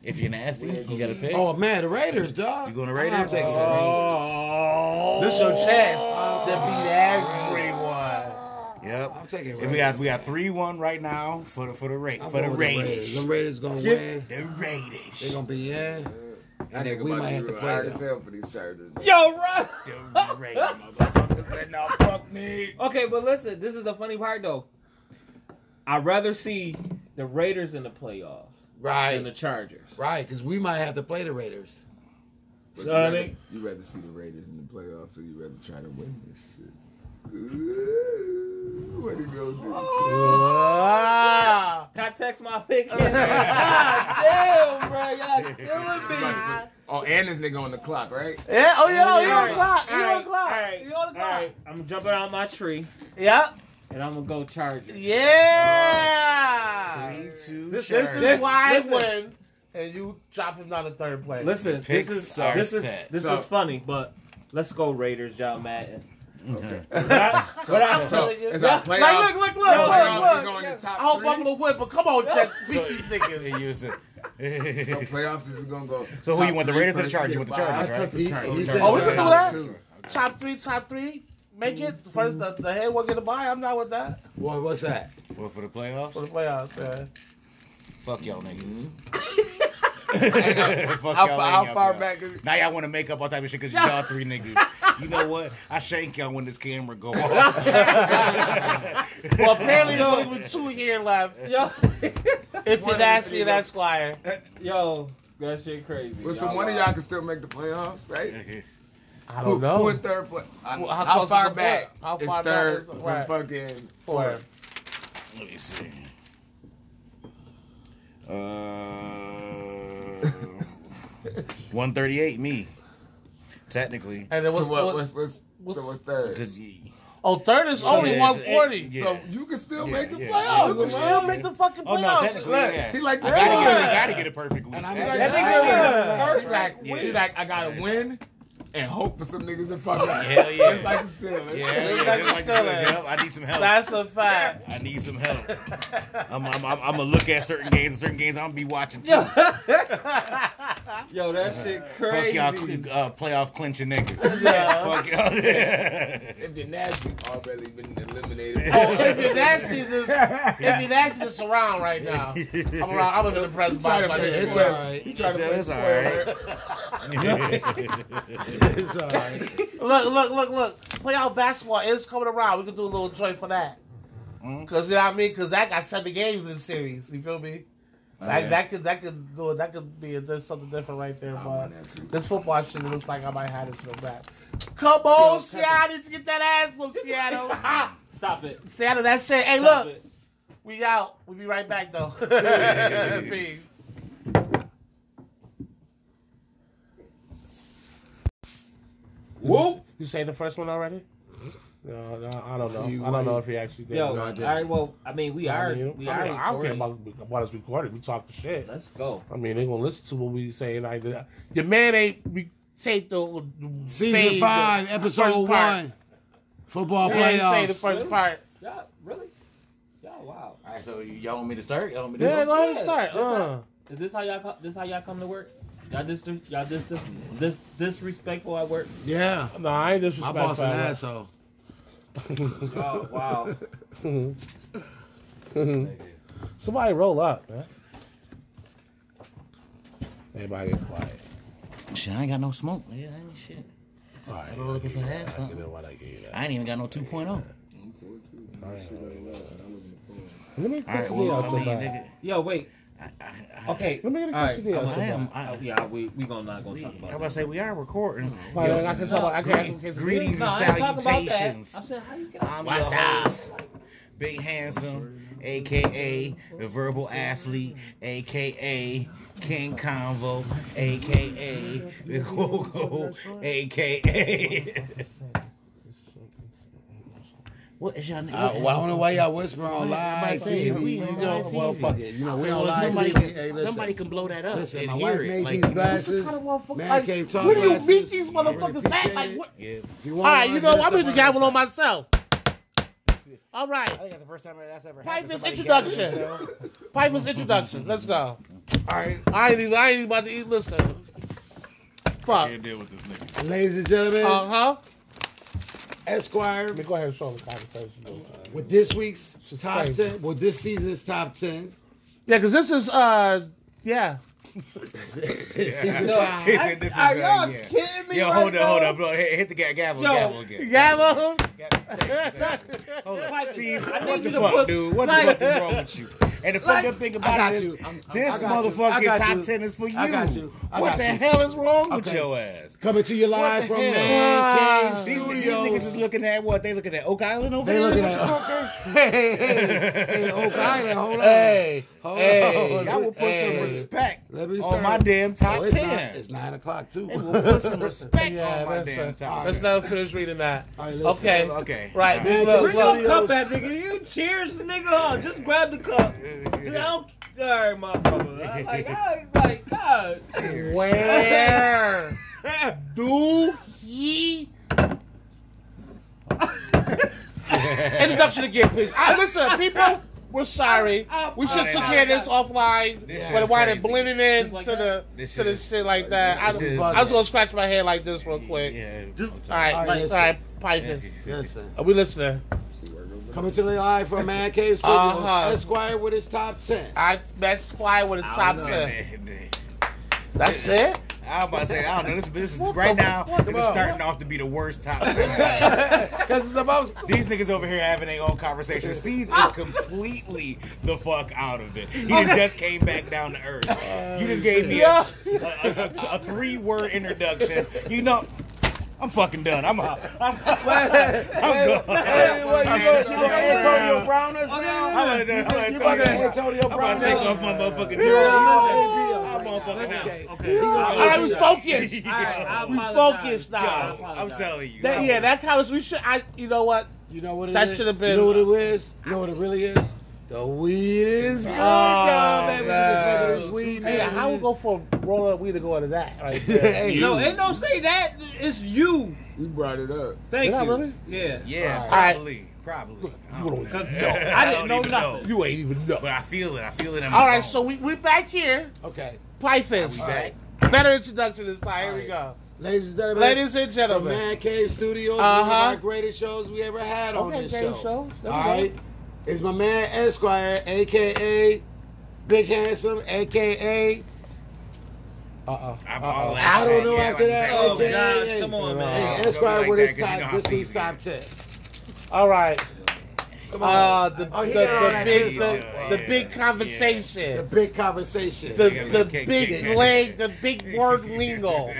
[SPEAKER 5] If you're nasty, you gotta pick.
[SPEAKER 2] Oh man, the Raiders, dog.
[SPEAKER 5] You going to
[SPEAKER 2] I'm
[SPEAKER 5] Raiders?
[SPEAKER 2] taking the
[SPEAKER 5] Oh.
[SPEAKER 1] This is your chance to beat everyone. Oh.
[SPEAKER 5] Yep.
[SPEAKER 2] I'm taking
[SPEAKER 5] And we got we got three one right now for the for the rate
[SPEAKER 2] I'm
[SPEAKER 5] for the
[SPEAKER 2] going with
[SPEAKER 5] Raiders.
[SPEAKER 2] The Raiders gonna win.
[SPEAKER 5] The Raiders.
[SPEAKER 2] They're gonna be in. And then
[SPEAKER 6] Think
[SPEAKER 2] we
[SPEAKER 6] about
[SPEAKER 2] might have to
[SPEAKER 6] you,
[SPEAKER 2] play
[SPEAKER 6] hard
[SPEAKER 2] them.
[SPEAKER 6] as hell for these charges.
[SPEAKER 4] Yo, right.
[SPEAKER 5] The Raiders.
[SPEAKER 3] now fuck me.
[SPEAKER 4] Okay, but listen, this is the funny part though. I'd rather see the Raiders in the playoffs than the
[SPEAKER 2] Right,
[SPEAKER 4] Chargers.
[SPEAKER 2] right, because we might have to play the Raiders.
[SPEAKER 6] But
[SPEAKER 4] You
[SPEAKER 6] you
[SPEAKER 4] know what I
[SPEAKER 6] rather,
[SPEAKER 4] mean?
[SPEAKER 6] you rather see the Raiders in the playoffs, or you rather try to win this shit? Ooh, What he gonna do?
[SPEAKER 4] Oh,
[SPEAKER 1] Ah.
[SPEAKER 4] Can I text my pick? God damn, bro, y'all killing me.
[SPEAKER 3] Oh, and this nigga on the clock, right?
[SPEAKER 1] Yeah, oh yeah, oh, you on
[SPEAKER 4] Alright,
[SPEAKER 1] the clock. You on
[SPEAKER 4] alright,
[SPEAKER 1] the clock.
[SPEAKER 4] alright,
[SPEAKER 1] You on the clock.
[SPEAKER 4] alright. I'm jumping out my tree
[SPEAKER 1] Yep.
[SPEAKER 4] and I'm gonna go Chargers.
[SPEAKER 1] Yeah.
[SPEAKER 5] Three, two,
[SPEAKER 4] This-
[SPEAKER 1] This
[SPEAKER 5] Chargers.
[SPEAKER 4] Listen,
[SPEAKER 1] is why
[SPEAKER 4] listen.
[SPEAKER 1] I win, and you drop him down to third place.
[SPEAKER 4] Listen, this
[SPEAKER 5] Picks
[SPEAKER 4] is
[SPEAKER 5] are
[SPEAKER 4] this is
[SPEAKER 5] set.
[SPEAKER 4] this
[SPEAKER 3] So-
[SPEAKER 4] is funny, but let's go Raiders, John Madden.
[SPEAKER 3] So,
[SPEAKER 4] But I-
[SPEAKER 3] so
[SPEAKER 1] Yeah.
[SPEAKER 3] it's
[SPEAKER 4] Yeah.
[SPEAKER 3] our
[SPEAKER 4] Like,
[SPEAKER 3] playoff.
[SPEAKER 1] like, look, look, look,
[SPEAKER 3] our playoff
[SPEAKER 1] look,
[SPEAKER 3] is
[SPEAKER 1] look.
[SPEAKER 3] going to top
[SPEAKER 1] I hope
[SPEAKER 3] three.
[SPEAKER 1] Buffalo win, but come on, Jets, beat these
[SPEAKER 5] They
[SPEAKER 1] niggas.
[SPEAKER 5] use it.
[SPEAKER 6] So playoffs is we gonna go.
[SPEAKER 5] So who
[SPEAKER 6] top
[SPEAKER 5] you want, the
[SPEAKER 6] three
[SPEAKER 5] Raiders or the
[SPEAKER 6] first,
[SPEAKER 5] Chargers? You
[SPEAKER 6] get
[SPEAKER 5] want the
[SPEAKER 6] five.
[SPEAKER 5] Chargers,
[SPEAKER 6] I
[SPEAKER 5] right?
[SPEAKER 6] took the
[SPEAKER 2] He-
[SPEAKER 6] Chargers.
[SPEAKER 2] he said-
[SPEAKER 1] Oh, we can do that.
[SPEAKER 6] Two.
[SPEAKER 1] Top three, top three. Make it first. The, the head will get a bye. I'm not with that
[SPEAKER 2] What, what's that?
[SPEAKER 5] Well, for the
[SPEAKER 1] for
[SPEAKER 5] playoffs,
[SPEAKER 1] the playoffs. Man.
[SPEAKER 5] fuck y'all niggas. Fuck
[SPEAKER 6] How
[SPEAKER 5] y'all,
[SPEAKER 6] far-
[SPEAKER 5] ain't
[SPEAKER 6] how
[SPEAKER 5] y'all
[SPEAKER 6] far
[SPEAKER 5] playoff.
[SPEAKER 6] back is it?
[SPEAKER 5] Now y'all want to make up all type of shit because y'all three niggas. You know what? I shank y'all when this camera go off.
[SPEAKER 1] Well, apparently there's only been two here left.
[SPEAKER 4] Yo,
[SPEAKER 1] If
[SPEAKER 3] One
[SPEAKER 1] you're
[SPEAKER 3] of
[SPEAKER 1] nasty,
[SPEAKER 3] these
[SPEAKER 1] and
[SPEAKER 3] niggas.
[SPEAKER 1] Esquire.
[SPEAKER 4] yo, that shit crazy.
[SPEAKER 6] Well, so one of y'all can still make the playoffs, right?
[SPEAKER 1] I
[SPEAKER 6] Who, who in third place? I-
[SPEAKER 1] Well, how
[SPEAKER 6] how,
[SPEAKER 1] close is
[SPEAKER 6] far
[SPEAKER 1] the
[SPEAKER 6] back?
[SPEAKER 1] playoff? How
[SPEAKER 6] is
[SPEAKER 1] far back
[SPEAKER 6] third
[SPEAKER 1] is the-
[SPEAKER 6] from
[SPEAKER 1] right.
[SPEAKER 6] fucking
[SPEAKER 1] Four.
[SPEAKER 5] Let me see. Uh, 138, me. Technically.
[SPEAKER 1] And then
[SPEAKER 6] So
[SPEAKER 1] what's,
[SPEAKER 6] what?
[SPEAKER 1] what's,
[SPEAKER 6] What's, what's, so what's third?
[SPEAKER 5] Because
[SPEAKER 1] oh third is only
[SPEAKER 5] Yeah, it's-
[SPEAKER 1] 140.
[SPEAKER 5] it- yeah.
[SPEAKER 6] So you can still
[SPEAKER 5] Yeah,
[SPEAKER 6] make the
[SPEAKER 5] yeah,
[SPEAKER 6] playoffs.
[SPEAKER 5] yeah.
[SPEAKER 1] You can
[SPEAKER 6] Lamar.
[SPEAKER 1] still make the fucking
[SPEAKER 5] Oh,
[SPEAKER 1] playoffs.
[SPEAKER 5] no, technically,
[SPEAKER 6] Look,
[SPEAKER 5] yeah.
[SPEAKER 6] he like
[SPEAKER 5] I
[SPEAKER 6] the
[SPEAKER 5] gotta,
[SPEAKER 6] playoffs.
[SPEAKER 5] get, I gotta get a perfect week.
[SPEAKER 2] And I'm
[SPEAKER 5] That-
[SPEAKER 2] like-
[SPEAKER 6] That
[SPEAKER 5] that-
[SPEAKER 6] nigga
[SPEAKER 1] Yeah.
[SPEAKER 6] was the first like,
[SPEAKER 5] Yeah.
[SPEAKER 6] He like, I gotta
[SPEAKER 5] Yeah.
[SPEAKER 6] win and hope for some niggas to fuck up.
[SPEAKER 5] Hell yeah.
[SPEAKER 6] Just like the
[SPEAKER 5] yeah,
[SPEAKER 6] Steelers.
[SPEAKER 5] yeah,
[SPEAKER 1] Look
[SPEAKER 5] yeah,
[SPEAKER 1] like
[SPEAKER 5] just
[SPEAKER 1] you
[SPEAKER 5] like
[SPEAKER 1] still
[SPEAKER 5] you said,
[SPEAKER 1] there.
[SPEAKER 5] yep, I need some help.
[SPEAKER 1] That's a fact.
[SPEAKER 5] I need some help. I'm, I'm, I'm, I'm gonna look at certain games and certain games I'm gonna be watching too.
[SPEAKER 4] Yo, that shit
[SPEAKER 5] Fuck
[SPEAKER 4] crazy.
[SPEAKER 5] y'all, cl- uh, playoff clinching niggas.
[SPEAKER 1] Yeah.
[SPEAKER 5] Fuck y'all.
[SPEAKER 6] If you're nasty, already been eliminated.
[SPEAKER 1] Oh, if you're nasty, just, if you're nasty, just around right now. I'm around. I'm in the press box.
[SPEAKER 2] Yeah,
[SPEAKER 1] Like,
[SPEAKER 2] it's
[SPEAKER 1] this.
[SPEAKER 2] all right.
[SPEAKER 6] Try to
[SPEAKER 5] That's all
[SPEAKER 6] play square.
[SPEAKER 2] It's all right.
[SPEAKER 1] look, look, look, look. Playoff basketball is coming around. We can do a little joint for that.
[SPEAKER 5] Mm-hmm.
[SPEAKER 1] Cause you know what I mean. Cause that got seven games in the series. You feel me? Like
[SPEAKER 5] Oh, yeah.
[SPEAKER 1] that could that could do it. That could be a, there's something different right there. But
[SPEAKER 6] want that too.
[SPEAKER 1] this football shit looks like I might have to go back. Come on, Seattle, to get that ass whooped, Seattle. Ah,
[SPEAKER 4] Stop it.
[SPEAKER 1] Seattle, that's it. Hey,
[SPEAKER 4] Stop
[SPEAKER 1] look,
[SPEAKER 4] it.
[SPEAKER 1] we out. We'll be right back though. Peace.
[SPEAKER 4] Whoop.
[SPEAKER 1] You say the first one already? No, no, I don't know.
[SPEAKER 2] He
[SPEAKER 1] I don't know
[SPEAKER 2] wait.
[SPEAKER 1] if he actually did.
[SPEAKER 4] Yo,
[SPEAKER 1] No,
[SPEAKER 2] I
[SPEAKER 4] all
[SPEAKER 2] didn't.
[SPEAKER 4] right. Well, I mean, we
[SPEAKER 1] I
[SPEAKER 4] are.
[SPEAKER 1] mean,
[SPEAKER 4] We
[SPEAKER 1] I,
[SPEAKER 4] are.
[SPEAKER 1] mean, I don't care
[SPEAKER 4] recording.
[SPEAKER 1] about, about us recording. We talk the shit.
[SPEAKER 4] Let's go.
[SPEAKER 1] I mean, they gonna listen to what we say. Like that. your man ain't re- taped the
[SPEAKER 2] Season five, episode one, football
[SPEAKER 1] Say the
[SPEAKER 2] playoffs.
[SPEAKER 1] first part.
[SPEAKER 4] Yeah. Really? Yeah. Wow.
[SPEAKER 5] All right, so y'all want me to start? Y'all want me to
[SPEAKER 1] Yeah, go ahead and
[SPEAKER 4] Yeah,
[SPEAKER 1] start.
[SPEAKER 4] that's
[SPEAKER 1] Uh.
[SPEAKER 4] Is this how y'all? co- This how y'all come to work? Y'all dis. Y'all dis. dis, dis disrespectful at work.
[SPEAKER 2] Yeah,
[SPEAKER 1] No, I ain't
[SPEAKER 2] my
[SPEAKER 1] disrespectful.
[SPEAKER 2] boss an asshole.
[SPEAKER 4] Oh wow.
[SPEAKER 1] Somebody roll up, man. Everybody get quiet.
[SPEAKER 5] Shit, I ain't got no smoke. Yeah, I ain't shit.
[SPEAKER 1] All right.
[SPEAKER 5] been looking for that,
[SPEAKER 1] I
[SPEAKER 5] something.
[SPEAKER 1] know what I gave you that.
[SPEAKER 5] I ain't even got no oh. 2.0.
[SPEAKER 1] Let me
[SPEAKER 5] All right,
[SPEAKER 1] push
[SPEAKER 5] well,
[SPEAKER 1] the
[SPEAKER 5] I
[SPEAKER 1] out
[SPEAKER 5] mean,
[SPEAKER 1] your back.
[SPEAKER 5] nigga,
[SPEAKER 4] Yo, wait. Okay.
[SPEAKER 1] Let me get a
[SPEAKER 4] All right,
[SPEAKER 1] quesadilla
[SPEAKER 4] I'm
[SPEAKER 1] out your
[SPEAKER 5] I
[SPEAKER 1] back.
[SPEAKER 5] am.
[SPEAKER 4] Oh,
[SPEAKER 5] I,
[SPEAKER 4] yeah, we we gonna not gonna
[SPEAKER 5] we, I
[SPEAKER 4] talk
[SPEAKER 5] was
[SPEAKER 4] about
[SPEAKER 5] about to
[SPEAKER 4] that.
[SPEAKER 5] say we are recording.
[SPEAKER 1] Why,
[SPEAKER 5] Yo,
[SPEAKER 1] like, I can talk about- I can ask some quesadillas.
[SPEAKER 5] greetings
[SPEAKER 4] No, I
[SPEAKER 5] and
[SPEAKER 4] ain't talking about that.
[SPEAKER 5] salutations.
[SPEAKER 4] I'm saying, how you get?
[SPEAKER 5] I'm your host, Big Handsome, aka the Verbal Athlete, aka King Convo, aka the Gogo, aka. What is y'all name?
[SPEAKER 2] Uh, well, I don't know why y'all whisper on live
[SPEAKER 5] Somebody say
[SPEAKER 2] TV.
[SPEAKER 5] we
[SPEAKER 2] you
[SPEAKER 5] on
[SPEAKER 2] know,
[SPEAKER 5] live
[SPEAKER 2] well,
[SPEAKER 5] TV.
[SPEAKER 2] fuck it. You know, we
[SPEAKER 5] Well,
[SPEAKER 2] on live
[SPEAKER 5] somebody,
[SPEAKER 2] TV. Hey, listen.
[SPEAKER 5] somebody can blow that up.
[SPEAKER 2] Listen,
[SPEAKER 5] and
[SPEAKER 2] my
[SPEAKER 5] hear
[SPEAKER 2] wife
[SPEAKER 5] it.
[SPEAKER 2] made
[SPEAKER 5] Like,
[SPEAKER 2] these glasses.
[SPEAKER 1] kind of motherfucker-
[SPEAKER 2] Man
[SPEAKER 1] like,
[SPEAKER 2] came
[SPEAKER 1] where do you
[SPEAKER 2] glasses.
[SPEAKER 1] meet these
[SPEAKER 2] I really
[SPEAKER 1] motherfuckers at?
[SPEAKER 2] appreciate
[SPEAKER 1] Like,
[SPEAKER 2] it.
[SPEAKER 1] what-
[SPEAKER 5] Yeah.
[SPEAKER 2] If you
[SPEAKER 1] All
[SPEAKER 2] want
[SPEAKER 1] right,
[SPEAKER 2] one,
[SPEAKER 1] you know
[SPEAKER 2] hit
[SPEAKER 1] I'm
[SPEAKER 2] us
[SPEAKER 1] gonna
[SPEAKER 2] up
[SPEAKER 1] get one on
[SPEAKER 2] WhatsApp.
[SPEAKER 1] myself. All right,
[SPEAKER 5] think that's the first time that's ever
[SPEAKER 1] Piper's introduction. Piper's introduction. Let's go.
[SPEAKER 2] All right.
[SPEAKER 1] I ain't even. I ain't even about to eat. Listen. Fuck.
[SPEAKER 7] Can't deal with this nigga.
[SPEAKER 2] Ladies and gentlemen,
[SPEAKER 1] Uh huh.
[SPEAKER 2] Esquire
[SPEAKER 1] Let me go ahead and show the conversation.
[SPEAKER 2] with this week's top
[SPEAKER 1] crazy.
[SPEAKER 2] ten. Well, this season's top ten.
[SPEAKER 1] Yeah, because this is uh, yeah.
[SPEAKER 2] Season five.
[SPEAKER 5] He said, this is,
[SPEAKER 7] Are
[SPEAKER 5] uh,
[SPEAKER 7] y'all
[SPEAKER 5] yeah.
[SPEAKER 7] kidding me?
[SPEAKER 5] Yo,
[SPEAKER 7] right
[SPEAKER 5] hold up,
[SPEAKER 7] now?
[SPEAKER 5] hold up. Bro. Hit, hit the ga- gavel,
[SPEAKER 4] Yo.
[SPEAKER 5] gavel again.
[SPEAKER 1] Gavel.
[SPEAKER 5] Hold up.
[SPEAKER 4] Piper,
[SPEAKER 5] See,
[SPEAKER 4] I need you
[SPEAKER 5] what the
[SPEAKER 4] to
[SPEAKER 5] fuck,
[SPEAKER 4] put-
[SPEAKER 5] dude? What
[SPEAKER 4] like-
[SPEAKER 5] the fuck is wrong with you? And the fucked up thing
[SPEAKER 2] I
[SPEAKER 5] about
[SPEAKER 2] got
[SPEAKER 5] it is,
[SPEAKER 2] you. I'm- I'm-
[SPEAKER 5] this
[SPEAKER 2] I got you.
[SPEAKER 5] motherfucking
[SPEAKER 2] I got
[SPEAKER 5] top
[SPEAKER 2] you.
[SPEAKER 5] ten is for you.
[SPEAKER 2] I got you. I
[SPEAKER 5] what
[SPEAKER 2] got
[SPEAKER 5] the
[SPEAKER 2] you.
[SPEAKER 5] hell is wrong with
[SPEAKER 2] Okay.
[SPEAKER 5] your ass?
[SPEAKER 2] Coming to you live
[SPEAKER 5] the
[SPEAKER 2] from
[SPEAKER 5] hell?
[SPEAKER 2] Man Cave
[SPEAKER 5] These, these
[SPEAKER 2] Studios.
[SPEAKER 5] niggas is looking at what? They looking at Oak Island over
[SPEAKER 2] They
[SPEAKER 5] there?
[SPEAKER 2] looking at- hey, hey, hey, hey, Oak Island, hold on.
[SPEAKER 1] Hey.
[SPEAKER 2] Hold
[SPEAKER 1] Hey.
[SPEAKER 2] on.
[SPEAKER 5] Y'all will put
[SPEAKER 1] Hey.
[SPEAKER 5] some respect
[SPEAKER 2] Let me
[SPEAKER 5] on
[SPEAKER 2] start.
[SPEAKER 5] my damn top
[SPEAKER 2] Oh, it's
[SPEAKER 5] ten.
[SPEAKER 2] nine- It's nine o'clock too.
[SPEAKER 5] They will put some respect
[SPEAKER 1] Yeah,
[SPEAKER 5] on my
[SPEAKER 1] that's
[SPEAKER 5] damn
[SPEAKER 1] right.
[SPEAKER 5] top
[SPEAKER 1] Let's
[SPEAKER 5] ten.
[SPEAKER 1] not finish reading that.
[SPEAKER 2] All right, listen.
[SPEAKER 1] Okay.
[SPEAKER 5] Okay.
[SPEAKER 1] Right.
[SPEAKER 5] All right.
[SPEAKER 1] Look,
[SPEAKER 4] Bring
[SPEAKER 1] look.
[SPEAKER 4] your cup at nigga. You cheers the nigga on. Just grab the cup. Dude, I don't care, my brother. I like, I like, God.
[SPEAKER 1] Where do he? Introduction again, please. Ah, listen, people, we're sorry. We should have took care of this offline,
[SPEAKER 5] This
[SPEAKER 1] but
[SPEAKER 5] shit
[SPEAKER 1] it wound
[SPEAKER 5] is
[SPEAKER 1] up
[SPEAKER 5] crazy.
[SPEAKER 1] blending in
[SPEAKER 4] Just like
[SPEAKER 1] to the
[SPEAKER 5] This
[SPEAKER 1] to
[SPEAKER 5] shit
[SPEAKER 1] the
[SPEAKER 5] is-
[SPEAKER 1] shit like that. I,
[SPEAKER 5] This shit is
[SPEAKER 1] I was
[SPEAKER 5] bugging.
[SPEAKER 1] gonna scratch my head like this real quick.
[SPEAKER 5] Yeah.
[SPEAKER 4] Just-
[SPEAKER 1] All right,
[SPEAKER 2] All
[SPEAKER 1] all
[SPEAKER 2] right,
[SPEAKER 1] right,
[SPEAKER 2] listen.
[SPEAKER 1] Pipers.
[SPEAKER 2] Listen.
[SPEAKER 1] Are we listening?
[SPEAKER 2] Coming to you live from Man Cave Studios.
[SPEAKER 1] Uh-huh.
[SPEAKER 2] Esquire with his top ten.
[SPEAKER 1] I that's why with a top
[SPEAKER 2] know,
[SPEAKER 1] ten.
[SPEAKER 5] Man,
[SPEAKER 1] That's it.
[SPEAKER 5] I was about to say, I don't know. This, this is
[SPEAKER 1] What
[SPEAKER 5] right
[SPEAKER 1] the
[SPEAKER 5] now.
[SPEAKER 1] fuck?
[SPEAKER 5] This
[SPEAKER 1] Come
[SPEAKER 5] is
[SPEAKER 1] on.
[SPEAKER 5] starting off to be the worst top ten.
[SPEAKER 2] Because it's about
[SPEAKER 5] These niggas over here having their own conversation. C's is completely the fuck out of it. He just- just came back down to earth.
[SPEAKER 1] Uh,
[SPEAKER 5] you just gave me a, a, three word introduction. You know, I'm fucking done. I'm out. I'm, I'm, done.
[SPEAKER 2] Hey, what, you gonna- you gonna Antonio Brown us
[SPEAKER 5] I'm
[SPEAKER 2] now?
[SPEAKER 5] gonna, I'm gonna,
[SPEAKER 2] You
[SPEAKER 5] I'm
[SPEAKER 2] gonna
[SPEAKER 5] gonna,
[SPEAKER 2] Antonio Brown
[SPEAKER 5] take
[SPEAKER 2] us?
[SPEAKER 5] off my motherfucking
[SPEAKER 2] You
[SPEAKER 5] jersey.
[SPEAKER 2] gonna
[SPEAKER 5] I'm
[SPEAKER 2] be up right
[SPEAKER 5] motherfucking
[SPEAKER 2] now.
[SPEAKER 5] out.
[SPEAKER 2] Okay.
[SPEAKER 4] Okay.
[SPEAKER 2] He
[SPEAKER 4] I-
[SPEAKER 2] gonna
[SPEAKER 1] All right,
[SPEAKER 2] be
[SPEAKER 1] we
[SPEAKER 2] up.
[SPEAKER 1] focus.
[SPEAKER 4] all right, I
[SPEAKER 1] We
[SPEAKER 4] apologize.
[SPEAKER 1] focused
[SPEAKER 5] Yo,
[SPEAKER 1] now.
[SPEAKER 5] I'm telling you.
[SPEAKER 1] That, yeah, that was we should. I, you know what?
[SPEAKER 2] You know what it
[SPEAKER 1] That
[SPEAKER 2] is?
[SPEAKER 1] should have been-
[SPEAKER 2] You know what it is? You know what it really is? The weed is good,
[SPEAKER 1] Oh,
[SPEAKER 2] y'all,
[SPEAKER 1] man.
[SPEAKER 2] baby. Just look at this weed,
[SPEAKER 1] Hey,
[SPEAKER 2] man.
[SPEAKER 1] how we go for a roll up? We to go into that right there.
[SPEAKER 2] Hey,
[SPEAKER 7] You-
[SPEAKER 4] No, ain't no say that. It's you.
[SPEAKER 6] You brought it up.
[SPEAKER 4] Thank
[SPEAKER 1] Did I
[SPEAKER 4] you.
[SPEAKER 1] really?
[SPEAKER 4] Yeah.
[SPEAKER 5] Yeah,
[SPEAKER 1] right.
[SPEAKER 5] probably. Probably. I don't know.
[SPEAKER 4] Because yo, I didn't
[SPEAKER 5] don't
[SPEAKER 4] know
[SPEAKER 5] even
[SPEAKER 4] nothing.
[SPEAKER 1] you ain't even know.
[SPEAKER 5] But I feel it. I feel it in my
[SPEAKER 1] All right,
[SPEAKER 5] bones.
[SPEAKER 1] so we we back here.
[SPEAKER 2] okay.
[SPEAKER 1] Piefish.
[SPEAKER 5] All right.
[SPEAKER 1] Better introduction this time. Here we go.
[SPEAKER 2] All Ladies and gentlemen.
[SPEAKER 1] Ladies and
[SPEAKER 2] From
[SPEAKER 1] gentlemen.
[SPEAKER 2] Man Cave Studios, one
[SPEAKER 1] Uh-huh.
[SPEAKER 2] of my greatest shows we ever had on
[SPEAKER 1] Okay,
[SPEAKER 2] this
[SPEAKER 1] greatest
[SPEAKER 2] show.
[SPEAKER 1] shows. There
[SPEAKER 2] All
[SPEAKER 1] we
[SPEAKER 2] right,
[SPEAKER 1] go.
[SPEAKER 2] it's my man Esquire, aka Big Handsome, aka
[SPEAKER 1] Uh oh.
[SPEAKER 5] I'm all out.
[SPEAKER 2] I don't know
[SPEAKER 5] Yeah,
[SPEAKER 2] after
[SPEAKER 5] like
[SPEAKER 2] that.
[SPEAKER 5] you said.
[SPEAKER 4] Oh,
[SPEAKER 2] aka,
[SPEAKER 4] gosh, come on, man.
[SPEAKER 2] Hey,
[SPEAKER 5] Don't be
[SPEAKER 2] Esquire
[SPEAKER 5] like
[SPEAKER 2] with
[SPEAKER 5] that
[SPEAKER 2] his
[SPEAKER 5] 'cause you
[SPEAKER 2] top,
[SPEAKER 5] know how
[SPEAKER 2] this week's
[SPEAKER 5] seasoned
[SPEAKER 2] top
[SPEAKER 5] it
[SPEAKER 2] ten.
[SPEAKER 1] All right.
[SPEAKER 2] Come on,
[SPEAKER 1] Uh, the
[SPEAKER 2] Oh,
[SPEAKER 1] the,
[SPEAKER 2] he
[SPEAKER 1] the,
[SPEAKER 2] got all that
[SPEAKER 1] big
[SPEAKER 2] good
[SPEAKER 1] the,
[SPEAKER 2] stuff.
[SPEAKER 1] the
[SPEAKER 5] Yeah,
[SPEAKER 1] big
[SPEAKER 5] yeah.
[SPEAKER 1] conversation.
[SPEAKER 2] the big conversation.
[SPEAKER 1] The,
[SPEAKER 5] Yeah,
[SPEAKER 1] the
[SPEAKER 5] okay,
[SPEAKER 1] big
[SPEAKER 5] okay.
[SPEAKER 1] leg, the big word lingo,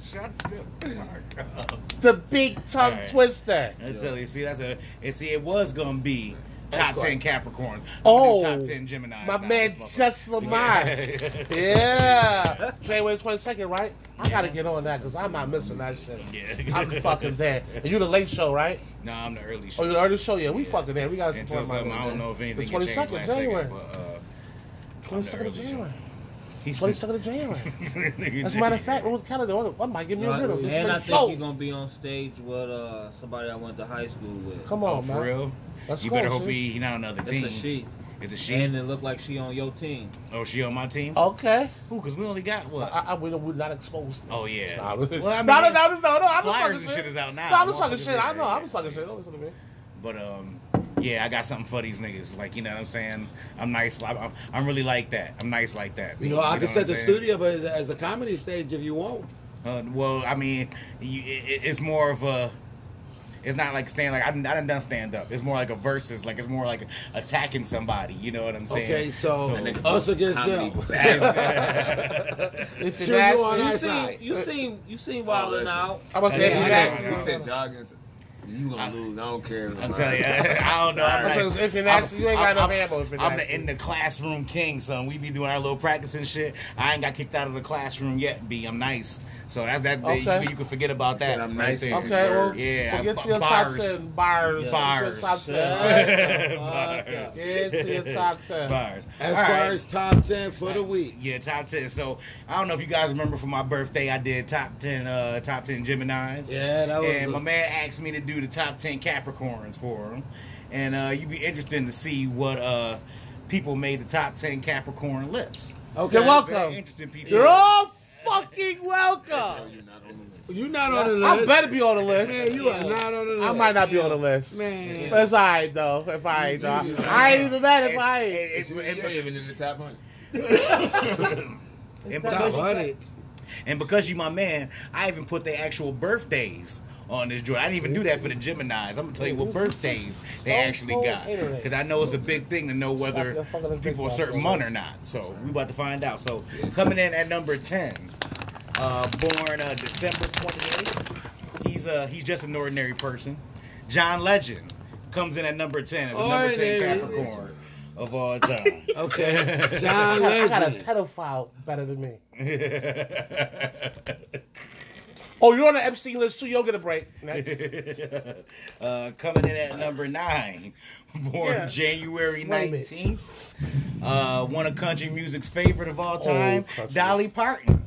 [SPEAKER 5] Shut the fuck up.
[SPEAKER 1] the big tongue
[SPEAKER 5] All right.
[SPEAKER 1] twister.
[SPEAKER 5] I tell you, see, that's a. And see, it was gonna be top
[SPEAKER 2] Esquire.
[SPEAKER 5] ten Capricorns. I'm gonna
[SPEAKER 1] Oh,
[SPEAKER 5] do top ten Gemini.
[SPEAKER 1] my man Just Lamont.
[SPEAKER 5] Yeah.
[SPEAKER 1] Yeah, January twenty second, right? I gotta get on that because I'm not missing that shit.
[SPEAKER 5] Yeah.
[SPEAKER 1] I'm fucking there. And you the late show, right?
[SPEAKER 5] no, I'm the early.
[SPEAKER 1] Oh,
[SPEAKER 5] Show.
[SPEAKER 1] you the early show? Yeah, we fucking there. We gotta
[SPEAKER 5] Until
[SPEAKER 1] support my.
[SPEAKER 5] something, I don't
[SPEAKER 1] man.
[SPEAKER 5] know if anything
[SPEAKER 1] The
[SPEAKER 5] can change last
[SPEAKER 1] 22nd
[SPEAKER 5] January.
[SPEAKER 1] January.
[SPEAKER 5] second. But, uh,
[SPEAKER 1] Twenty second of
[SPEAKER 5] early show.
[SPEAKER 1] January.
[SPEAKER 5] he's
[SPEAKER 1] Twenty second of January.
[SPEAKER 5] Nigga
[SPEAKER 1] As a matter
[SPEAKER 5] Jimmy.
[SPEAKER 1] of fact, what was calendar? What what might give me a
[SPEAKER 4] Right,
[SPEAKER 1] riddle? This
[SPEAKER 4] and I
[SPEAKER 1] shit's
[SPEAKER 4] think
[SPEAKER 1] so-
[SPEAKER 4] you're gonna be on stage with uh, somebody I went to high school with.
[SPEAKER 1] Come
[SPEAKER 5] Oh,
[SPEAKER 1] on,
[SPEAKER 5] for
[SPEAKER 1] man.
[SPEAKER 5] real?
[SPEAKER 1] Let's
[SPEAKER 5] you
[SPEAKER 1] go,
[SPEAKER 5] better hope
[SPEAKER 1] see.
[SPEAKER 5] he, he not on another
[SPEAKER 4] It's
[SPEAKER 5] team.
[SPEAKER 4] a she,
[SPEAKER 5] Is it she?
[SPEAKER 4] and it looked like she on your team.
[SPEAKER 5] oh, she on my team? Oh,
[SPEAKER 1] Okay.
[SPEAKER 5] because we only got what?
[SPEAKER 1] I, I we don't- we're not exposed.
[SPEAKER 5] oh yeah.
[SPEAKER 1] Nah,
[SPEAKER 5] Well,
[SPEAKER 1] no, no,
[SPEAKER 5] I mean,
[SPEAKER 1] no, no, no, no, I'm just
[SPEAKER 5] Flyers
[SPEAKER 1] talking
[SPEAKER 5] and
[SPEAKER 1] shit.
[SPEAKER 5] shit is out now.
[SPEAKER 1] No, I'm just talking
[SPEAKER 5] Motherfuckers
[SPEAKER 1] shit. I know,
[SPEAKER 5] are-
[SPEAKER 1] I'm just talking shit. Don't listen to me.
[SPEAKER 5] But um, yeah, I got something for these niggas. Like you know what I'm saying? I'm nice. like, I'm, I'm really like that. I'm nice like that.
[SPEAKER 2] You know, I can
[SPEAKER 5] what
[SPEAKER 2] set
[SPEAKER 5] I'm
[SPEAKER 2] the
[SPEAKER 5] saying?
[SPEAKER 2] studio, but as, as a comedy stage, if you want.
[SPEAKER 5] Uh, well, I mean, you, it, it's more of a. It's not like stand like I done, I done done stand up. It's more like a versus. Like it's more like attacking somebody. You know what I'm saying?
[SPEAKER 2] Okay, so,
[SPEAKER 5] so uh,
[SPEAKER 2] us against
[SPEAKER 7] Comedy
[SPEAKER 2] them.
[SPEAKER 1] If
[SPEAKER 2] Sure,
[SPEAKER 1] it
[SPEAKER 2] you on
[SPEAKER 4] You
[SPEAKER 2] our
[SPEAKER 1] asks,
[SPEAKER 4] seen,
[SPEAKER 2] side. Uh,
[SPEAKER 4] you seen, you seen
[SPEAKER 7] Oh,
[SPEAKER 4] Wildin'
[SPEAKER 7] listen.
[SPEAKER 4] Out.
[SPEAKER 1] I'm gonna
[SPEAKER 5] Yeah,
[SPEAKER 1] say if it
[SPEAKER 5] yeah,
[SPEAKER 1] asks.
[SPEAKER 5] yeah.
[SPEAKER 7] You said jogging. You gonna lose. I don't care.
[SPEAKER 5] I'm telling you, I don't know. I'm
[SPEAKER 7] Sorry.
[SPEAKER 5] like-
[SPEAKER 1] So if you're nasty, you ain't got no
[SPEAKER 5] I'm-
[SPEAKER 1] ammo if you're
[SPEAKER 5] I'm the
[SPEAKER 1] nasty.
[SPEAKER 5] in the classroom king, son. We be doing our little practice and shit. I ain't got kicked out of the classroom yet. B, I'm nice, So that's that.
[SPEAKER 1] Okay.
[SPEAKER 5] You, you can forget about that.
[SPEAKER 7] I'm
[SPEAKER 5] right
[SPEAKER 7] nice
[SPEAKER 5] there.
[SPEAKER 7] and
[SPEAKER 1] Okay, well,
[SPEAKER 5] Yeah,
[SPEAKER 1] forget
[SPEAKER 5] b-
[SPEAKER 1] your top
[SPEAKER 5] bars.
[SPEAKER 1] ten. Bars. Forget
[SPEAKER 5] Bars.
[SPEAKER 1] your top ten. right?
[SPEAKER 5] Bars.
[SPEAKER 1] Get to your top ten.
[SPEAKER 5] Bars.
[SPEAKER 2] As
[SPEAKER 5] All
[SPEAKER 2] far
[SPEAKER 5] right.
[SPEAKER 2] as top ten for the week.
[SPEAKER 5] Yeah, top ten. So I don't know if you guys remember for my birthday, I did top ten, uh, top ten Gemini's.
[SPEAKER 2] Yeah, that was
[SPEAKER 5] And
[SPEAKER 2] a-
[SPEAKER 5] my man asked me to do the top ten Capricorns for him, and uh, you'd be interesting to see what uh, people made the top ten Capricorn list.
[SPEAKER 2] Okay,
[SPEAKER 1] You're
[SPEAKER 5] Very
[SPEAKER 1] welcome.
[SPEAKER 5] interesting people.
[SPEAKER 1] You're all fucking welcome.
[SPEAKER 2] you not on the list.
[SPEAKER 1] I better be on the
[SPEAKER 2] Man,
[SPEAKER 1] list.
[SPEAKER 2] you are not on the list.
[SPEAKER 1] I might not be on the list.
[SPEAKER 2] Man,
[SPEAKER 1] But it's alright though. If I ain't, though. I ain't even mad if I ain't.
[SPEAKER 5] And- and-
[SPEAKER 7] You're even in the top hundred.
[SPEAKER 2] top
[SPEAKER 5] and because-
[SPEAKER 2] hundred.
[SPEAKER 5] And because you my man, I even put their actual birthdays on this joint. I didn't even do that for the Geminis. I'm gonna tell you what birthdays they actually got, because I know it's a big thing to know whether people are certain month or not. So we about to find out. So coming in at number ten, uh, born uh, December 28th, he's uh, he's just an ordinary person. John Legend comes in at number ten as a number
[SPEAKER 2] Ordinary.
[SPEAKER 5] ten Capricorn of all time.
[SPEAKER 2] Okay, John
[SPEAKER 1] I got a
[SPEAKER 2] Legend.
[SPEAKER 1] pedophile better than me. oh, you're on the Epstein list too. You'll get a break. Next.
[SPEAKER 5] uh, coming in at number nine, born
[SPEAKER 1] Yeah.
[SPEAKER 5] January
[SPEAKER 1] Wait a minute.
[SPEAKER 5] 19th. Uh, one of country music's favorite of all time,
[SPEAKER 1] Oh, country.
[SPEAKER 5] Dolly Parton,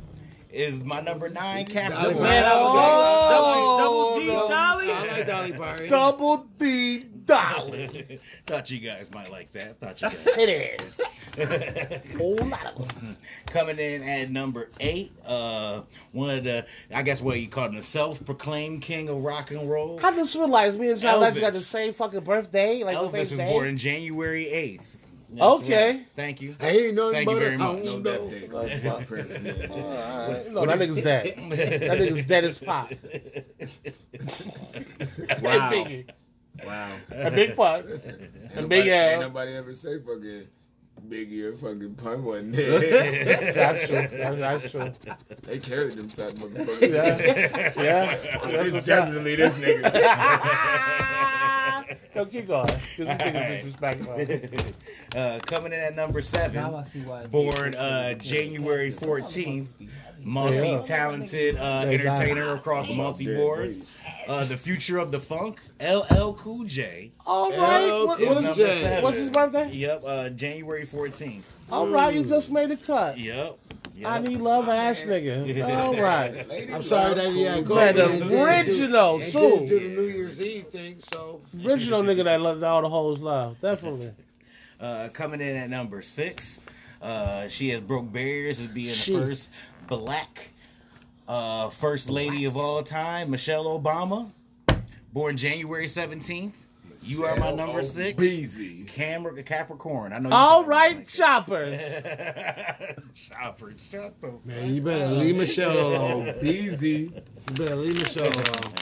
[SPEAKER 5] is my number nine Capricorn.
[SPEAKER 2] Parton. Man, I
[SPEAKER 1] Oh,
[SPEAKER 4] Double D, Dolly.
[SPEAKER 2] I like Dolly Parton.
[SPEAKER 1] Double D dollar.
[SPEAKER 5] Thought you guys might like that. Thought you guys.
[SPEAKER 1] It is. Whole lot of them.
[SPEAKER 5] Coming in at number eight, uh, one of the, I guess what you call him, the self-proclaimed king of rock and roll.
[SPEAKER 1] I just realized me and John Legend got
[SPEAKER 5] Elvis.
[SPEAKER 1] the same fucking birthday. Like the
[SPEAKER 5] Elvis
[SPEAKER 1] same
[SPEAKER 5] was
[SPEAKER 1] day.
[SPEAKER 5] born in January 8th.
[SPEAKER 1] Okay.
[SPEAKER 5] right. Thank you.
[SPEAKER 2] I ain't nothing
[SPEAKER 5] Thank you
[SPEAKER 2] but
[SPEAKER 5] very
[SPEAKER 2] a
[SPEAKER 5] much.
[SPEAKER 2] oh,
[SPEAKER 5] No
[SPEAKER 2] no.
[SPEAKER 1] Alright. No, that nigga's dead.
[SPEAKER 5] Uh,
[SPEAKER 1] That nigga's dead as pop.
[SPEAKER 4] Wow.
[SPEAKER 1] Biggie.
[SPEAKER 7] Wow.
[SPEAKER 1] A big pun. A big
[SPEAKER 7] Ain't
[SPEAKER 1] L.
[SPEAKER 7] nobody ever say fucking Biggie or fucking pun wasn't there.
[SPEAKER 1] That's true. That's, that's true.
[SPEAKER 7] they carried them fat motherfuckers.
[SPEAKER 1] Yeah. Yeah. That's a fact.
[SPEAKER 7] Definitely this nigga.
[SPEAKER 1] Yo, keep going. 'cause this nigga's
[SPEAKER 5] Alright.
[SPEAKER 1] disrespectful.
[SPEAKER 5] Uh, coming in at number seven, born uh, January 14th, multi-talented uh, entertainer across multi-boards, uh, the future of the funk, LL Cool J.
[SPEAKER 1] All right. What,
[SPEAKER 2] L-
[SPEAKER 1] what
[SPEAKER 5] Number
[SPEAKER 1] is,
[SPEAKER 2] Jay.
[SPEAKER 5] seven.
[SPEAKER 1] what's his birthday?
[SPEAKER 5] Yep, uh, January 14th.
[SPEAKER 1] All right, you just made a cut.
[SPEAKER 5] Yep. yep.
[SPEAKER 1] I need love ass nigga. All right.
[SPEAKER 2] I'm sorry that he had
[SPEAKER 1] Man,
[SPEAKER 2] COVID.
[SPEAKER 1] the
[SPEAKER 2] and didn't do-
[SPEAKER 1] original,
[SPEAKER 2] and
[SPEAKER 1] too.
[SPEAKER 2] didn't Do the New Year's Eve thing, so
[SPEAKER 1] Original nigga that loved all the hoes love. Definitely.
[SPEAKER 5] Uh, coming in at number six, uh, she has broke barriers as being
[SPEAKER 1] She.
[SPEAKER 5] the first black uh, first lady of all time, Michelle Obama, born January seventeenth. You are my number six,
[SPEAKER 7] Beezy.
[SPEAKER 5] Camera Capricorn. I know. you
[SPEAKER 1] All
[SPEAKER 5] probably
[SPEAKER 1] right,
[SPEAKER 5] like
[SPEAKER 1] choppers.
[SPEAKER 5] that. Chopper, shut the
[SPEAKER 2] man, you uh, better leave Michelle alone.
[SPEAKER 7] Beezy.
[SPEAKER 2] You better leave Michelle alone.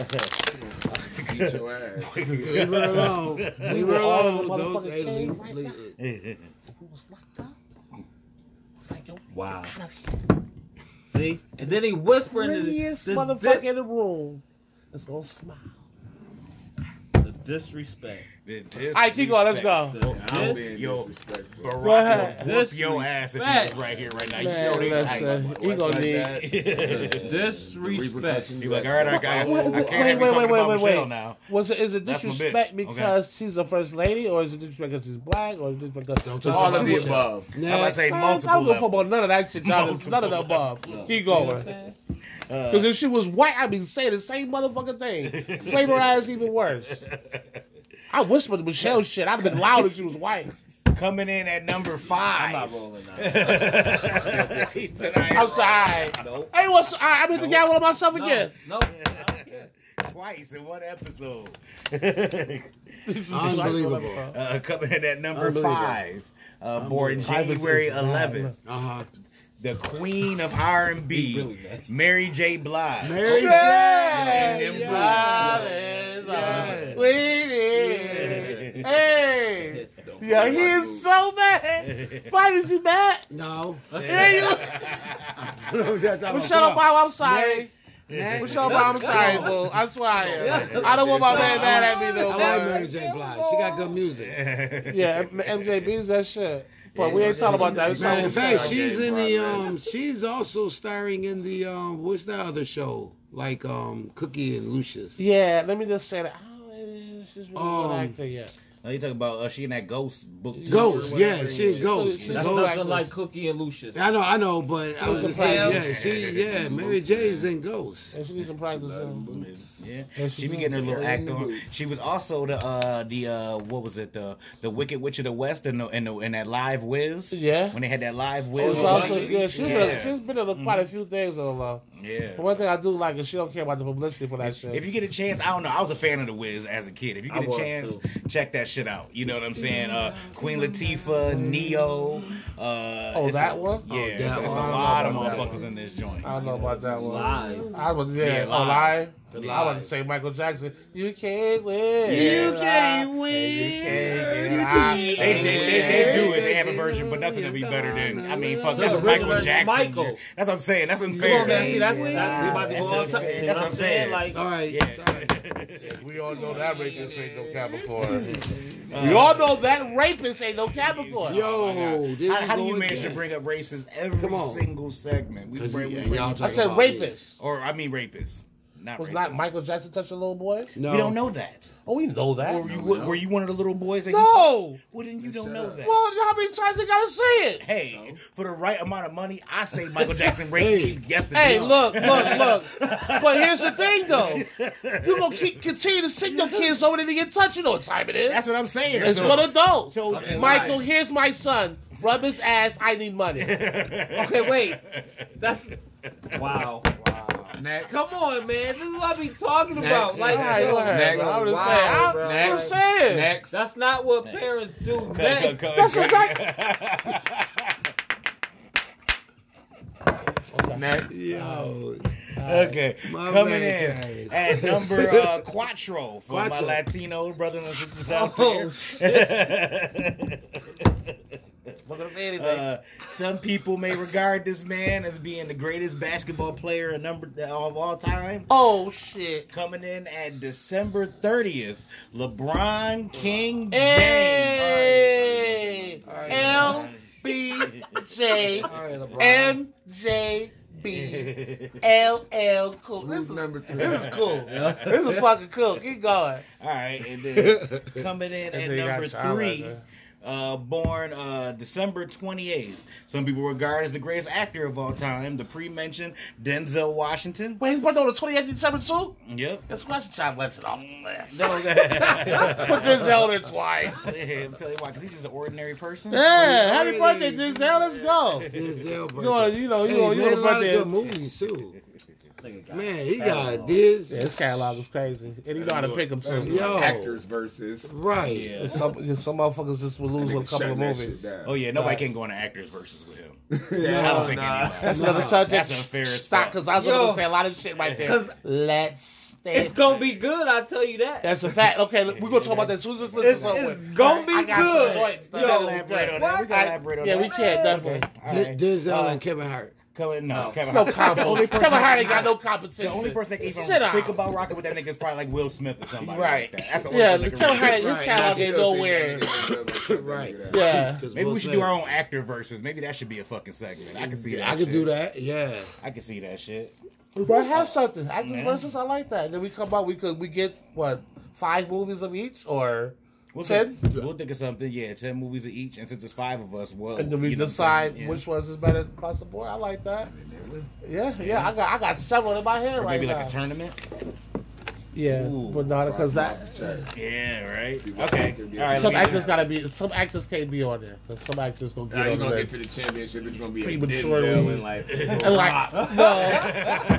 [SPEAKER 7] Eat your ass.
[SPEAKER 2] Leave her alone. Leave her
[SPEAKER 1] all in the
[SPEAKER 2] alone. Don't-
[SPEAKER 1] motherfucker's
[SPEAKER 2] hey,
[SPEAKER 1] cave
[SPEAKER 2] leave-
[SPEAKER 1] right
[SPEAKER 2] leave-
[SPEAKER 4] Wow. See? And then he whispered in the,
[SPEAKER 1] Prettiest
[SPEAKER 4] the,
[SPEAKER 1] motherfucker in the room. Let's go smile.
[SPEAKER 4] the, the disrespect.
[SPEAKER 5] All
[SPEAKER 1] All right, keep going. Let's go.
[SPEAKER 5] Oh,
[SPEAKER 4] The
[SPEAKER 7] I'm
[SPEAKER 4] dis-
[SPEAKER 7] being
[SPEAKER 5] Yo.
[SPEAKER 7] disrespectful.
[SPEAKER 5] Barack
[SPEAKER 1] Go ahead.
[SPEAKER 5] will whoop
[SPEAKER 4] This
[SPEAKER 5] your
[SPEAKER 4] is
[SPEAKER 5] ass if
[SPEAKER 4] bad.
[SPEAKER 5] he was right here right now. You
[SPEAKER 1] Man,
[SPEAKER 5] know they tight.
[SPEAKER 1] listen. You gonna need.
[SPEAKER 5] You
[SPEAKER 4] the disrespect.
[SPEAKER 5] like, all right, I, I,
[SPEAKER 1] What is
[SPEAKER 5] I
[SPEAKER 1] it-
[SPEAKER 5] can't have you talking about Michelle now.
[SPEAKER 1] Was it is it
[SPEAKER 5] That's my bitch.
[SPEAKER 1] disrespect
[SPEAKER 5] Okay.
[SPEAKER 1] because she's a first lady, or is it disrespect because she's black, or is it just because
[SPEAKER 2] Don't talk
[SPEAKER 7] All
[SPEAKER 2] about
[SPEAKER 7] of the
[SPEAKER 2] Michelle.
[SPEAKER 7] above.
[SPEAKER 5] I'm about to
[SPEAKER 2] Next.
[SPEAKER 5] say
[SPEAKER 1] Man,
[SPEAKER 5] multiple
[SPEAKER 1] I don't give a fuck
[SPEAKER 5] levels.
[SPEAKER 1] about none of that shit, John. It's none of the above. Keep going. Because if she was white, I'd be saying the same motherfucking thing. Flavor ass even worse. I whispered Michelle shit. I'd have been loud if she was white.
[SPEAKER 5] Coming in at number five.
[SPEAKER 4] I'm rolling out.
[SPEAKER 5] He said, I ain't
[SPEAKER 1] I'm sorry. Hey, what's I, I'm hit the guy with myself again.
[SPEAKER 4] No.
[SPEAKER 5] rolling Twice in one episode.
[SPEAKER 1] This is
[SPEAKER 2] Unbelievable.
[SPEAKER 5] uh, coming in at number
[SPEAKER 2] Unbelievable.
[SPEAKER 5] five. Uh, born
[SPEAKER 1] Five is-
[SPEAKER 5] January
[SPEAKER 1] is bad.
[SPEAKER 5] 11th,
[SPEAKER 2] Uh-huh.
[SPEAKER 5] the queen of R&B, Mary J. Blige.
[SPEAKER 2] Mary
[SPEAKER 1] Yeah.
[SPEAKER 2] J.
[SPEAKER 1] Love is all we need. Hey. Yeah, he is so mad. Why is he mad?
[SPEAKER 2] No.
[SPEAKER 1] Yeah, you. Michelle Obama, I'm sorry. Michelle Obama, I'm sorry, boo. I swear I am. I don't want my man mad at me,
[SPEAKER 2] I
[SPEAKER 1] though.
[SPEAKER 2] like
[SPEAKER 1] man.
[SPEAKER 2] Mary J. Blige. She got good music.
[SPEAKER 1] Yeah, M- MJB's that shit. But we ain't talking about that. It's
[SPEAKER 2] Matter
[SPEAKER 1] all-
[SPEAKER 2] of fact,
[SPEAKER 6] Stargate
[SPEAKER 2] she's in the
[SPEAKER 6] Progress.
[SPEAKER 2] um. She's also starring in the um. What's that other show? Like um, Cookie and Lucius.
[SPEAKER 1] Yeah, let me just say that. I don't, she's really
[SPEAKER 2] Um,
[SPEAKER 1] good actor yet.
[SPEAKER 5] Now you talking about uh, she in that ghost book. too.
[SPEAKER 2] Ghost, yeah, she
[SPEAKER 1] So
[SPEAKER 2] Ghost.
[SPEAKER 1] it's-
[SPEAKER 4] That's
[SPEAKER 1] Those
[SPEAKER 4] nothing
[SPEAKER 1] actors.
[SPEAKER 4] like Cookie and Lucius.
[SPEAKER 2] I know, I know, but I was just saying, yeah, she, yeah, Mary J's in Ghost.
[SPEAKER 1] And she needs some practice. um,
[SPEAKER 5] Yeah,
[SPEAKER 1] Yes,
[SPEAKER 5] she
[SPEAKER 1] she
[SPEAKER 5] be
[SPEAKER 1] did.
[SPEAKER 5] getting her little
[SPEAKER 1] Yeah,
[SPEAKER 5] act
[SPEAKER 1] yeah.
[SPEAKER 5] on. She was also the uh the uh what was it the the Wicked Witch of the West and the and, the, and that live whiz.
[SPEAKER 1] Yeah.
[SPEAKER 5] when they had that live
[SPEAKER 1] She's
[SPEAKER 5] whiz.
[SPEAKER 1] also, yeah, she's,
[SPEAKER 5] Yeah.
[SPEAKER 1] A, she's been in a,
[SPEAKER 2] Mm-hmm.
[SPEAKER 1] quite a few things on love.
[SPEAKER 5] yeah.
[SPEAKER 1] But one thing I do like is she don't care about the publicity for that shit.
[SPEAKER 5] If you get a chance, I don't know. I was a fan of the Wiz as a kid. If you
[SPEAKER 4] I
[SPEAKER 5] get a
[SPEAKER 4] was,
[SPEAKER 5] chance,
[SPEAKER 4] too.
[SPEAKER 5] check that shit out. You know what I'm saying? Uh, Queen Latifah, Neo. Uh,
[SPEAKER 1] Oh,
[SPEAKER 5] it's
[SPEAKER 1] that
[SPEAKER 5] a,
[SPEAKER 1] one?
[SPEAKER 5] Yeah,
[SPEAKER 1] Oh,
[SPEAKER 5] it's,
[SPEAKER 2] that
[SPEAKER 5] it's
[SPEAKER 2] one.
[SPEAKER 5] a lot of
[SPEAKER 1] I don't know
[SPEAKER 5] motherfuckers in this joint.
[SPEAKER 1] I don't know about that one.
[SPEAKER 4] Live.
[SPEAKER 1] I was yeah,
[SPEAKER 5] Yeah,
[SPEAKER 1] oh,
[SPEAKER 5] live.
[SPEAKER 1] live. I
[SPEAKER 2] live.
[SPEAKER 1] was to say Michael Jackson. You can't win.
[SPEAKER 5] You
[SPEAKER 2] can't
[SPEAKER 1] And You
[SPEAKER 2] win.
[SPEAKER 1] can't
[SPEAKER 2] You
[SPEAKER 1] get out.
[SPEAKER 2] can't
[SPEAKER 5] They, they, they, they do it. They have a version, but nothing will be better than. I mean, fuck, that's
[SPEAKER 4] That's
[SPEAKER 5] Michael
[SPEAKER 4] original
[SPEAKER 5] Jackson.
[SPEAKER 4] Michael.
[SPEAKER 5] That's what I'm saying. That's
[SPEAKER 4] Come
[SPEAKER 5] unfair.
[SPEAKER 4] on, man. See, that's,
[SPEAKER 5] Yeah.
[SPEAKER 4] that's, we about to go on
[SPEAKER 5] That's a-
[SPEAKER 4] top. See
[SPEAKER 5] that's
[SPEAKER 4] what I'm saying? Like,
[SPEAKER 2] All right,
[SPEAKER 5] Yeah.
[SPEAKER 2] sorry.
[SPEAKER 1] We all know that rapist ain't no Capricorn. we all know that rapist ain't no Capricorn.
[SPEAKER 2] Yo, this
[SPEAKER 5] Oh how,
[SPEAKER 2] is
[SPEAKER 5] how do you
[SPEAKER 2] going
[SPEAKER 5] manage to
[SPEAKER 2] down.
[SPEAKER 5] bring up racists every
[SPEAKER 2] Come on.
[SPEAKER 5] single segment? We
[SPEAKER 2] 'Cause
[SPEAKER 5] bring, we
[SPEAKER 2] y-
[SPEAKER 5] bring
[SPEAKER 2] y'all
[SPEAKER 5] up-
[SPEAKER 1] I
[SPEAKER 2] talking
[SPEAKER 1] said
[SPEAKER 2] about
[SPEAKER 1] rapist.
[SPEAKER 5] or I mean rapists, not
[SPEAKER 1] Was
[SPEAKER 5] racists.
[SPEAKER 1] not Michael Jackson touching a little boy?
[SPEAKER 2] me. No,
[SPEAKER 5] We don't know that.
[SPEAKER 1] Oh, we know that.
[SPEAKER 5] Or you, were you one of the little boys? That he
[SPEAKER 1] No.
[SPEAKER 5] touched? Well, then you don't know that.
[SPEAKER 1] Well, how many times they gotta say it?
[SPEAKER 5] Hey, for the right amount of money, I say Michael Jackson
[SPEAKER 2] Hey.
[SPEAKER 5] raped you yesterday.
[SPEAKER 1] Hey, look, look, look. But here's the thing, though. You gonna keep, continue to send your kids over there to get touched. You know what time it is?
[SPEAKER 5] That's what I'm saying.
[SPEAKER 1] it's
[SPEAKER 5] So-
[SPEAKER 1] for adults.
[SPEAKER 5] so-
[SPEAKER 1] Michael, here's my son. Rub his ass. I need money.
[SPEAKER 4] okay, wait. That's wow. Come on, man. This is what I be talking about.
[SPEAKER 3] Next.
[SPEAKER 4] Like,
[SPEAKER 1] All right,
[SPEAKER 4] yo,
[SPEAKER 1] go ahead.
[SPEAKER 3] Next.
[SPEAKER 1] bro. I'm just
[SPEAKER 4] Wow,
[SPEAKER 1] saying. I-
[SPEAKER 4] bro.
[SPEAKER 1] I'm just
[SPEAKER 4] Next.
[SPEAKER 1] saying.
[SPEAKER 3] Next.
[SPEAKER 4] that's not what parents do.
[SPEAKER 5] Cut,
[SPEAKER 4] Next.
[SPEAKER 5] cut, cut,
[SPEAKER 1] That's
[SPEAKER 5] cut.
[SPEAKER 1] exactly.
[SPEAKER 3] Next.
[SPEAKER 2] yo,
[SPEAKER 5] Okay,
[SPEAKER 2] My
[SPEAKER 5] coming
[SPEAKER 2] man
[SPEAKER 5] in
[SPEAKER 2] Jace.
[SPEAKER 5] at number uh, Quattro for my
[SPEAKER 2] Quattro.
[SPEAKER 5] Latino brothers and sisters out
[SPEAKER 4] Oh,
[SPEAKER 5] there.
[SPEAKER 1] Not gonna say anything.
[SPEAKER 5] Uh, some people may regard this man as being the greatest basketball player in number of all time.
[SPEAKER 1] oh shit.
[SPEAKER 5] Coming in at December 30th, LeBron King James.
[SPEAKER 1] Hey, L B J
[SPEAKER 2] all right, LeBron.
[SPEAKER 1] M J B L L cool. This
[SPEAKER 6] Who's
[SPEAKER 1] is,
[SPEAKER 6] number three?
[SPEAKER 1] this is cool. This is fucking cool. Keep going.
[SPEAKER 5] All right, and then coming in at
[SPEAKER 1] then you
[SPEAKER 5] number
[SPEAKER 1] got Charlotte,
[SPEAKER 5] three,
[SPEAKER 1] man.
[SPEAKER 5] uh, born uh, December 28th. Some people regard as the greatest actor of all time, the pre-mentioned Denzel Washington.
[SPEAKER 1] Wait, he's birthday on the 28th of December too?
[SPEAKER 5] Yep.
[SPEAKER 1] This question time lets it off the list.
[SPEAKER 5] No, I'm
[SPEAKER 1] Put Denzel there twice.
[SPEAKER 5] telling you why, because he's just an ordinary person. Oh,
[SPEAKER 1] Yeah, happy birthday, Denzel. Let's go.
[SPEAKER 2] Denzel
[SPEAKER 1] You know,
[SPEAKER 2] birthday.
[SPEAKER 1] you know, you
[SPEAKER 2] Hey,
[SPEAKER 1] know,
[SPEAKER 2] he
[SPEAKER 1] you
[SPEAKER 2] made a
[SPEAKER 1] know,
[SPEAKER 2] lot of
[SPEAKER 1] birthday.
[SPEAKER 2] good movies too.
[SPEAKER 4] Nigga got
[SPEAKER 2] Man, he
[SPEAKER 4] catalog.
[SPEAKER 2] got this.
[SPEAKER 1] Yeah, his catalog is crazy, and he know how to pick them too.
[SPEAKER 2] Yo.
[SPEAKER 6] Actors versus.
[SPEAKER 2] Right.
[SPEAKER 5] Yeah.
[SPEAKER 1] There's Some, there's some motherfuckers just will lose with a couple of movies.
[SPEAKER 5] Oh yeah, nobody
[SPEAKER 1] Right.
[SPEAKER 5] can go on actors versus with him.
[SPEAKER 6] yeah.
[SPEAKER 5] I don't think
[SPEAKER 4] nah.
[SPEAKER 5] anybody.
[SPEAKER 1] That's another subject.
[SPEAKER 5] That's unfair as
[SPEAKER 1] Stop,
[SPEAKER 5] fuck.
[SPEAKER 1] because I was
[SPEAKER 4] Yo.
[SPEAKER 1] going to say a lot of shit right there.
[SPEAKER 4] 'Cause-
[SPEAKER 1] Let's stay.
[SPEAKER 4] It's gonna be good. I tell you that.
[SPEAKER 1] That's a fact. Okay, look, we're going to talk about that as soon as this list
[SPEAKER 4] It's-
[SPEAKER 1] is over.
[SPEAKER 4] it's
[SPEAKER 1] with.
[SPEAKER 4] gonna be
[SPEAKER 1] I got some
[SPEAKER 4] good.
[SPEAKER 1] joints that
[SPEAKER 4] Yo,
[SPEAKER 1] that'll be
[SPEAKER 5] elaborate
[SPEAKER 1] great.
[SPEAKER 5] on that. We can
[SPEAKER 1] I-
[SPEAKER 5] elaborate on
[SPEAKER 1] yeah,
[SPEAKER 5] that.
[SPEAKER 1] we can, definitely.
[SPEAKER 5] All
[SPEAKER 2] D-
[SPEAKER 5] right.
[SPEAKER 2] Denzel and Kevin Hart.
[SPEAKER 5] Kevin, no, Kevin.
[SPEAKER 1] No
[SPEAKER 5] Hart. The
[SPEAKER 1] combo.
[SPEAKER 5] only person-
[SPEAKER 1] Kevin Hart ain't got no
[SPEAKER 5] The
[SPEAKER 1] competition.
[SPEAKER 5] only person that can even
[SPEAKER 1] Sit down.
[SPEAKER 5] think about rocking with that nigga is probably like Will Smith or somebody. Right.
[SPEAKER 2] Right.
[SPEAKER 5] Like that. That's the only
[SPEAKER 1] Yeah,
[SPEAKER 5] person that
[SPEAKER 1] Kevin
[SPEAKER 5] can
[SPEAKER 1] Hart,
[SPEAKER 5] really-
[SPEAKER 1] his catalog ain't nowhere.
[SPEAKER 2] Right.
[SPEAKER 1] Yeah.
[SPEAKER 2] 'Cause
[SPEAKER 5] Maybe
[SPEAKER 2] Will
[SPEAKER 5] we should
[SPEAKER 2] Smith-
[SPEAKER 5] do our own actor versus. Maybe that should be a fucking segment. I can see that.
[SPEAKER 2] I could
[SPEAKER 5] shit.
[SPEAKER 2] do that. Yeah.
[SPEAKER 5] I can see that shit.
[SPEAKER 1] But I have something. I do
[SPEAKER 5] Man.
[SPEAKER 1] versus. I like that. Then we come out. We could. We get what five movies of each, or
[SPEAKER 5] We'll
[SPEAKER 1] Ten?
[SPEAKER 5] Think, we'll think of something. Yeah, ten movies of each, and since it's five of us, well,
[SPEAKER 1] and then we
[SPEAKER 5] you know what I'm
[SPEAKER 1] decide
[SPEAKER 5] saying, yeah.
[SPEAKER 1] which ones is better across the board. I like that. Yeah, yeah. I got I got several in my head
[SPEAKER 5] Or
[SPEAKER 1] right uh,
[SPEAKER 5] maybe
[SPEAKER 1] now.
[SPEAKER 5] like a tournament.
[SPEAKER 1] yeah,
[SPEAKER 5] Ooh.
[SPEAKER 1] but not because that.
[SPEAKER 5] Yeah, right.
[SPEAKER 6] See what
[SPEAKER 5] Okay.
[SPEAKER 6] actor gets
[SPEAKER 5] All right.
[SPEAKER 1] Some
[SPEAKER 5] let me-
[SPEAKER 1] actors gotta be. Some actors can't be on there. 'cause Some actors gonna
[SPEAKER 6] Now
[SPEAKER 1] get
[SPEAKER 6] you're
[SPEAKER 1] on the
[SPEAKER 6] gonna get to
[SPEAKER 1] list.
[SPEAKER 6] the championship. It's gonna be a
[SPEAKER 1] Prematurely.
[SPEAKER 6] Denzel and like.
[SPEAKER 1] And like no,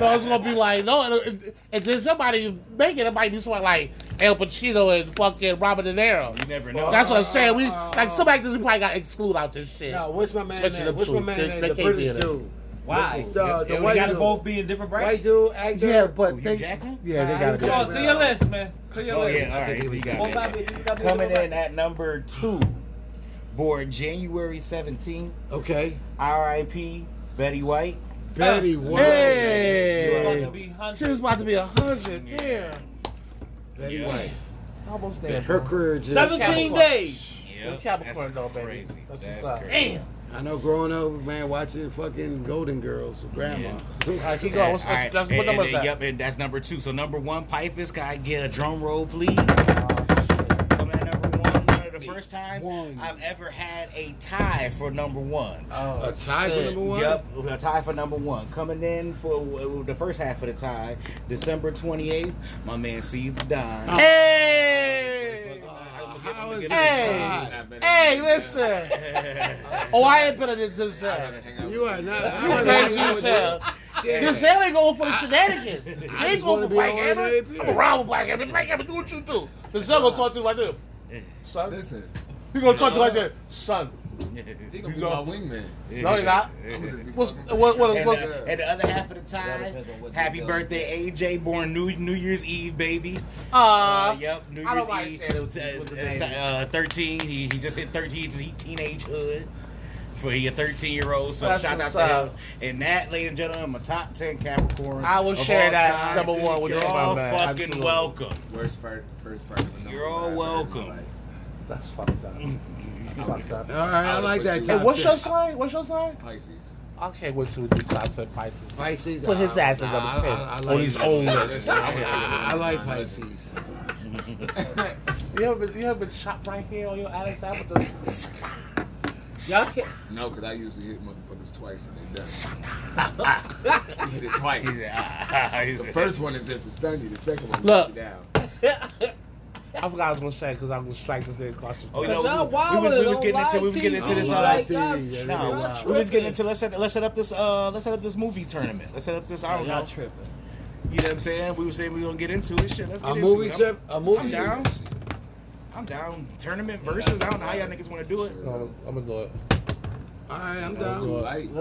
[SPEAKER 1] no, it's gonna be like no, and, and, and then somebody make it. It might be somebody like El Pacino and fucking Robert De Niro.
[SPEAKER 5] You never know.
[SPEAKER 1] That's what I'm saying. We
[SPEAKER 2] Uh,
[SPEAKER 1] like some actors we probably got to exclude out this shit.
[SPEAKER 2] Now, what's my man?
[SPEAKER 1] Switch it
[SPEAKER 2] name?
[SPEAKER 1] up
[SPEAKER 2] What's my
[SPEAKER 1] too.
[SPEAKER 2] man?
[SPEAKER 1] They-
[SPEAKER 2] name?
[SPEAKER 1] they
[SPEAKER 2] the
[SPEAKER 1] can't be
[SPEAKER 2] British
[SPEAKER 1] in it.
[SPEAKER 2] dude.
[SPEAKER 4] Why?
[SPEAKER 2] The,
[SPEAKER 5] Yeah,
[SPEAKER 2] the
[SPEAKER 5] we
[SPEAKER 4] We
[SPEAKER 2] white
[SPEAKER 4] gotta
[SPEAKER 2] dude.
[SPEAKER 4] both be in different
[SPEAKER 2] White
[SPEAKER 4] brackets.
[SPEAKER 2] dude actor.
[SPEAKER 1] Yeah, but
[SPEAKER 5] Hugh
[SPEAKER 1] they,
[SPEAKER 5] Jackson?
[SPEAKER 1] yeah, they
[SPEAKER 2] Nah,
[SPEAKER 1] gotta be.
[SPEAKER 2] you
[SPEAKER 4] Come
[SPEAKER 1] on
[SPEAKER 2] can't-
[SPEAKER 4] on, to your list, man. To your
[SPEAKER 5] Oh
[SPEAKER 4] list.
[SPEAKER 5] yeah. All right. so you got
[SPEAKER 4] Both
[SPEAKER 5] that.
[SPEAKER 4] gotta be- you gotta be
[SPEAKER 5] Coming
[SPEAKER 4] the
[SPEAKER 5] in at number two, born January 17th,
[SPEAKER 2] Okay.
[SPEAKER 5] R.I.P. Betty White.
[SPEAKER 2] Betty White.
[SPEAKER 4] right. About to
[SPEAKER 1] Hey,
[SPEAKER 4] be hunted.
[SPEAKER 1] she was about to be a hundred. Damn,
[SPEAKER 2] Betty
[SPEAKER 5] Yeah.
[SPEAKER 2] White.
[SPEAKER 1] almost there.
[SPEAKER 2] Her career just.
[SPEAKER 1] Seven-
[SPEAKER 4] Seventeen days.
[SPEAKER 5] Yeah. Yeah,
[SPEAKER 1] Capricorn, though, baby.
[SPEAKER 5] Crazy.
[SPEAKER 1] That's
[SPEAKER 5] That's,
[SPEAKER 1] what's up.
[SPEAKER 5] crazy.
[SPEAKER 4] Damn.
[SPEAKER 2] I know growing up, man, watching fucking Golden Girls with grandma.
[SPEAKER 1] Alright, keep going. What's,
[SPEAKER 5] All right,
[SPEAKER 1] what's, that's, what
[SPEAKER 5] and-
[SPEAKER 1] number
[SPEAKER 5] and-
[SPEAKER 1] is that?
[SPEAKER 5] Yep, and that's number two. So number one, Pyphus, can I get a drum roll,
[SPEAKER 1] Oh,
[SPEAKER 5] please? Coming at number one, one of the first times
[SPEAKER 2] One.
[SPEAKER 5] I've ever had a tie for number one.
[SPEAKER 1] Oh,
[SPEAKER 2] A tie for
[SPEAKER 1] shit.
[SPEAKER 2] number one?
[SPEAKER 5] Yep, a tie for number one. Coming in for uh, the first half of the tie, December 28th, my man sees the dime.
[SPEAKER 1] Hey!
[SPEAKER 2] Uh, how is it a
[SPEAKER 1] Hey!
[SPEAKER 2] tie?
[SPEAKER 1] Hey, listen. oh, I ain't been at it since then.
[SPEAKER 2] You are not. I
[SPEAKER 1] You
[SPEAKER 2] wanna
[SPEAKER 1] crazy
[SPEAKER 2] hang out
[SPEAKER 1] as
[SPEAKER 2] with
[SPEAKER 1] hell.
[SPEAKER 2] you. Shit.
[SPEAKER 1] Giselle ain't going for the shenanigans. They ain't going
[SPEAKER 2] just wanna
[SPEAKER 1] for
[SPEAKER 2] be
[SPEAKER 1] Black
[SPEAKER 2] an
[SPEAKER 1] Hammer.
[SPEAKER 2] ordinary people.
[SPEAKER 1] I'm around with Black Hammer. Black Hammer, do what you do. Giselle gonna talk to you like this. Son,
[SPEAKER 7] Listen,
[SPEAKER 1] he gonna talk to you like this. Son,
[SPEAKER 7] he gonna be
[SPEAKER 1] You
[SPEAKER 7] my
[SPEAKER 1] know-
[SPEAKER 7] wingman.
[SPEAKER 1] no, you're not. What's, what, what is,
[SPEAKER 5] And,
[SPEAKER 1] what's,
[SPEAKER 5] uh, and the other half of the tie,
[SPEAKER 4] depends on what
[SPEAKER 5] happy
[SPEAKER 4] you do.
[SPEAKER 5] birthday, AJ, born New New Year's Eve, baby. Uh,
[SPEAKER 1] uh,
[SPEAKER 5] yep, New
[SPEAKER 1] I
[SPEAKER 5] Year's
[SPEAKER 1] don't mind
[SPEAKER 5] Eve.
[SPEAKER 1] saying it was- it was the
[SPEAKER 5] uh,
[SPEAKER 1] name.
[SPEAKER 5] uh, 13. He, he just hit 13. He's he teenagehood for he a 13 year old. So
[SPEAKER 1] That's
[SPEAKER 5] shout out
[SPEAKER 1] what's
[SPEAKER 5] to him.
[SPEAKER 1] up.
[SPEAKER 5] And that, ladies and gentlemen, my top 10 Capricorn.
[SPEAKER 1] I will share that number one with
[SPEAKER 5] You're
[SPEAKER 1] you, my
[SPEAKER 5] all
[SPEAKER 1] man.
[SPEAKER 5] fucking
[SPEAKER 1] Absolutely.
[SPEAKER 5] welcome.
[SPEAKER 7] Worst part, first part of the
[SPEAKER 5] You're all welcome.
[SPEAKER 1] that's fucked up. That's fucked up.
[SPEAKER 2] All right, I like that
[SPEAKER 7] Hey,
[SPEAKER 2] top
[SPEAKER 1] Hey, what's
[SPEAKER 2] ten.
[SPEAKER 1] your sign? What's your sign?
[SPEAKER 7] Pisces.
[SPEAKER 1] I can't wait till we do top ten prices.
[SPEAKER 2] Pisces?
[SPEAKER 1] Put his
[SPEAKER 2] uh,
[SPEAKER 1] ass as
[SPEAKER 2] nah,
[SPEAKER 1] number
[SPEAKER 2] I- I- I
[SPEAKER 1] ten
[SPEAKER 2] like-
[SPEAKER 1] on his own list.
[SPEAKER 7] Listen, I'm
[SPEAKER 2] I I
[SPEAKER 7] a-
[SPEAKER 2] like Pisces.
[SPEAKER 1] You ever been, you ever been shot right here on your Alex Apple? Y'all can't.
[SPEAKER 7] No, because I usually hit motherfuckers twice and they done. You hit it twice. The first one is just to stun you. The second one knocks
[SPEAKER 1] Look.
[SPEAKER 7] you down.
[SPEAKER 1] I forgot I was gonna say because I'm gonna strike this nigga across the.
[SPEAKER 5] Oh, you
[SPEAKER 1] throat.
[SPEAKER 5] know,
[SPEAKER 4] Y'all
[SPEAKER 5] we, we was, we was
[SPEAKER 4] wildin'
[SPEAKER 5] getting
[SPEAKER 4] on
[SPEAKER 5] into we was
[SPEAKER 4] live
[SPEAKER 5] getting into
[SPEAKER 4] TV.
[SPEAKER 5] this.
[SPEAKER 2] On
[SPEAKER 5] Uh,
[SPEAKER 2] live
[SPEAKER 4] Like,
[SPEAKER 2] TV,
[SPEAKER 4] y'all-
[SPEAKER 2] yeah,
[SPEAKER 5] no,
[SPEAKER 4] y'all
[SPEAKER 5] we was
[SPEAKER 4] tripping.
[SPEAKER 5] getting into let's set let's set up this uh let's set up this movie tournament. Let's set up this I
[SPEAKER 4] Y'all
[SPEAKER 5] don't
[SPEAKER 7] Oh,
[SPEAKER 5] know.
[SPEAKER 4] tripping.
[SPEAKER 5] You know what I'm saying? We were saying we were gonna get into it. Shit, let's get
[SPEAKER 2] A
[SPEAKER 5] into
[SPEAKER 2] movie
[SPEAKER 5] it. I'm-
[SPEAKER 2] trip? A
[SPEAKER 5] I'm
[SPEAKER 2] movie?
[SPEAKER 5] down. I'm down. Tournament versus. I don't know how y'all niggas want to do it.
[SPEAKER 1] No, I'm gonna do it.
[SPEAKER 2] All right, I'm
[SPEAKER 7] That's too
[SPEAKER 2] down.
[SPEAKER 7] light.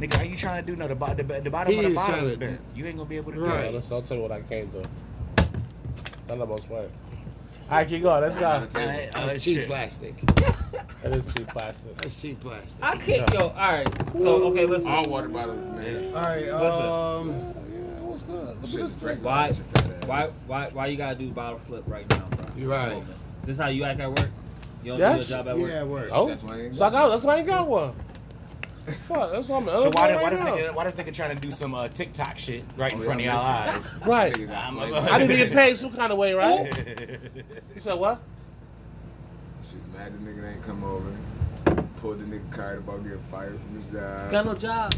[SPEAKER 5] Nigga, how you trying to do? No, the, bo- the, the bottom
[SPEAKER 2] He
[SPEAKER 5] of the
[SPEAKER 2] is
[SPEAKER 5] bottom
[SPEAKER 2] trying
[SPEAKER 5] is
[SPEAKER 2] to-
[SPEAKER 5] bent. You ain't gonna be able to
[SPEAKER 1] Yeah,
[SPEAKER 2] Right.
[SPEAKER 1] listen, I'll tell you what I can't do. That almost worked. All right, keep going. Let's go.
[SPEAKER 5] do it. All right, all right,
[SPEAKER 2] That's cheap
[SPEAKER 5] shit.
[SPEAKER 2] plastic.
[SPEAKER 1] That is cheap plastic.
[SPEAKER 2] That's cheap plastic.
[SPEAKER 4] I can't. Yo, all right. So okay, listen.
[SPEAKER 7] All water bottles, man.
[SPEAKER 2] All right, um,
[SPEAKER 1] What's good?
[SPEAKER 7] Shit is drinking.
[SPEAKER 4] Why?
[SPEAKER 7] Your fat ass.
[SPEAKER 4] Why? Why? Why you gotta do bottle flip right now, bro?
[SPEAKER 2] you're right.
[SPEAKER 4] This how you act at work? You don't
[SPEAKER 1] Yes.
[SPEAKER 4] do your job at
[SPEAKER 2] Yeah,
[SPEAKER 4] work?
[SPEAKER 2] work.
[SPEAKER 1] Oh,
[SPEAKER 7] That's why I ain't
[SPEAKER 1] so I
[SPEAKER 7] got
[SPEAKER 1] got. That's why I ain't got one. Fuck. That's why I'm.
[SPEAKER 5] So why,
[SPEAKER 1] right
[SPEAKER 5] why, this
[SPEAKER 1] now.
[SPEAKER 5] nigga, why this nigga trying to do some uh, TikTok shit right in
[SPEAKER 7] Oh,
[SPEAKER 5] front of
[SPEAKER 7] yeah,
[SPEAKER 5] y'all eyes?
[SPEAKER 1] Right.
[SPEAKER 5] I'm a-
[SPEAKER 1] I need to get paid some kind of way, right? You said what?
[SPEAKER 7] Shit, mad the nigga ain't come over. Pulled the nigga card about getting fired from his job.
[SPEAKER 4] Got no job.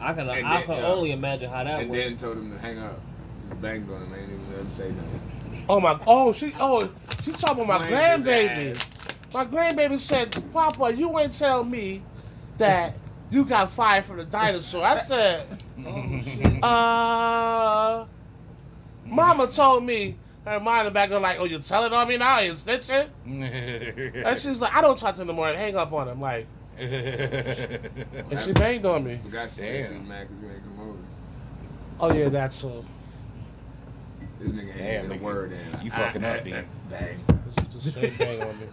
[SPEAKER 4] I can.
[SPEAKER 7] And
[SPEAKER 4] I
[SPEAKER 7] then,
[SPEAKER 4] can
[SPEAKER 7] yeah.
[SPEAKER 4] only imagine how that
[SPEAKER 7] and then
[SPEAKER 4] works.
[SPEAKER 7] told him to hang up. Just banged on him. I ain't even let him say nothing.
[SPEAKER 1] Oh my! Oh, she. Oh, she talking about my
[SPEAKER 7] Blamed his
[SPEAKER 1] grandbaby. My grandbaby said, "Papa, you ain't tell me that you got fired from the dinosaur." I said, "Uh, Mama told me." Her mind in the back of like, "Oh, you telling on me now? You snitching?" And she was like, "I don't talk to him in the morning. Hang up on him." Like, and she banged on me.
[SPEAKER 7] Forgot she said she
[SPEAKER 5] Damn.
[SPEAKER 7] was mad 'cause you ain't come over.
[SPEAKER 1] Oh yeah, that's so.
[SPEAKER 7] This nigga
[SPEAKER 5] Damn,
[SPEAKER 7] ain't getting
[SPEAKER 5] nigga.
[SPEAKER 7] a word in.
[SPEAKER 5] You fucking up, B.
[SPEAKER 7] Bang.
[SPEAKER 1] It's just a straight bang on me.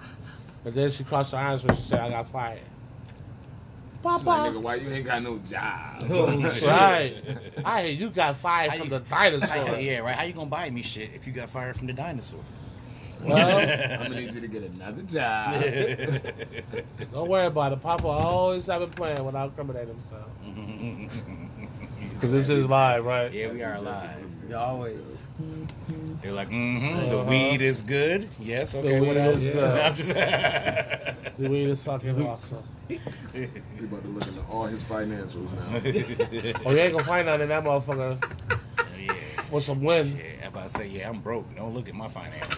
[SPEAKER 1] And then she crossed her arms when she said, "I got fired."
[SPEAKER 7] She's like, nigga,
[SPEAKER 1] Papa,
[SPEAKER 7] why you ain't got no job?
[SPEAKER 4] Oh, shit.
[SPEAKER 1] right? I hear you got fired
[SPEAKER 5] How
[SPEAKER 1] from
[SPEAKER 5] you-
[SPEAKER 1] the dinosaur.
[SPEAKER 5] How- yeah, right. How you gonna buy me shit if you got fired from the dinosaur?
[SPEAKER 1] Well,
[SPEAKER 7] I'm gonna need you to get another job.
[SPEAKER 1] don't worry about it. Papa always have a plan without incriminating himself. Because this is live, right?
[SPEAKER 5] yeah, we are alive.
[SPEAKER 2] Always.
[SPEAKER 5] They're like, mm-hmm, the weed is good. Yes, okay.
[SPEAKER 1] Uh-huh. weed
[SPEAKER 5] what else?
[SPEAKER 1] is good.
[SPEAKER 5] I'm just-
[SPEAKER 1] The weed is fucking awesome.
[SPEAKER 7] He about to look into all his financials now.
[SPEAKER 1] Oh, you ain't gonna find nothing in that motherfucker
[SPEAKER 5] yeah,
[SPEAKER 1] with some wind.
[SPEAKER 5] yeah. I'm about to say, yeah, I'm broke. Don't look at my finances.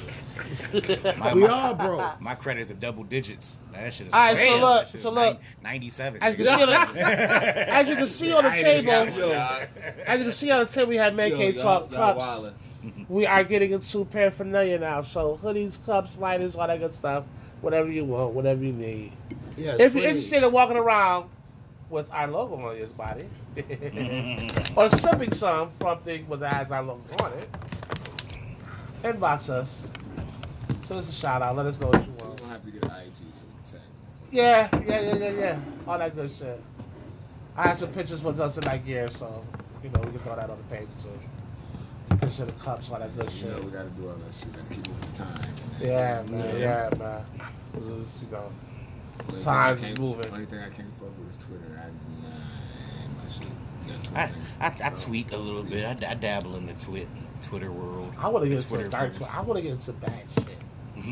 [SPEAKER 5] my,
[SPEAKER 2] We
[SPEAKER 5] my-
[SPEAKER 2] all broke.
[SPEAKER 5] My credits are double digits. That shit is.
[SPEAKER 1] All right, so look,
[SPEAKER 5] Damn, that shit is
[SPEAKER 1] so look.
[SPEAKER 5] nine- Ninety-seven.
[SPEAKER 1] As you can
[SPEAKER 5] nigga.
[SPEAKER 1] see on the, as you can see on the
[SPEAKER 5] I ain't even
[SPEAKER 1] table, as you can see on the table, we have
[SPEAKER 4] Yo,
[SPEAKER 1] Medicaid
[SPEAKER 4] y'all-
[SPEAKER 1] talk
[SPEAKER 4] y'all
[SPEAKER 1] cups.
[SPEAKER 4] wildin'.
[SPEAKER 1] We are getting into paraphernalia now, so hoodies, cups, lighters, all that good stuff. Whatever you want, whatever you need.
[SPEAKER 2] Yes,
[SPEAKER 1] If you're
[SPEAKER 2] please.
[SPEAKER 1] interested in walking around with our logo on your body,
[SPEAKER 5] Mm-hmm.
[SPEAKER 1] or sipping some something with that has our logo on it, inbox us. So it's a shout out. Let us know what you
[SPEAKER 7] We're
[SPEAKER 1] want.
[SPEAKER 7] gonna have to get an IG so we can tag. him.
[SPEAKER 1] Yeah, yeah, yeah, yeah, yeah. All that good shit. I had some pictures with us in that gear, so you know we can throw that on the page too. Champions to the Cups, all that good
[SPEAKER 7] You
[SPEAKER 1] shit.
[SPEAKER 7] know, we got to do all that shit. Got to keep up with the time.
[SPEAKER 1] Yeah, man. Yeah, man. This is, you know,
[SPEAKER 7] Only thing
[SPEAKER 1] Times
[SPEAKER 7] I can't-
[SPEAKER 1] is moving.
[SPEAKER 7] Only thing I can't fuck with is Twitter. I nah, my shit. That's
[SPEAKER 5] I,
[SPEAKER 7] one thing.
[SPEAKER 5] I, I tweet a little bit. I, I dabble in the twit, Twitter world.
[SPEAKER 1] I want to get into
[SPEAKER 5] Twitter
[SPEAKER 1] dark.
[SPEAKER 5] first.
[SPEAKER 1] Tw- I want to get into bad shit.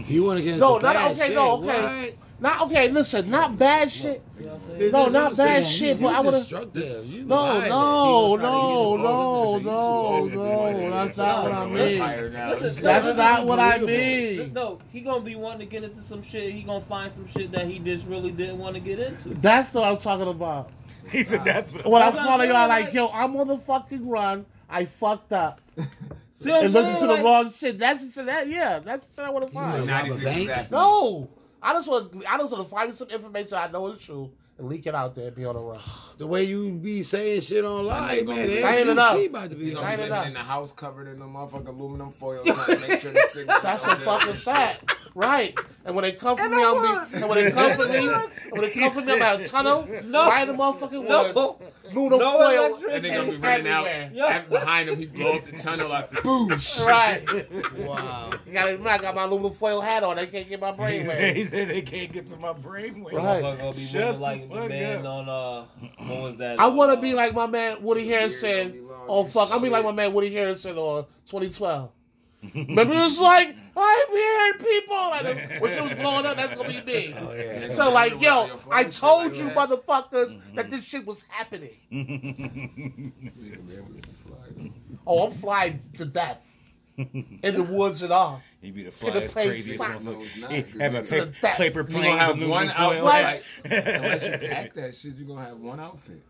[SPEAKER 2] You want to get into
[SPEAKER 1] No, not
[SPEAKER 2] bad
[SPEAKER 1] okay.
[SPEAKER 2] shit.
[SPEAKER 1] No, okay. Not okay. Listen, not bad shit.
[SPEAKER 2] What?
[SPEAKER 1] No,
[SPEAKER 2] That's
[SPEAKER 1] not
[SPEAKER 2] what I'm saying.
[SPEAKER 1] bad shit,
[SPEAKER 2] You
[SPEAKER 1] but I wanna-
[SPEAKER 2] destructive. You
[SPEAKER 1] No, no,
[SPEAKER 2] lying.
[SPEAKER 7] He was trying to
[SPEAKER 1] no,
[SPEAKER 7] use his
[SPEAKER 1] no,
[SPEAKER 7] phone
[SPEAKER 1] no,
[SPEAKER 7] as a YouTube
[SPEAKER 1] Oh, no.
[SPEAKER 7] editor.
[SPEAKER 1] That's not what I
[SPEAKER 7] That's
[SPEAKER 1] mean.
[SPEAKER 7] higher now.
[SPEAKER 4] Listen,
[SPEAKER 1] That's not what I
[SPEAKER 4] Th-
[SPEAKER 1] mean.
[SPEAKER 4] No, he gonna be wanting to get into some shit. He gonna find some shit that he just really didn't want to get into.
[SPEAKER 1] That's what I'm talking about.
[SPEAKER 5] He said that's what.
[SPEAKER 1] When I'm
[SPEAKER 4] what I'm
[SPEAKER 1] calling
[SPEAKER 4] saying,
[SPEAKER 1] y'all like,
[SPEAKER 4] like-
[SPEAKER 1] yo, I'm on the fucking run. I fucked up
[SPEAKER 4] See what I'm
[SPEAKER 1] and looked
[SPEAKER 4] saying?
[SPEAKER 1] to the
[SPEAKER 4] Like,
[SPEAKER 1] wrong shit. That's the shit that, yeah, that's the shit I want to
[SPEAKER 2] wanna
[SPEAKER 1] find.
[SPEAKER 2] rob a bank?
[SPEAKER 1] No, I just want I just want to find some information I know is true and leak it out there and be on the run.
[SPEAKER 2] The way you be saying shit online, man. The
[SPEAKER 1] Ain't enough.
[SPEAKER 2] FCC about to be
[SPEAKER 7] You know,
[SPEAKER 1] Ain't
[SPEAKER 2] on.
[SPEAKER 1] enough.
[SPEAKER 7] living in the house covered in the motherfucking aluminum foil, trying to make sure the signal.
[SPEAKER 1] That's
[SPEAKER 7] don't
[SPEAKER 1] a
[SPEAKER 7] get
[SPEAKER 1] fucking
[SPEAKER 7] out.
[SPEAKER 1] fact, right? And when they come for me, I'll be. And when they come for me, and when they come for me, I'm out of tunnel,
[SPEAKER 4] No.
[SPEAKER 1] right in the motherfucking woods,
[SPEAKER 4] No.
[SPEAKER 1] noodle
[SPEAKER 4] No
[SPEAKER 1] foil,
[SPEAKER 4] electricity.
[SPEAKER 7] And they gonna be running out
[SPEAKER 1] everywhere.
[SPEAKER 4] Yeah.
[SPEAKER 7] and behind him. He blow up the tunnel like boosh.
[SPEAKER 1] Right.
[SPEAKER 2] Wow.
[SPEAKER 1] You gotta remember, I got my aluminum foil hat on. They can't get my
[SPEAKER 5] He
[SPEAKER 1] brain
[SPEAKER 5] said,
[SPEAKER 1] wet.
[SPEAKER 5] he said they can't get to my brainwave.
[SPEAKER 1] Right.
[SPEAKER 4] Motherfucker gonna be
[SPEAKER 5] Shut
[SPEAKER 4] moving
[SPEAKER 5] the
[SPEAKER 4] like the,
[SPEAKER 5] fuck
[SPEAKER 4] man
[SPEAKER 5] up.
[SPEAKER 4] on uh, what was that?
[SPEAKER 1] I want
[SPEAKER 4] uh,
[SPEAKER 1] to be like my man Woody
[SPEAKER 7] gonna be
[SPEAKER 1] Harrison.
[SPEAKER 7] long
[SPEAKER 1] Oh
[SPEAKER 7] as
[SPEAKER 1] fuck, I'll be
[SPEAKER 7] shit.
[SPEAKER 1] like my man Woody Harrison on 2012. Remember, it was like I'm hearing people, and when she was blowing up, that's gonna be me.
[SPEAKER 2] Oh, yeah.
[SPEAKER 1] So like, yo, I told you, motherfuckers, that this shit was happening.
[SPEAKER 7] Yeah, man, fly.
[SPEAKER 1] Oh, I'm flying to death in the woods and all.
[SPEAKER 5] He be the
[SPEAKER 1] Gonna
[SPEAKER 5] flyest,
[SPEAKER 1] play
[SPEAKER 5] craziest
[SPEAKER 1] socks.
[SPEAKER 7] No, it's
[SPEAKER 5] motherfucker.
[SPEAKER 7] not,
[SPEAKER 5] He
[SPEAKER 7] dude.
[SPEAKER 5] have a
[SPEAKER 1] You're
[SPEAKER 5] pa-
[SPEAKER 1] that-
[SPEAKER 5] paper
[SPEAKER 7] You
[SPEAKER 5] plane
[SPEAKER 7] gonna have
[SPEAKER 5] of aluminum
[SPEAKER 7] one
[SPEAKER 5] foil.
[SPEAKER 1] What?
[SPEAKER 7] outfit. Unless you pack that shit, you gonna have one outfit.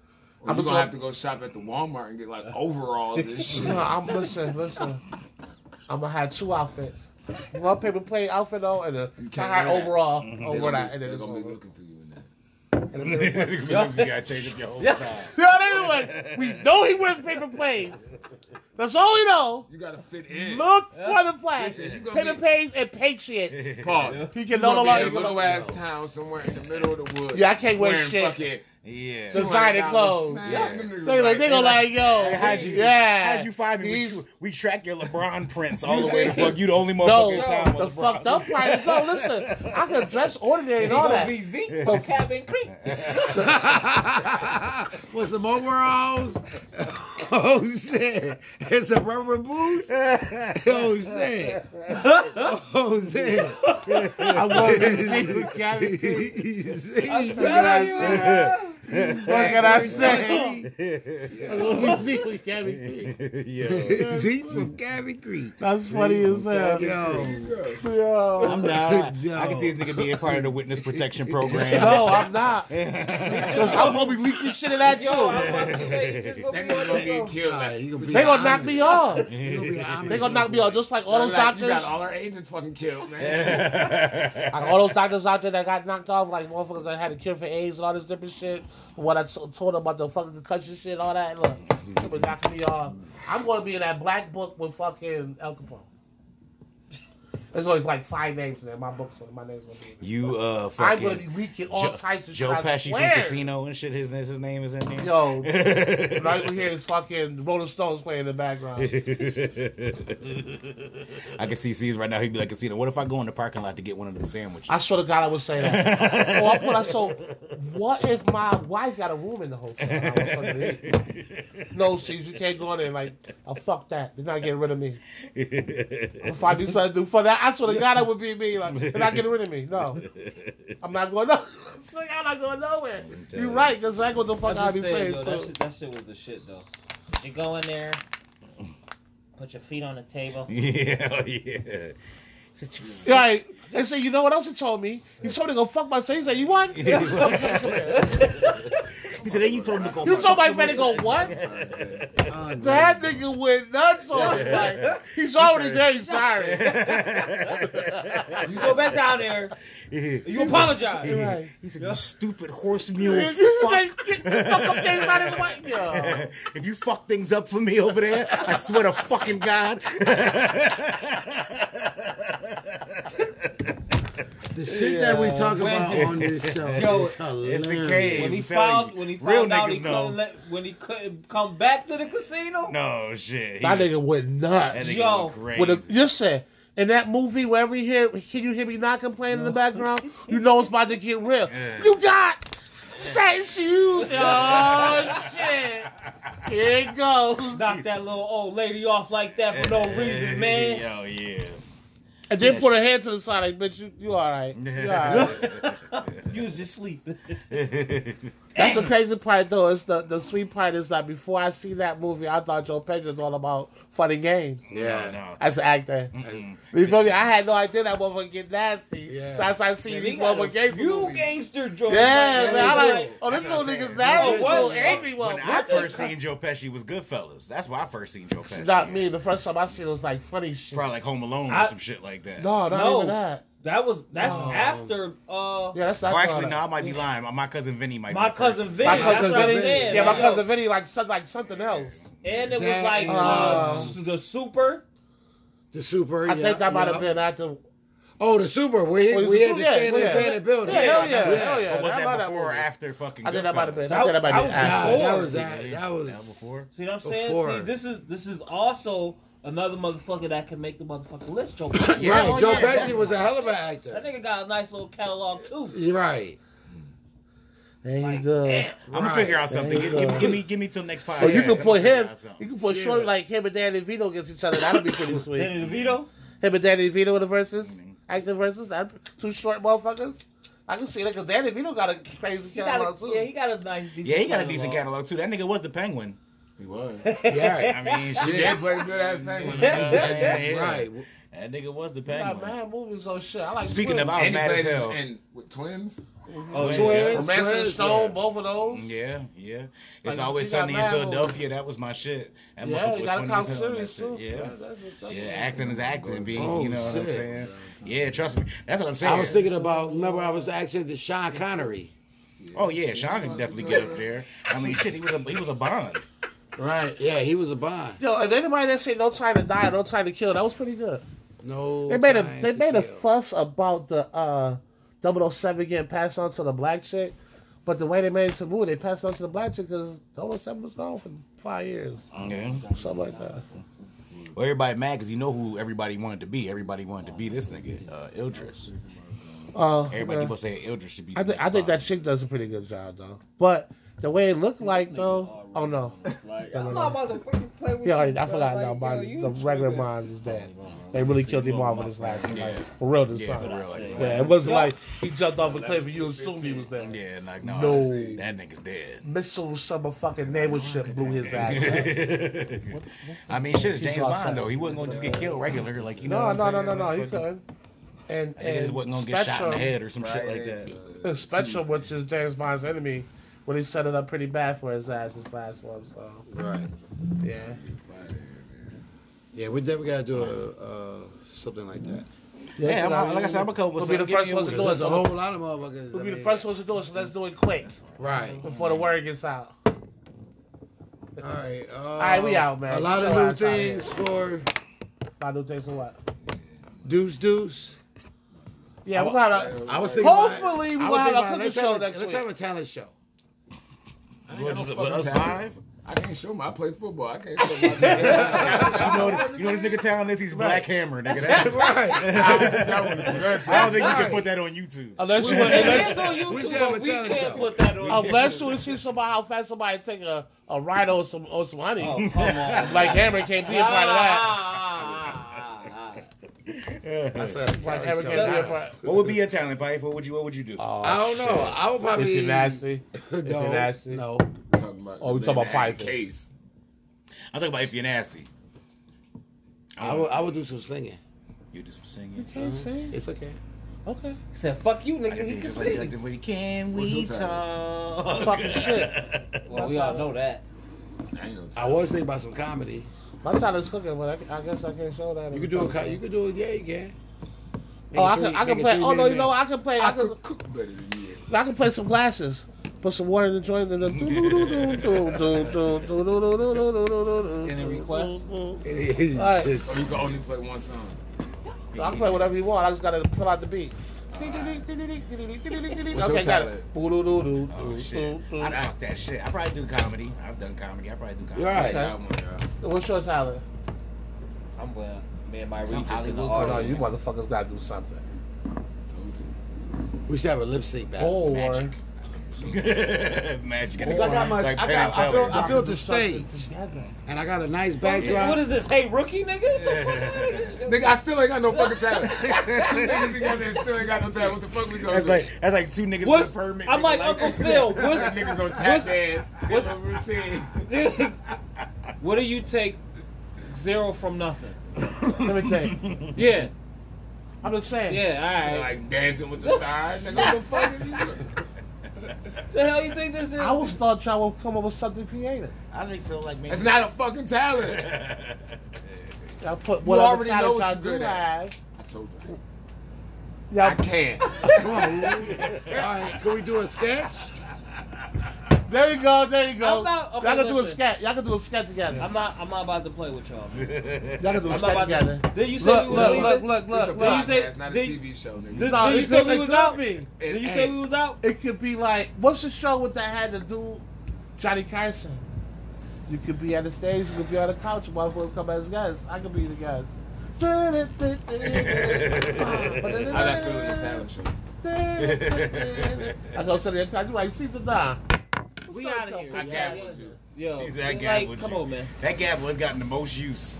[SPEAKER 7] Or
[SPEAKER 1] I'm
[SPEAKER 7] you
[SPEAKER 1] just
[SPEAKER 7] gonna have to
[SPEAKER 1] gonna-
[SPEAKER 7] go shop at the Walmart and get like overalls and shit.
[SPEAKER 1] No, I'm listen, listen. I'm gonna have two outfits. One paper plate outfit on and a
[SPEAKER 7] You can't wear
[SPEAKER 1] tie
[SPEAKER 7] that.
[SPEAKER 1] overall
[SPEAKER 7] They're
[SPEAKER 1] over
[SPEAKER 7] gonna
[SPEAKER 1] that,
[SPEAKER 7] be,
[SPEAKER 1] and then
[SPEAKER 7] they're
[SPEAKER 1] it's
[SPEAKER 7] gonna be
[SPEAKER 1] over.
[SPEAKER 7] looking for you in that.
[SPEAKER 1] And then-
[SPEAKER 5] you gotta change up your whole style.
[SPEAKER 1] Yeah, anyway, we know he wears paper planes. That's all we know.
[SPEAKER 7] You gotta fit in.
[SPEAKER 1] Look for the flag.
[SPEAKER 7] Listen, you gonna
[SPEAKER 1] Paper
[SPEAKER 7] be-
[SPEAKER 1] planes and Patriots.
[SPEAKER 7] Pause.
[SPEAKER 1] He can
[SPEAKER 7] You
[SPEAKER 1] no
[SPEAKER 7] gonna be in a
[SPEAKER 1] longer.
[SPEAKER 7] little ass town somewhere in the middle of the woods.
[SPEAKER 1] Yeah, I can't wear
[SPEAKER 7] wearing
[SPEAKER 1] shit.
[SPEAKER 7] fucking
[SPEAKER 5] Yeah.
[SPEAKER 1] So-
[SPEAKER 5] So,
[SPEAKER 1] Designer
[SPEAKER 7] $200.
[SPEAKER 1] clothes.
[SPEAKER 7] Man,
[SPEAKER 5] Yeah.
[SPEAKER 7] them niggas
[SPEAKER 1] They like they gonna like yo.
[SPEAKER 5] how'd you,
[SPEAKER 1] yeah.
[SPEAKER 5] how'd you find me? We,
[SPEAKER 1] These-
[SPEAKER 5] tr- we track your LeBron prints all the way to fuck you. The only motherfucker in town.
[SPEAKER 1] No, the
[SPEAKER 5] with LeBron.
[SPEAKER 1] fucked up part is no. Listen, I can dress ordinary and
[SPEAKER 4] He
[SPEAKER 1] all
[SPEAKER 4] gonna
[SPEAKER 1] that.
[SPEAKER 4] be Zeke from Cabin Creek.
[SPEAKER 2] With some overalls. Oh shit! It's some rubber boots. Oh shit! Oh shit!
[SPEAKER 1] I want to see the cabin.
[SPEAKER 2] What
[SPEAKER 1] What can I say? I want to see the cabin.
[SPEAKER 5] yeah.
[SPEAKER 2] Zeke from Cabin Creek.
[SPEAKER 1] That's funny as hell.
[SPEAKER 2] Yo,
[SPEAKER 1] Yo.
[SPEAKER 5] I'm down.
[SPEAKER 2] Yo.
[SPEAKER 5] I can see this nigga being part of the witness protection program.
[SPEAKER 1] No, I'm not. 'Cause I'm gonna be leaking shit in that
[SPEAKER 4] Yo, I'm about
[SPEAKER 1] too.
[SPEAKER 4] to say, he just gonna
[SPEAKER 7] That
[SPEAKER 4] be
[SPEAKER 7] nigga
[SPEAKER 4] on
[SPEAKER 7] gonna
[SPEAKER 4] the
[SPEAKER 7] get
[SPEAKER 4] go.
[SPEAKER 7] killed.
[SPEAKER 2] Nah,
[SPEAKER 7] Like,
[SPEAKER 2] you gonna be
[SPEAKER 1] They gonna
[SPEAKER 2] Amish.
[SPEAKER 1] knock me off.
[SPEAKER 2] You gonna be Amish.
[SPEAKER 1] They gonna knock me off just like all those
[SPEAKER 7] like, you got
[SPEAKER 1] doctors.
[SPEAKER 7] all our agents fucking killed, man.
[SPEAKER 1] Like all those doctors out there that got knocked off, like motherfuckers that had a cure for AIDS and all this different shit. What I t- told them about the fucking concussion shit, all that. Look, they were knocking me off. I'm going to be in that black book with fucking El Capone. There's only like five names in there. My book's one. My name's going to be. in there.
[SPEAKER 5] You uh fucking
[SPEAKER 1] I'm going to be leaking all
[SPEAKER 5] Joe,
[SPEAKER 1] types of
[SPEAKER 5] Joe
[SPEAKER 1] shit. I
[SPEAKER 5] Pesci
[SPEAKER 1] swear.
[SPEAKER 5] from Casino and shit. His his name is in there.
[SPEAKER 1] Yo, when I hear this fucking Rolling Stones playing in the background.
[SPEAKER 5] I can see C's right now. He'd be like Casino. What if I go in the parking lot to get one of them sandwiches?
[SPEAKER 1] I swear to God, I would say that. oh, I put I so. What if my wife got a room in the hotel? and I want something to eat? No, C's, you can't go in there. Like, oh, fuck that. They're not getting rid of me. I'm finding something to do for that. I swear to God, that would be me. Like, they're not getting rid of me. No, I'm not going. No, It's like, I'm not going nowhere. You're right, because that's what the fuck I
[SPEAKER 4] I'm
[SPEAKER 1] be
[SPEAKER 4] just
[SPEAKER 1] saying.
[SPEAKER 4] saying, yo, that
[SPEAKER 1] so.
[SPEAKER 4] shit, that shit was the shit though. You go in there, put your feet on the table.
[SPEAKER 5] yeah, oh, yeah. Such a-
[SPEAKER 1] Right. And say, you know what else he told me? He told me to go fuck myself. He said, you what? you
[SPEAKER 5] he said, "Hey, you told him to go."
[SPEAKER 1] told my man to go what? That nigga went nuts on it. Like, he's already very sorry.
[SPEAKER 4] You go back down there, you apologize.
[SPEAKER 1] Right.
[SPEAKER 5] He said, "You stupid horse mule."
[SPEAKER 1] This is
[SPEAKER 5] fuck.
[SPEAKER 1] like, get the fuck up things out of the way. Yo.
[SPEAKER 5] If you fuck things up for me over there, I swear to fucking God.
[SPEAKER 2] The shit that we
[SPEAKER 1] Yeah.
[SPEAKER 2] talk about
[SPEAKER 4] When-
[SPEAKER 2] on this show
[SPEAKER 4] Yo,
[SPEAKER 2] is
[SPEAKER 4] it's
[SPEAKER 2] hilarious.
[SPEAKER 5] case.
[SPEAKER 4] When he
[SPEAKER 5] Sell you.
[SPEAKER 4] found when he
[SPEAKER 5] Real
[SPEAKER 4] found out
[SPEAKER 5] niggas
[SPEAKER 4] he
[SPEAKER 5] know.
[SPEAKER 4] couldn't let, when he couldn't come back to the casino.
[SPEAKER 5] No shit. He-
[SPEAKER 1] That nigga went
[SPEAKER 5] that
[SPEAKER 1] nuts.
[SPEAKER 5] nigga
[SPEAKER 4] Yo.
[SPEAKER 5] went crazy.
[SPEAKER 1] With a, listen, in that movie, wherever you hear, can you hear me knocking playing in the background? You know it's about to get real.
[SPEAKER 5] Yeah.
[SPEAKER 1] You got sex shoes. Oh shit! Here it goes.
[SPEAKER 4] Knock that little old lady off like that for no reason, man.
[SPEAKER 5] Yo, yeah.
[SPEAKER 1] And then put her head to the side, like, bitch, you, you all right? You all right?
[SPEAKER 4] You was just sleeping.
[SPEAKER 1] That's the crazy part, though. Is the the sweet part is that before I see that movie, I thought Joe Pesci was all about funny games
[SPEAKER 2] Yeah.
[SPEAKER 5] no.
[SPEAKER 1] as an actor. You feel me? I had no idea that motherfucker get nasty.
[SPEAKER 2] Yeah.
[SPEAKER 1] So that's why I see
[SPEAKER 4] And he
[SPEAKER 1] these
[SPEAKER 4] got a
[SPEAKER 1] motherfucker games.
[SPEAKER 4] few gangster joints.
[SPEAKER 1] Yeah,
[SPEAKER 4] like,
[SPEAKER 1] man,
[SPEAKER 4] that.
[SPEAKER 1] I
[SPEAKER 4] Like,
[SPEAKER 1] like. Oh, this
[SPEAKER 5] That's what
[SPEAKER 1] little
[SPEAKER 5] I'm
[SPEAKER 1] nigga's
[SPEAKER 5] saying.
[SPEAKER 1] nasty.
[SPEAKER 4] Yo,
[SPEAKER 1] This
[SPEAKER 4] what?
[SPEAKER 1] little angry one.
[SPEAKER 5] When I first seen Joe Pesci was Goodfellas. That's why I first seen Joe Pesci.
[SPEAKER 1] Not me. The first time I seen it was like funny shit.
[SPEAKER 5] Probably like Home Alone
[SPEAKER 4] I-
[SPEAKER 5] or some shit like that.
[SPEAKER 1] No, not
[SPEAKER 4] No.
[SPEAKER 1] even that.
[SPEAKER 4] That was that's
[SPEAKER 1] Oh.
[SPEAKER 4] after uh
[SPEAKER 1] Yeah, that's
[SPEAKER 5] Oh,
[SPEAKER 1] not.
[SPEAKER 5] actually, no, I might be lying. My- My cousin Vinny might
[SPEAKER 4] my
[SPEAKER 5] be first.
[SPEAKER 4] cousin Vinny.
[SPEAKER 1] My
[SPEAKER 4] that's
[SPEAKER 1] cousin
[SPEAKER 4] what I'm
[SPEAKER 1] Vinny.
[SPEAKER 4] saying,
[SPEAKER 1] Yeah, my
[SPEAKER 4] like,
[SPEAKER 1] cousin Vinny like some- like something else.
[SPEAKER 4] And it was
[SPEAKER 2] That
[SPEAKER 4] like
[SPEAKER 2] is-
[SPEAKER 4] uh,
[SPEAKER 1] Uh,
[SPEAKER 4] the super.
[SPEAKER 2] The super.
[SPEAKER 1] I
[SPEAKER 2] yeah,
[SPEAKER 1] think that might
[SPEAKER 2] yeah.
[SPEAKER 1] have been after.
[SPEAKER 2] Oh, the super. We,
[SPEAKER 1] Well, it's
[SPEAKER 2] we
[SPEAKER 1] the
[SPEAKER 2] had to
[SPEAKER 1] Super- yeah,
[SPEAKER 2] stand in
[SPEAKER 1] yeah.
[SPEAKER 2] the padded building.
[SPEAKER 1] Yeah, hell yeah, hell yeah.
[SPEAKER 5] Or was
[SPEAKER 1] I
[SPEAKER 5] that
[SPEAKER 1] love that
[SPEAKER 5] before or
[SPEAKER 1] movie.
[SPEAKER 5] after fucking
[SPEAKER 1] I think that
[SPEAKER 5] Goodfellas?
[SPEAKER 1] might have been.
[SPEAKER 4] That-
[SPEAKER 1] I think that might have been
[SPEAKER 4] that was
[SPEAKER 1] after.
[SPEAKER 2] Nah, that was that.
[SPEAKER 4] Before.
[SPEAKER 2] That
[SPEAKER 5] That
[SPEAKER 2] was.
[SPEAKER 5] before?
[SPEAKER 4] See what I'm saying?
[SPEAKER 2] Before.
[SPEAKER 4] See, this is this is also another motherfucker that can make the motherfucking list. Joe. Pesci.
[SPEAKER 5] Yeah.
[SPEAKER 2] Right.
[SPEAKER 5] Oh,
[SPEAKER 2] Joe
[SPEAKER 5] yeah,
[SPEAKER 2] Pesci was a hell of an
[SPEAKER 4] That
[SPEAKER 2] actor.
[SPEAKER 4] nigga got a nice little catalog too.
[SPEAKER 2] You're right.
[SPEAKER 1] There you go.
[SPEAKER 4] Damn.
[SPEAKER 5] I'm gonna figure out something.
[SPEAKER 1] There
[SPEAKER 5] Give,
[SPEAKER 1] you go.
[SPEAKER 5] give, give me, give me till next podcast.
[SPEAKER 1] So you
[SPEAKER 5] I'm
[SPEAKER 1] can
[SPEAKER 5] gonna
[SPEAKER 1] put
[SPEAKER 5] figure
[SPEAKER 1] him,
[SPEAKER 5] out something.
[SPEAKER 1] you can put Shorty like him and Danny DeVito against each other. That'd be pretty sweet.
[SPEAKER 4] Danny
[SPEAKER 1] Him
[SPEAKER 4] DeVito.
[SPEAKER 1] and Danny DeVito in the verses, acting verses. That two short motherfuckers. I can see that because Danny DeVito got a crazy
[SPEAKER 4] He got
[SPEAKER 1] catalog
[SPEAKER 4] a, yeah, he
[SPEAKER 1] too.
[SPEAKER 4] got a nice. Decent
[SPEAKER 5] Yeah, he got a decent catalog too. That nigga was the penguin.
[SPEAKER 7] He was.
[SPEAKER 2] Yeah.
[SPEAKER 5] I mean, shit.
[SPEAKER 7] Yeah, he played a good ass penguin.
[SPEAKER 5] You know what I'm saying? Yeah.
[SPEAKER 2] Right.
[SPEAKER 5] That nigga was
[SPEAKER 1] He
[SPEAKER 5] the penguin.
[SPEAKER 1] Got mad movies on shit. I like
[SPEAKER 5] Speaking
[SPEAKER 1] Twins.
[SPEAKER 5] of, I was
[SPEAKER 7] And he
[SPEAKER 5] mad as
[SPEAKER 7] played
[SPEAKER 5] hell.
[SPEAKER 7] and with twins.
[SPEAKER 5] Oh,
[SPEAKER 2] Twins.
[SPEAKER 1] Romance and
[SPEAKER 2] Twins,
[SPEAKER 1] Stone,
[SPEAKER 2] yeah.
[SPEAKER 1] both of those.
[SPEAKER 5] Yeah, yeah.
[SPEAKER 1] Like,
[SPEAKER 5] It's always
[SPEAKER 1] you got
[SPEAKER 5] sunny in
[SPEAKER 1] mad
[SPEAKER 5] Philadelphia. That was my shit. That
[SPEAKER 1] Yeah,
[SPEAKER 5] motherfucker
[SPEAKER 1] you
[SPEAKER 5] was
[SPEAKER 1] gotta
[SPEAKER 5] funny as
[SPEAKER 1] count
[SPEAKER 5] hell in that
[SPEAKER 1] serious
[SPEAKER 5] shit.
[SPEAKER 1] too.
[SPEAKER 5] Yeah.
[SPEAKER 1] That's- that's-
[SPEAKER 5] Yeah, acting is acting, being
[SPEAKER 2] Oh,
[SPEAKER 5] you know what I'm
[SPEAKER 2] shit.
[SPEAKER 5] saying. Yeah, trust me. That's what I'm saying.
[SPEAKER 2] I was thinking about. Remember, I was asking the Sean Connery.
[SPEAKER 5] oh yeah, Sean can definitely get up there. I mean, shit, he was a he was a Bond.
[SPEAKER 1] Right.
[SPEAKER 2] Yeah, he was a Bond.
[SPEAKER 1] Yo, if anybody that say no time to die, no time to kill, that was pretty good.
[SPEAKER 2] No.
[SPEAKER 1] They made a
[SPEAKER 2] time
[SPEAKER 1] they
[SPEAKER 2] to
[SPEAKER 1] made a
[SPEAKER 2] kill.
[SPEAKER 1] fuss about the uh 007 getting passed on to the black chick, but the way they made it to the movie, they passed on to the black chick because 007 was gone for five years,
[SPEAKER 5] Yeah.
[SPEAKER 1] something like that.
[SPEAKER 5] Well, everybody mad because you know who everybody wanted to be. Everybody wanted to be this nigga, uh, Ildris.
[SPEAKER 1] Uh,
[SPEAKER 5] Everybody
[SPEAKER 1] yeah.
[SPEAKER 5] keep on saying Ildris should be. the
[SPEAKER 1] I think
[SPEAKER 5] next
[SPEAKER 1] I think that
[SPEAKER 5] Bond.
[SPEAKER 1] chick does a pretty good job though, but the way it looked like though, oh no,
[SPEAKER 4] Like,
[SPEAKER 1] No, no,
[SPEAKER 4] I'm
[SPEAKER 1] no.
[SPEAKER 4] not about to fucking play with
[SPEAKER 1] yeah,
[SPEAKER 4] you.
[SPEAKER 1] I, I
[SPEAKER 4] bro.
[SPEAKER 1] forgot
[SPEAKER 4] Like,
[SPEAKER 1] now. Mine,
[SPEAKER 4] yo,
[SPEAKER 1] the
[SPEAKER 4] you
[SPEAKER 1] regular
[SPEAKER 4] tripping.
[SPEAKER 1] mine is dead. They really killed him off with this last one, like, for real this
[SPEAKER 5] Yeah,
[SPEAKER 1] time.
[SPEAKER 5] for real, like, it's
[SPEAKER 1] Yeah, it wasn't like he jumped off a cliff and you assumed he was dead.
[SPEAKER 5] Yeah, like no,
[SPEAKER 1] No.
[SPEAKER 5] that's- that nigga's dead.
[SPEAKER 1] Missile summer fucking naval ship blew his ass. up.
[SPEAKER 5] I mean, shit, it's James
[SPEAKER 1] all
[SPEAKER 5] Bond
[SPEAKER 1] set.
[SPEAKER 5] though. He wasn't gonna just get killed regular, like you know.
[SPEAKER 1] No,
[SPEAKER 5] what
[SPEAKER 1] no, no,
[SPEAKER 5] I'm saying?
[SPEAKER 1] no, no. He
[SPEAKER 5] Like, fucking-
[SPEAKER 1] could. And
[SPEAKER 5] Nigga
[SPEAKER 1] and
[SPEAKER 5] just wasn't gonna get shot in the
[SPEAKER 1] Spectrum,
[SPEAKER 5] head or some shit like that.
[SPEAKER 1] and Spectrum, which is James Bond's enemy, when he set it up pretty bad for his ass this last one. So
[SPEAKER 2] Right.
[SPEAKER 1] yeah,
[SPEAKER 2] Yeah, we definitely gotta do a uh, something like that.
[SPEAKER 5] Yeah, I'm, like I said, I'm gonna come
[SPEAKER 1] We'll
[SPEAKER 5] with
[SPEAKER 1] be the
[SPEAKER 5] something. Give
[SPEAKER 1] first
[SPEAKER 5] me a
[SPEAKER 1] ones to
[SPEAKER 5] week.
[SPEAKER 1] do it.
[SPEAKER 2] There's a whole lot of motherfuckers.
[SPEAKER 1] We'll
[SPEAKER 2] I
[SPEAKER 1] be the
[SPEAKER 2] mean,
[SPEAKER 1] first ones to do it, so let's do it quick
[SPEAKER 2] Right.
[SPEAKER 1] before the word gets out.
[SPEAKER 2] All right. Uh, All
[SPEAKER 1] right, we out, man.
[SPEAKER 2] A lot
[SPEAKER 1] Show
[SPEAKER 2] of new
[SPEAKER 1] us out
[SPEAKER 2] things for
[SPEAKER 1] My new taste of what?
[SPEAKER 2] Deuce Deuce.
[SPEAKER 1] Yeah, we're gonna.
[SPEAKER 2] I was thinking. about-
[SPEAKER 1] Hopefully we
[SPEAKER 2] I was
[SPEAKER 1] will have a
[SPEAKER 2] thinking about,
[SPEAKER 1] cooking
[SPEAKER 2] let's
[SPEAKER 1] show
[SPEAKER 2] have a-
[SPEAKER 1] next
[SPEAKER 2] Let's
[SPEAKER 1] week.
[SPEAKER 2] have a talent show.
[SPEAKER 5] What, just-
[SPEAKER 7] fucking
[SPEAKER 5] what, us
[SPEAKER 7] talent.
[SPEAKER 5] five?
[SPEAKER 7] I can't show my. I play football. I can't show my.
[SPEAKER 5] You know, you know this nigga talent is he's Black Hammer, nigga. That-
[SPEAKER 2] Right.
[SPEAKER 5] I don't think we can put that on YouTube.
[SPEAKER 1] Unless you,
[SPEAKER 4] It is
[SPEAKER 1] unless,
[SPEAKER 4] on YouTube,
[SPEAKER 2] we should have
[SPEAKER 4] but
[SPEAKER 2] a
[SPEAKER 4] we
[SPEAKER 2] talent
[SPEAKER 4] can't
[SPEAKER 2] show.
[SPEAKER 4] put that on.
[SPEAKER 1] unless you see somebody how fast somebody take a, a ride on some on some honey,
[SPEAKER 4] Oh, come on. Ah,
[SPEAKER 1] like Hammer can't be a part of that.
[SPEAKER 2] I said a
[SPEAKER 1] Like
[SPEAKER 2] talent
[SPEAKER 1] Hammer
[SPEAKER 2] show.
[SPEAKER 1] can't be a
[SPEAKER 2] Not
[SPEAKER 1] part.
[SPEAKER 2] a-
[SPEAKER 5] What would be your talent, Pipe? What would you What would you do?
[SPEAKER 2] I don't know. Oh, I would
[SPEAKER 1] Oh, Is
[SPEAKER 2] probably.
[SPEAKER 1] he nasty?
[SPEAKER 2] No.
[SPEAKER 1] Is he nasty?
[SPEAKER 2] No.
[SPEAKER 7] talking about
[SPEAKER 1] Oh, we talking about Piper.
[SPEAKER 7] Case.
[SPEAKER 5] I'm talking about if you're nasty.
[SPEAKER 2] I would. I would do some singing.
[SPEAKER 5] You do some singing.
[SPEAKER 1] Can't sing.
[SPEAKER 2] It's okay.
[SPEAKER 1] Okay.
[SPEAKER 4] He said, "Fuck you,
[SPEAKER 5] I
[SPEAKER 4] nigga.
[SPEAKER 5] can
[SPEAKER 4] He
[SPEAKER 5] see
[SPEAKER 4] can
[SPEAKER 5] just like
[SPEAKER 4] sing."
[SPEAKER 5] that. But can
[SPEAKER 7] What's
[SPEAKER 5] we
[SPEAKER 7] your talent?
[SPEAKER 5] talk?
[SPEAKER 1] Talking shit.
[SPEAKER 4] Well, we all know that.
[SPEAKER 7] I ain't no
[SPEAKER 2] I was thinking about some comedy.
[SPEAKER 1] My child is cooking, but I, I guess I can't show that.
[SPEAKER 2] You could do a. co- You could do it. Yeah, you can. Make
[SPEAKER 1] Oh,
[SPEAKER 2] it
[SPEAKER 1] I
[SPEAKER 2] three-
[SPEAKER 1] can. I
[SPEAKER 2] make
[SPEAKER 1] can
[SPEAKER 2] it
[SPEAKER 1] play.
[SPEAKER 2] three
[SPEAKER 1] Oh no, you
[SPEAKER 2] minute
[SPEAKER 1] know
[SPEAKER 2] man.
[SPEAKER 1] what? I can play. I can.
[SPEAKER 7] cook better than you.
[SPEAKER 1] I can play some glasses. Put some water in the joint and then. do- do- do- do- do- do- do- do- do- do- do- do- do- do- do-
[SPEAKER 4] Any requests?
[SPEAKER 1] do- do.
[SPEAKER 2] It is.
[SPEAKER 1] All right.
[SPEAKER 3] Oh,
[SPEAKER 7] Or you can only play one song.
[SPEAKER 1] I can play whatever you want. I just gotta fill out the beat.
[SPEAKER 7] Oh, What's
[SPEAKER 1] okay,
[SPEAKER 7] your
[SPEAKER 1] got
[SPEAKER 7] talent?
[SPEAKER 1] it. Boo-doo-doo-doo,
[SPEAKER 5] Oh
[SPEAKER 1] doo,
[SPEAKER 5] shit!
[SPEAKER 1] doo,
[SPEAKER 5] I
[SPEAKER 1] doo.
[SPEAKER 5] talk that shit. I probably do comedy. I've done comedy. I probably do comedy.
[SPEAKER 2] You're right.
[SPEAKER 5] Come on, y'all.
[SPEAKER 1] What's your talent?
[SPEAKER 4] I'm going. Me and my
[SPEAKER 5] Some
[SPEAKER 4] Regis in the
[SPEAKER 5] Hollywood
[SPEAKER 1] Oh no,
[SPEAKER 4] audience.
[SPEAKER 1] you motherfuckers gotta do something.
[SPEAKER 2] We should have a lip sync battle.
[SPEAKER 1] Or
[SPEAKER 5] Magic. Magic. in the
[SPEAKER 2] Because I got my,
[SPEAKER 5] Like
[SPEAKER 2] I got, I
[SPEAKER 5] Penn
[SPEAKER 2] built,
[SPEAKER 5] Teller.
[SPEAKER 2] I built the
[SPEAKER 1] something
[SPEAKER 2] stage,
[SPEAKER 1] together.
[SPEAKER 2] and I got a nice
[SPEAKER 4] What
[SPEAKER 2] backdrop.
[SPEAKER 4] is this? Hey, rookie, nigga.
[SPEAKER 3] Nigga, I still ain't got no fucking talent. Two niggas together and still ain't got no talent. What the fuck we gonna
[SPEAKER 5] That's
[SPEAKER 3] do?
[SPEAKER 5] like that's like two niggas
[SPEAKER 4] What's
[SPEAKER 5] with a permit.
[SPEAKER 4] I'm
[SPEAKER 5] nigga,
[SPEAKER 4] like Uncle Phil. What's
[SPEAKER 3] Niggas gonna tap
[SPEAKER 4] what's-
[SPEAKER 3] dance. What's a routine?
[SPEAKER 4] what do you take zero from nothing?
[SPEAKER 1] Let me tell you.
[SPEAKER 4] Yeah,
[SPEAKER 1] I'm just saying.
[SPEAKER 4] yeah, all right.
[SPEAKER 3] Like dancing with the stars. Nigga, what the fuck is you doing?
[SPEAKER 4] the hell you think this is?
[SPEAKER 1] I was thought y'all would come up with something creative.
[SPEAKER 5] I think so. Like maybe.
[SPEAKER 3] That's not a fucking talent.
[SPEAKER 1] Y'all put whatever
[SPEAKER 3] already know
[SPEAKER 1] talent
[SPEAKER 3] what
[SPEAKER 1] y'all
[SPEAKER 3] you
[SPEAKER 1] do
[SPEAKER 3] good at.
[SPEAKER 1] have.
[SPEAKER 3] I told you. I
[SPEAKER 1] Y'all
[SPEAKER 3] can't.
[SPEAKER 2] Come on, Lou. All right, can we do a sketch?
[SPEAKER 1] There you go, there you go.
[SPEAKER 4] I'm not- okay,
[SPEAKER 1] y'all can do a
[SPEAKER 4] listen.
[SPEAKER 1] sketch. Y'all can do a sketch together.
[SPEAKER 4] I'm not. I'm not about to play with y'all. Man.
[SPEAKER 1] y'all can do a
[SPEAKER 4] I'm not
[SPEAKER 1] sketch
[SPEAKER 4] about
[SPEAKER 1] together.
[SPEAKER 4] to. Did you say
[SPEAKER 1] Look,
[SPEAKER 4] we
[SPEAKER 1] look,
[SPEAKER 4] was
[SPEAKER 1] look,
[SPEAKER 4] leaving?
[SPEAKER 1] look,
[SPEAKER 3] It's a
[SPEAKER 1] look,
[SPEAKER 4] Then you
[SPEAKER 1] look.
[SPEAKER 4] say-
[SPEAKER 3] podcast, not a
[SPEAKER 4] then-
[SPEAKER 3] TV show,
[SPEAKER 1] This-
[SPEAKER 3] nigga.
[SPEAKER 1] No,
[SPEAKER 4] Did you
[SPEAKER 1] it's
[SPEAKER 4] say
[SPEAKER 1] gonna
[SPEAKER 4] we was
[SPEAKER 1] be
[SPEAKER 4] out?
[SPEAKER 1] grumpy.
[SPEAKER 4] Did
[SPEAKER 3] It
[SPEAKER 4] you say
[SPEAKER 3] ain't.
[SPEAKER 4] we was out?
[SPEAKER 1] It could be like, what's the show with that had to do Johnny Carson? You could be at the stage, you could be on the couch, motherfuckers come as guests. I could be the guest.
[SPEAKER 3] I'm not feeling this talent show.
[SPEAKER 1] I go to the couch, you like, see the Don.
[SPEAKER 4] We
[SPEAKER 1] What's up,
[SPEAKER 4] outta
[SPEAKER 1] y'all?
[SPEAKER 4] here.
[SPEAKER 3] I
[SPEAKER 4] Yeah.
[SPEAKER 3] can't with you.
[SPEAKER 4] Yo,
[SPEAKER 5] He's that
[SPEAKER 4] it's
[SPEAKER 5] guy
[SPEAKER 4] like,
[SPEAKER 5] with
[SPEAKER 4] come
[SPEAKER 5] you.
[SPEAKER 4] on, man.
[SPEAKER 5] That gavel has gotten the most use.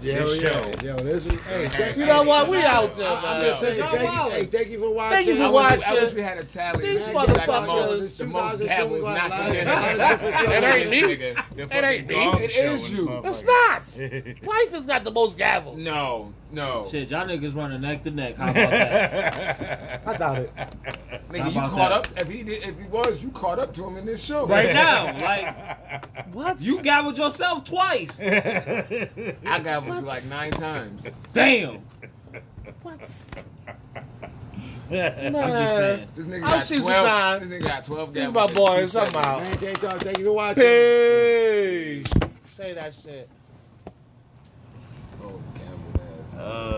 [SPEAKER 2] Yeah,
[SPEAKER 5] This
[SPEAKER 2] yeah.
[SPEAKER 5] show.
[SPEAKER 2] Yo, this was, hey, thank
[SPEAKER 1] You
[SPEAKER 2] you.
[SPEAKER 1] know what? We out there,
[SPEAKER 2] I'm
[SPEAKER 1] man.
[SPEAKER 2] just saying,
[SPEAKER 4] Y'all
[SPEAKER 2] thank you,
[SPEAKER 4] wild.
[SPEAKER 2] hey, thank you for watching.
[SPEAKER 1] Thank you for
[SPEAKER 3] I
[SPEAKER 1] watching.
[SPEAKER 3] wish, I wish we had a talent.
[SPEAKER 1] These
[SPEAKER 3] Nigga, like the
[SPEAKER 1] motherfuckers.
[SPEAKER 3] most, the most
[SPEAKER 2] It
[SPEAKER 3] gavels knocking in.
[SPEAKER 1] It ain't me.
[SPEAKER 5] It
[SPEAKER 1] ain't me.
[SPEAKER 3] It is you.
[SPEAKER 1] It's not. Life has got the most gavel.
[SPEAKER 3] No, no.
[SPEAKER 4] Shit, y'all niggas running neck to neck. How about that?
[SPEAKER 1] I doubt it.
[SPEAKER 3] Nigga,
[SPEAKER 4] How
[SPEAKER 3] you
[SPEAKER 4] about
[SPEAKER 3] caught
[SPEAKER 4] that?
[SPEAKER 3] up. If he did, if he was, you caught up to him in this show.
[SPEAKER 4] right now, like
[SPEAKER 1] What?
[SPEAKER 4] you gavelled yourself twice.
[SPEAKER 3] I got was like nine times.
[SPEAKER 4] Damn.
[SPEAKER 1] What?
[SPEAKER 4] I'm just saying.
[SPEAKER 3] This nigga
[SPEAKER 1] I'm
[SPEAKER 3] got
[SPEAKER 1] 69.
[SPEAKER 3] twelve. This nigga got twelve.
[SPEAKER 1] These
[SPEAKER 3] gavels
[SPEAKER 1] my
[SPEAKER 3] in two
[SPEAKER 1] boys. I'm
[SPEAKER 3] seconds.
[SPEAKER 1] out.
[SPEAKER 2] Man, thank y'all. Thank you for watching.
[SPEAKER 1] Peace. Say that shit.
[SPEAKER 3] Oh, gavel ass.